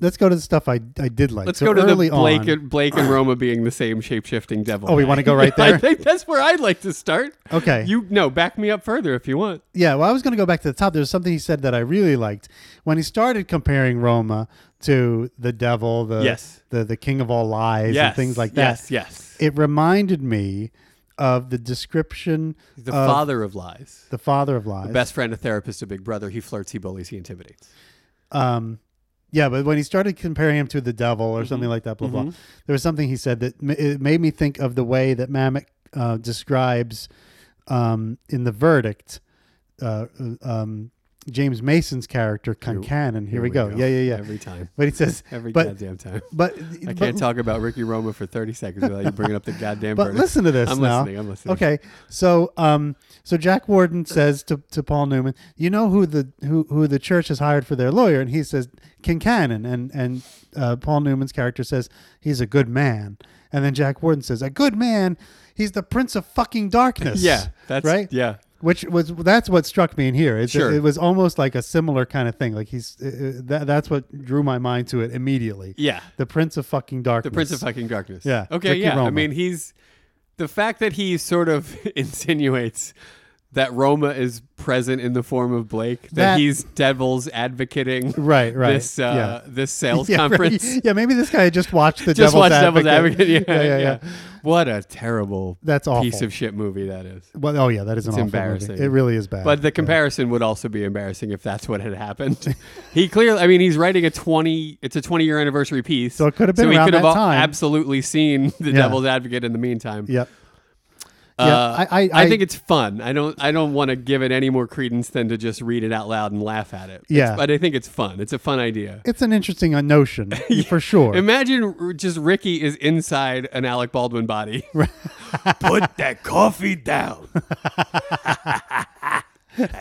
Speaker 1: Let's go to the stuff I I did like.
Speaker 2: Let's
Speaker 1: So
Speaker 2: go to
Speaker 1: early
Speaker 2: the Blake
Speaker 1: on-
Speaker 2: and Blake and Roma being the same shape shifting devil.
Speaker 1: Oh, we
Speaker 2: guy.
Speaker 1: wanna go right
Speaker 2: I
Speaker 1: there?
Speaker 2: think that's where I'd like to start.
Speaker 1: Okay.
Speaker 2: You no, back me up further if you want.
Speaker 1: yeah, well, I was going to go back to the top. There's something he said that I really liked when he started comparing Roma to the devil, the
Speaker 2: Yes.
Speaker 1: the, the king of all lies,
Speaker 2: Yes,
Speaker 1: and things like that.
Speaker 2: Yes, yes.
Speaker 1: It reminded me of the description
Speaker 2: He's the
Speaker 1: of
Speaker 2: father of lies.
Speaker 1: the father of lies.
Speaker 2: Best friend, a therapist, a big brother. He flirts, he bullies, he intimidates.
Speaker 1: Um, yeah, but when he started comparing him to the devil
Speaker 2: Mm-hmm.
Speaker 1: or something like that, blah blah, there was something he said that ma- it made me think of the way that Mamet uh, describes um, in the verdict uh, um, James Mason's character Concannon. Here, we, go. Yeah, yeah, yeah.
Speaker 2: Every time.
Speaker 1: But he says,
Speaker 2: Every
Speaker 1: but,
Speaker 2: goddamn time.
Speaker 1: but
Speaker 2: I
Speaker 1: but-
Speaker 2: can't talk about Ricky Roma for 30 seconds without you bringing up the goddamn
Speaker 1: But
Speaker 2: verdict.
Speaker 1: listen to this
Speaker 2: I'm
Speaker 1: now.
Speaker 2: listening. I'm listening.
Speaker 1: Okay, so um, so Jack Warden says to, to Paul Newman, you know who the who who the church has hired for their lawyer, and he says Kincannon, and and uh, Paul Newman's character says he's a good man, and then Jack Warden says a good man, he's the prince of fucking darkness.
Speaker 2: Yeah. That's
Speaker 1: right.
Speaker 2: Yeah.
Speaker 1: Which was that's what struck me in here. It's
Speaker 2: Sure.
Speaker 1: it was almost like a similar kind of thing. Like he's uh, uh, that, that's what drew my mind to it immediately.
Speaker 2: Yeah.
Speaker 1: the prince of fucking darkness.
Speaker 2: The Prince of Fucking Darkness.
Speaker 1: Yeah,
Speaker 2: Okay.
Speaker 1: Ricky
Speaker 2: yeah. I
Speaker 1: Roma.
Speaker 2: mean, he's the fact that he sort of insinuates that Roma is present in the form of Blake, that,
Speaker 1: That-
Speaker 2: he's devil's advocating
Speaker 1: Right, right.
Speaker 2: this
Speaker 1: Yeah.
Speaker 2: uh, this sales
Speaker 1: yeah, right.
Speaker 2: conference.
Speaker 1: Yeah, maybe this guy just watched the
Speaker 2: Just
Speaker 1: Devil's
Speaker 2: watch
Speaker 1: Advocate.
Speaker 2: Devil's Advocate. Yeah,
Speaker 1: yeah, yeah. yeah.
Speaker 2: What a terrible
Speaker 1: That's awful.
Speaker 2: piece of shit movie that is.
Speaker 1: Well, oh yeah, that is an
Speaker 2: It's
Speaker 1: awful movie.
Speaker 2: embarrassing.
Speaker 1: It really is bad.
Speaker 2: But the
Speaker 1: Yeah.
Speaker 2: comparison would also be embarrassing if that's what had happened. he clearly, I mean, he's writing a twenty. It's a twenty-year anniversary piece,
Speaker 1: So it could have been
Speaker 2: so he
Speaker 1: around
Speaker 2: could have
Speaker 1: that
Speaker 2: al-
Speaker 1: time.
Speaker 2: absolutely seen the
Speaker 1: Yeah.
Speaker 2: Devil's Advocate in the meantime.
Speaker 1: Yep. Yeah,
Speaker 2: Uh,
Speaker 1: I- I-
Speaker 2: I
Speaker 1: I-
Speaker 2: think it's fun. I don't. I don't want to give it any more credence than to just read it out loud and laugh at it. It's-
Speaker 1: Yeah.
Speaker 2: but I think it's fun. It's a fun idea.
Speaker 1: It's an interesting uh, notion for sure.
Speaker 2: Imagine r- just Ricky is inside an Alec Baldwin body.
Speaker 3: Put that coffee down. I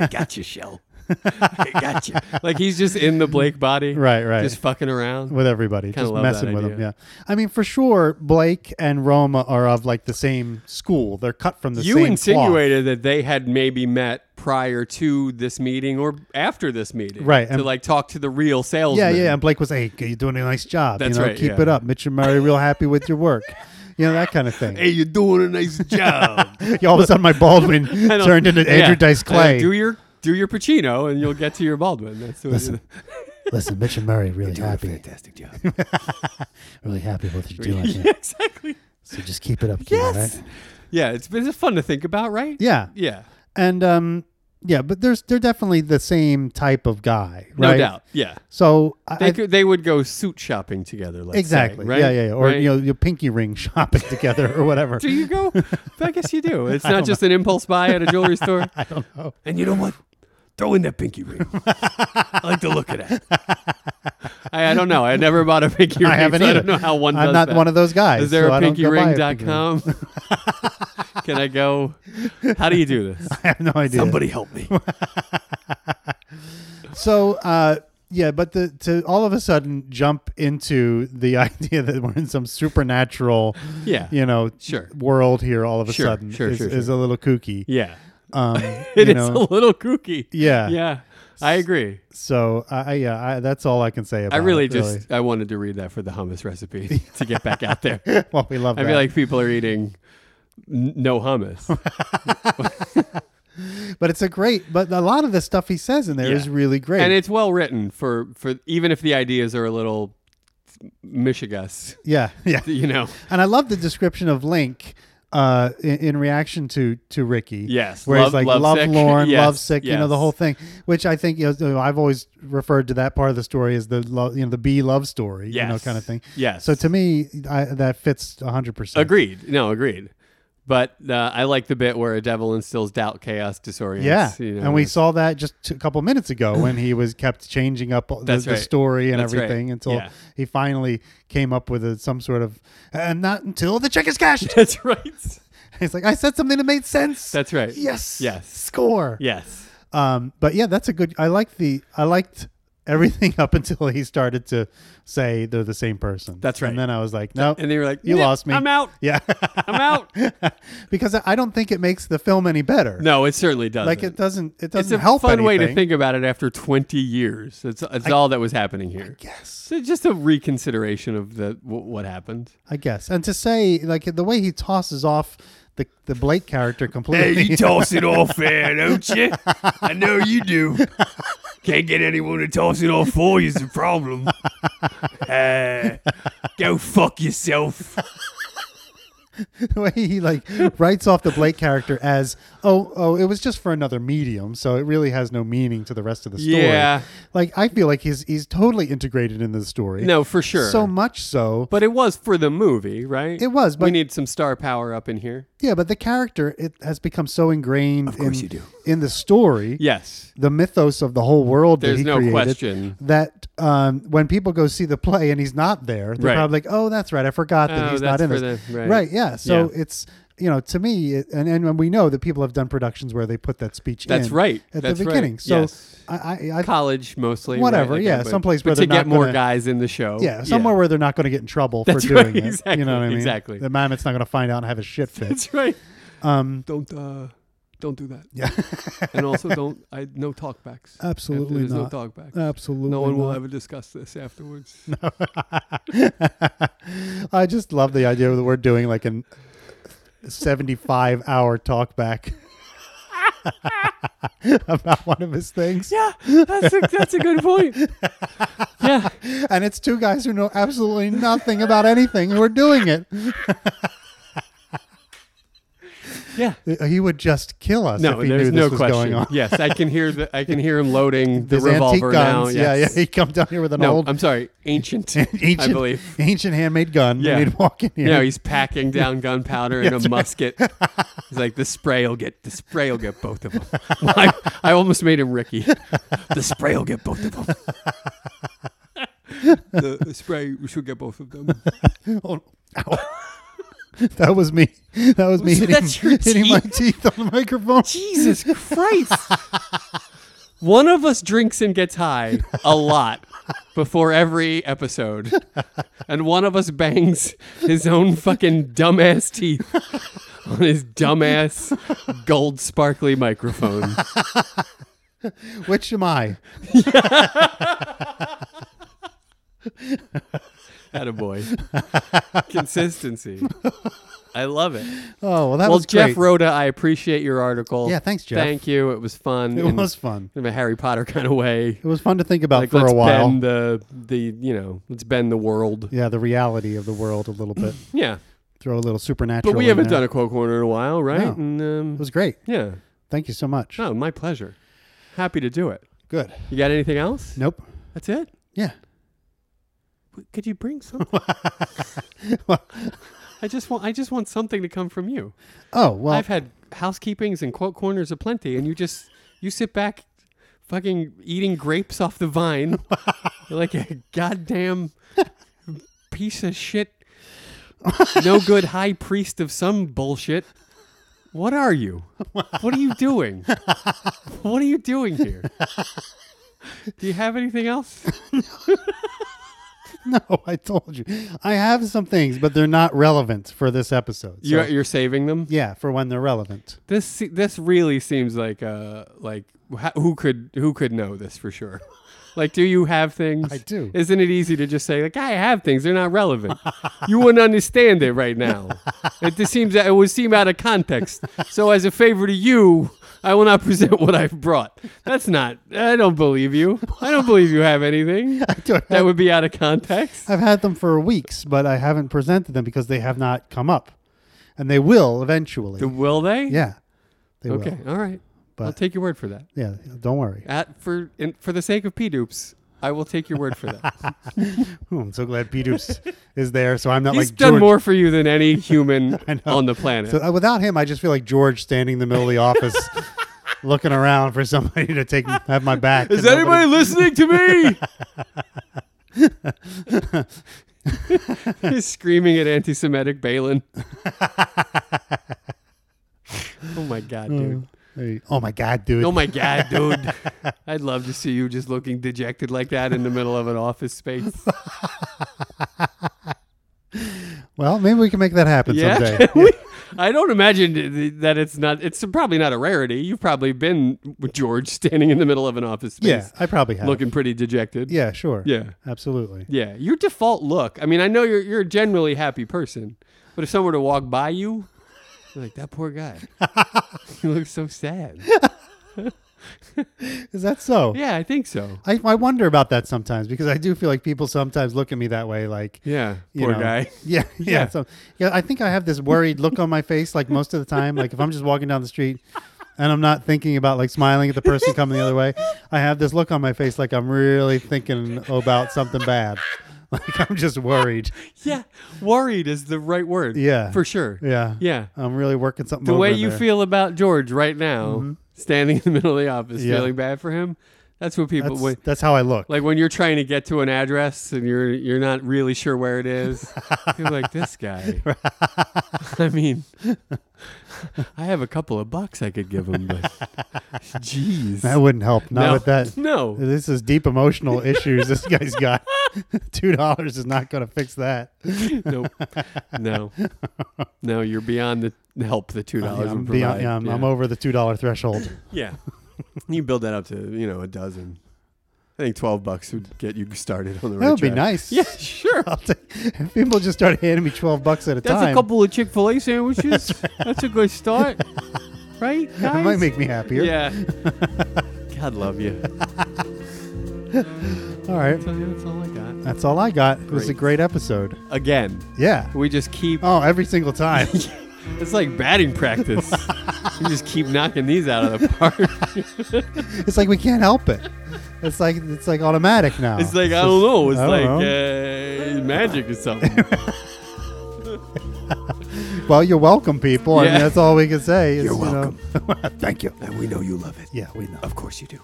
Speaker 3: got you, Shell. I got you.
Speaker 2: like he's just in the Blake body.
Speaker 1: Right, right.
Speaker 2: Just fucking around.
Speaker 1: with everybody,
Speaker 2: Kinda
Speaker 1: just
Speaker 2: love
Speaker 1: messing
Speaker 2: that
Speaker 1: with them. Yeah,
Speaker 2: idea.
Speaker 1: I mean, for sure, Blake and Roma are of like the same school. They're cut from the
Speaker 2: you
Speaker 1: same.
Speaker 2: insinuated that they had maybe met prior to this meeting or after this meeting,
Speaker 1: Right,
Speaker 2: To
Speaker 1: and-
Speaker 2: like talk to the real
Speaker 1: cloth.
Speaker 2: salesman.
Speaker 1: Yeah, yeah. And Blake was like, "Hey, you're doing a nice job.
Speaker 2: That's
Speaker 1: you know,
Speaker 2: right,
Speaker 1: keep
Speaker 2: yeah.
Speaker 1: it up." Mitch and Murray, real happy with your work. You know that kind of thing.
Speaker 3: Hey, you're doing a nice job.
Speaker 1: Yeah, All of a sudden, my Baldwin
Speaker 2: I don't-
Speaker 1: turned into
Speaker 2: yeah.
Speaker 1: Andrew Dice
Speaker 2: I don't-
Speaker 1: Clay.
Speaker 2: Do your do your Pacino, and you'll get to your Baldwin. That's what
Speaker 1: Listen, Listen, Mitch and Murray really
Speaker 3: Doing a
Speaker 1: happy,
Speaker 3: fantastic job.
Speaker 1: really happy with what you're doing.
Speaker 2: yeah, exactly.
Speaker 1: So just keep it up,
Speaker 2: Yes. Yeah, it's it's fun to think about, right?
Speaker 1: Yeah,
Speaker 2: Yeah.
Speaker 1: and um, yeah, but there's they're definitely the same type of guy,
Speaker 2: No
Speaker 1: right?
Speaker 2: doubt. Yeah.
Speaker 1: So
Speaker 2: They
Speaker 1: I,
Speaker 2: could they would go suit shopping together. Let's say,
Speaker 1: exactly,
Speaker 2: right?
Speaker 1: yeah, yeah, yeah. or
Speaker 2: Right?
Speaker 1: you know, your pinky ring shopping together or whatever.
Speaker 2: Do you go? I guess you do. It's not just an impulse buy at a jewelry store.
Speaker 1: I don't know.
Speaker 3: And you know what? Throw in that pinky ring. I like to look at that.
Speaker 2: I, I don't know. I never bought a pinky ring.
Speaker 1: I haven't
Speaker 2: so I
Speaker 1: either.
Speaker 2: don't know how one
Speaker 1: I'm
Speaker 2: does
Speaker 1: not
Speaker 2: that.
Speaker 1: one of those guys.
Speaker 2: Is there
Speaker 1: so
Speaker 2: a
Speaker 1: I don't go buy a pinky ring.
Speaker 2: pinkyring.com? Can I go? How do you do this?
Speaker 1: I have no idea.
Speaker 3: Somebody help me.
Speaker 1: So uh, Yeah, but the, to all of a sudden jump into the idea that we're in some supernatural,
Speaker 2: Yeah.
Speaker 1: you know,
Speaker 2: Sure.
Speaker 1: world here all of a
Speaker 2: Sure,
Speaker 1: sudden
Speaker 2: sure,
Speaker 1: is,
Speaker 2: sure,
Speaker 1: is
Speaker 2: sure.
Speaker 1: a little kooky.
Speaker 2: Yeah.
Speaker 1: Um,
Speaker 2: it
Speaker 1: you
Speaker 2: is
Speaker 1: know,
Speaker 2: a little kooky.
Speaker 1: yeah,
Speaker 2: Yeah. I agree.
Speaker 1: So I, I- yeah, I, that's all I can say about.
Speaker 2: I really
Speaker 1: it,
Speaker 2: just I wanted to read that for the hummus recipe to get back out there.
Speaker 1: well, we love.
Speaker 2: I
Speaker 1: that.
Speaker 2: feel like people are eating n- no hummus.
Speaker 1: but it's a great. But a lot of the stuff he says in there is
Speaker 2: Yeah.
Speaker 1: really great.
Speaker 2: and it's well written for for even if the ideas are a little mishigas,
Speaker 1: yeah, yeah.
Speaker 2: you know.
Speaker 1: And I love the description of Link uh, in, in reaction to to Ricky.
Speaker 2: Yes.
Speaker 1: where he's
Speaker 2: Love-
Speaker 1: like,
Speaker 2: love
Speaker 1: "Love
Speaker 2: sick."
Speaker 1: Lauren,
Speaker 2: Yes,
Speaker 1: love sick," you know, the
Speaker 2: yes.
Speaker 1: whole thing. Which I think you know, I've always referred to that part of the story as the love, you know, the B love story, you know,
Speaker 2: Yes.
Speaker 1: kind of thing.
Speaker 2: Yes.
Speaker 1: So to me, I, that fits hundred percent.
Speaker 2: Agreed. No, agreed. But uh, I like the bit where a devil instills doubt, chaos, disorients.
Speaker 1: Yeah,
Speaker 2: you know.
Speaker 1: and we saw that just t- a couple minutes ago when he was kept changing up the,
Speaker 2: That's
Speaker 1: the
Speaker 2: right.
Speaker 1: story and
Speaker 2: That's right.
Speaker 1: everything until
Speaker 2: Yeah.
Speaker 1: he finally came up with a, some sort of, and not until the check is cashed.
Speaker 2: That's right.
Speaker 1: He's like, I said something that made sense.
Speaker 2: That's right.
Speaker 1: yes,
Speaker 2: Yes.
Speaker 1: score.
Speaker 2: Yes.
Speaker 1: Um, but yeah, that's a good. I like the. I liked everything up until he started to say they're the same person.
Speaker 2: That's right.
Speaker 1: And then I was like, no,
Speaker 2: And they were like,
Speaker 1: you
Speaker 2: "Nip,
Speaker 1: lost me.
Speaker 2: I'm out.
Speaker 1: Yeah,
Speaker 2: I'm out.
Speaker 1: because I- I don't think it makes the film any better.
Speaker 2: No, it certainly doesn't.
Speaker 1: like it doesn't. It
Speaker 2: It's
Speaker 1: doesn't
Speaker 2: a
Speaker 1: help.
Speaker 2: fun way to
Speaker 1: anything.
Speaker 2: think about it after 20 years. It's, it's all that was happening here.
Speaker 1: Yes,
Speaker 2: So just a reconsideration of the w- what happened.
Speaker 1: I guess. And to say like the way he tosses off the the Blake character
Speaker 3: Hey,
Speaker 1: completely.
Speaker 3: you toss it all fair, don't you? I know you do. Can't get anyone to toss it all for you's the problem. Uh, go fuck yourself.
Speaker 1: the way he like writes off the Blake character as oh oh it was just for another medium, so it really has no meaning to the rest of the story.
Speaker 2: Yeah.
Speaker 1: Like I feel like he's he's totally integrated into the story.
Speaker 2: No, for sure.
Speaker 1: So much so.
Speaker 2: but it was for the movie, right?
Speaker 1: It was,
Speaker 2: we
Speaker 1: but-
Speaker 2: need some star power up in here.
Speaker 1: Yeah, but the character it has become so ingrained in,
Speaker 3: course you do.
Speaker 1: in the story.
Speaker 2: Yes.
Speaker 1: The mythos of the whole world that
Speaker 2: There's
Speaker 1: he
Speaker 2: no
Speaker 1: created,
Speaker 2: question.
Speaker 1: that um, when people go see the play and he's not there, they're
Speaker 2: Right.
Speaker 1: probably like, "Oh, that's right, I forgot that
Speaker 2: Oh,
Speaker 1: he's not
Speaker 2: that's
Speaker 1: in
Speaker 2: for
Speaker 1: this."
Speaker 2: the- right.
Speaker 1: yeah. So
Speaker 2: Yeah.
Speaker 1: it's you know to me, it, and and we know that people have done productions where they put that speech.
Speaker 2: That's
Speaker 1: in
Speaker 2: right.
Speaker 1: at
Speaker 2: That's
Speaker 1: the
Speaker 2: right.
Speaker 1: beginning. So
Speaker 2: Yes.
Speaker 1: I, I, I
Speaker 2: College mostly.
Speaker 1: Whatever,
Speaker 2: right? Like,
Speaker 1: yeah,
Speaker 2: but-
Speaker 1: someplace
Speaker 2: but
Speaker 1: where
Speaker 2: to
Speaker 1: they're
Speaker 2: get
Speaker 1: not
Speaker 2: more
Speaker 1: gonna-
Speaker 2: guys in the show.
Speaker 1: yeah, somewhere where they're not going to get in trouble
Speaker 2: That's
Speaker 1: for doing
Speaker 2: right,
Speaker 1: it.
Speaker 2: exactly,
Speaker 1: You know what I mean?
Speaker 2: exactly.
Speaker 1: The mammoth's not going to find out and have a shit Um, fit.
Speaker 2: That's right.
Speaker 3: Don't uh, don't do that.
Speaker 1: yeah,
Speaker 2: And also, don't I no talkbacks.
Speaker 1: Absolutely
Speaker 2: There's
Speaker 1: not.
Speaker 2: no talkbacks.
Speaker 1: absolutely.
Speaker 2: no one will
Speaker 1: not.
Speaker 2: ever discuss this afterwards.
Speaker 1: I just love the idea that we're doing like an 75 hour talk back about one of his things.
Speaker 2: Yeah, that's a, that's a good point. Yeah,
Speaker 1: And it's two guys who know absolutely nothing about anything who are doing it.
Speaker 2: yeah.
Speaker 1: He would just kill us
Speaker 2: No,
Speaker 1: if he knew
Speaker 2: there's
Speaker 1: this
Speaker 2: no
Speaker 1: was going
Speaker 2: question.
Speaker 1: on.
Speaker 2: Yes, I can hear the I can hear him loading the
Speaker 1: His antique
Speaker 2: revolver now.
Speaker 1: guns. Yeah, yeah.
Speaker 2: Yes.
Speaker 1: He'd come down here with an
Speaker 2: No,
Speaker 1: old
Speaker 2: I'm sorry, ancient.
Speaker 1: ancient,
Speaker 2: I believe.
Speaker 1: ancient handmade gun.
Speaker 2: Yeah.
Speaker 1: And he'd walk in here.
Speaker 2: No, he's packing down gunpowder in a musket. He's like, the spray will get the spray will get both of them. I, I almost made him Ricky.
Speaker 3: The spray will get both of them.
Speaker 2: The, spray should get both of them.
Speaker 1: Oh, ow. that was me. That was me
Speaker 2: Was
Speaker 1: hitting,
Speaker 2: that your
Speaker 1: hitting my teeth on the microphone.
Speaker 2: Jesus Christ! One of us drinks and gets high a lot before every episode, and one of us bangs his own fucking dumbass teeth on his dumbass gold sparkly microphone.
Speaker 1: Which am I?
Speaker 2: Attaboy. Consistency. I love it.
Speaker 1: Oh well, that
Speaker 2: well,
Speaker 1: was
Speaker 2: Jeff
Speaker 1: great.
Speaker 2: Rhoda, I appreciate your article.
Speaker 1: Yeah, thanks, Jeff.
Speaker 2: Thank you. It was fun.
Speaker 1: It
Speaker 2: in-
Speaker 1: was fun.
Speaker 2: in a Harry Potter kind of way.
Speaker 1: It was fun to think about
Speaker 2: Like
Speaker 1: for
Speaker 2: let's
Speaker 1: a while.
Speaker 2: bend the the you know let's bend the world.
Speaker 1: yeah, the reality of the world a little bit.
Speaker 2: Yeah,
Speaker 1: Throw a little supernatural.
Speaker 2: but we
Speaker 1: in
Speaker 2: haven't
Speaker 1: there.
Speaker 2: done a quote corner in a while, right?
Speaker 1: No.
Speaker 2: And, um,
Speaker 1: It was great.
Speaker 2: yeah.
Speaker 1: Thank you so much.
Speaker 2: No, my pleasure. Happy to do it.
Speaker 1: Good.
Speaker 2: You got anything else?
Speaker 1: Nope.
Speaker 2: That's it.
Speaker 1: Yeah.
Speaker 2: Could you bring something? I just want I just want something to come from you.
Speaker 1: Oh well.
Speaker 2: I've had housekeepings and quote corners aplenty, and you just you sit back, fucking eating grapes off the vine, like a goddamn piece of shit, no good high priest of some bullshit. What are you? What are you doing? What are you doing here? Do you have anything else?
Speaker 1: No, I told you. I have some things, but they're not relevant for this episode. So,
Speaker 2: You're, you're saving them.
Speaker 1: yeah, for when they're relevant.
Speaker 2: This se- this really seems like uh like wh- who could who could know this for sure. Like, do you have things?
Speaker 1: I do.
Speaker 2: Isn't it easy to just say like I have things? They're not relevant. you wouldn't understand it right now. It just seems that it would seem out of context. So, as a favor to you, I will not present what I've brought. That's not. I don't believe you. I don't believe you have anything
Speaker 1: don't
Speaker 2: that would be out of context.
Speaker 1: I've had them for weeks, but I haven't presented them because they have not come up, and they will eventually.
Speaker 2: Will they?
Speaker 1: yeah, they
Speaker 2: Okay.
Speaker 1: will.
Speaker 2: All right. I'll
Speaker 1: But-
Speaker 2: take your word for that.
Speaker 1: Yeah, don't worry.
Speaker 2: At for in, for the sake of P dupes, I will take your word for that.
Speaker 1: Ooh, Hmm, I'm so glad Peter's is there, so I'm not
Speaker 2: He's
Speaker 1: like
Speaker 2: done
Speaker 1: George.
Speaker 2: more for you than any human
Speaker 1: I know.
Speaker 2: on the planet.
Speaker 1: So uh, without him, I just feel like George standing in the middle of the office, looking around for somebody to take have my back.
Speaker 2: Is
Speaker 1: and nobody-
Speaker 2: anybody listening to me? He's screaming at anti-Semitic Balin. oh my god, dude!
Speaker 1: Hey, Oh my God, dude!
Speaker 2: Oh my god, dude! I'd love to see you just looking dejected like that in the middle of an office space.
Speaker 1: Well, maybe we can make that happen
Speaker 2: Yeah,
Speaker 1: someday.
Speaker 2: can we? I don't imagine th- th- that it's not. It's probably not a rarity. You've probably been with George standing in the middle of an office space,
Speaker 1: yeah, I probably have.
Speaker 2: looking pretty dejected.
Speaker 1: Yeah, sure.
Speaker 2: Yeah.
Speaker 1: absolutely.
Speaker 2: yeah. Your default look. I mean, I know you're you're a generally happy person, but if someone were to walk by you, you're like that poor guy. he looks so sad.
Speaker 1: Is that so?
Speaker 2: Yeah, I think so.
Speaker 1: I, I wonder about that sometimes because I do feel like people sometimes look at me that way, like
Speaker 2: Yeah,
Speaker 1: you
Speaker 2: poor
Speaker 1: know.
Speaker 2: guy.
Speaker 1: Yeah, yeah,
Speaker 2: Yeah.
Speaker 1: So yeah, I think I have this worried look on my face like most of the time. Like if I'm just walking down the street and I'm not thinking about like smiling at the person coming the other way, I have this look on my face like I'm really thinking about something bad. Like I'm just worried.
Speaker 2: Yeah, worried is the right word.
Speaker 1: Yeah.
Speaker 2: for sure.
Speaker 1: Yeah.
Speaker 2: yeah.
Speaker 1: I'm really working something.
Speaker 2: the
Speaker 1: over
Speaker 2: way
Speaker 1: there.
Speaker 2: you
Speaker 1: Mm-hmm.
Speaker 2: feel about George right now, standing in the middle of the office,
Speaker 1: Yeah.
Speaker 2: feeling bad for him. That's what people
Speaker 1: That's,
Speaker 2: when-
Speaker 1: that's how I look.
Speaker 2: like when you're trying to get to an address and you're you're not really sure where it is. you're like this guy. I mean, I have a couple of bucks I could give him, but jeez,
Speaker 1: that wouldn't help. Not
Speaker 2: No.
Speaker 1: with that.
Speaker 2: No,
Speaker 1: This is deep emotional issues this guy's got. Two dollars is not going to fix that.
Speaker 2: no, no, no. You're beyond the the help. The two dollars
Speaker 1: I'm,
Speaker 2: would
Speaker 1: beyond-
Speaker 2: provide.
Speaker 1: yeah, I'm,
Speaker 2: yeah.
Speaker 1: I'm over the two dollar threshold.
Speaker 2: Yeah. you build that up to, you know, a dozen. I think 12 bucks would get you started on the right
Speaker 1: That would be
Speaker 2: track.
Speaker 1: nice.
Speaker 2: Yeah, sure.
Speaker 1: I'll take, if people just started handing me twelve bucks at a
Speaker 2: That's
Speaker 1: time,
Speaker 2: a couple of Chick fil A sandwiches. That's a good start. right?
Speaker 1: It
Speaker 2: guys?
Speaker 1: might make me happier.
Speaker 2: Yeah. God love you.
Speaker 1: All right.
Speaker 2: So, yeah, That's all I got.
Speaker 1: That's all I got. It was a
Speaker 2: Great.
Speaker 1: great episode.
Speaker 2: Again,
Speaker 1: Yeah.
Speaker 2: we just keep,
Speaker 1: Oh, every single time.
Speaker 2: it's like batting practice. we just keep knocking these out of the park.
Speaker 1: Oh. it's like we can't help it. It's like it's like automatic now.
Speaker 2: It's like I don't know. It's
Speaker 1: I don't
Speaker 2: like Uh, magic or something.
Speaker 1: well, you're welcome, people. I
Speaker 2: uh, Yeah.
Speaker 1: mean, that's all we can say. Is,
Speaker 3: You're
Speaker 1: you know-
Speaker 3: welcome.
Speaker 1: Thank you.
Speaker 3: And we know you love it.
Speaker 1: Yeah, we know.
Speaker 3: Of course you do.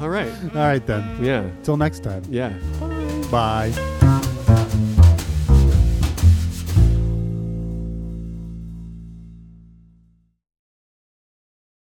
Speaker 2: all right.
Speaker 1: All right then.
Speaker 2: Yeah.
Speaker 1: Till next time.
Speaker 2: Yeah.
Speaker 1: Bye.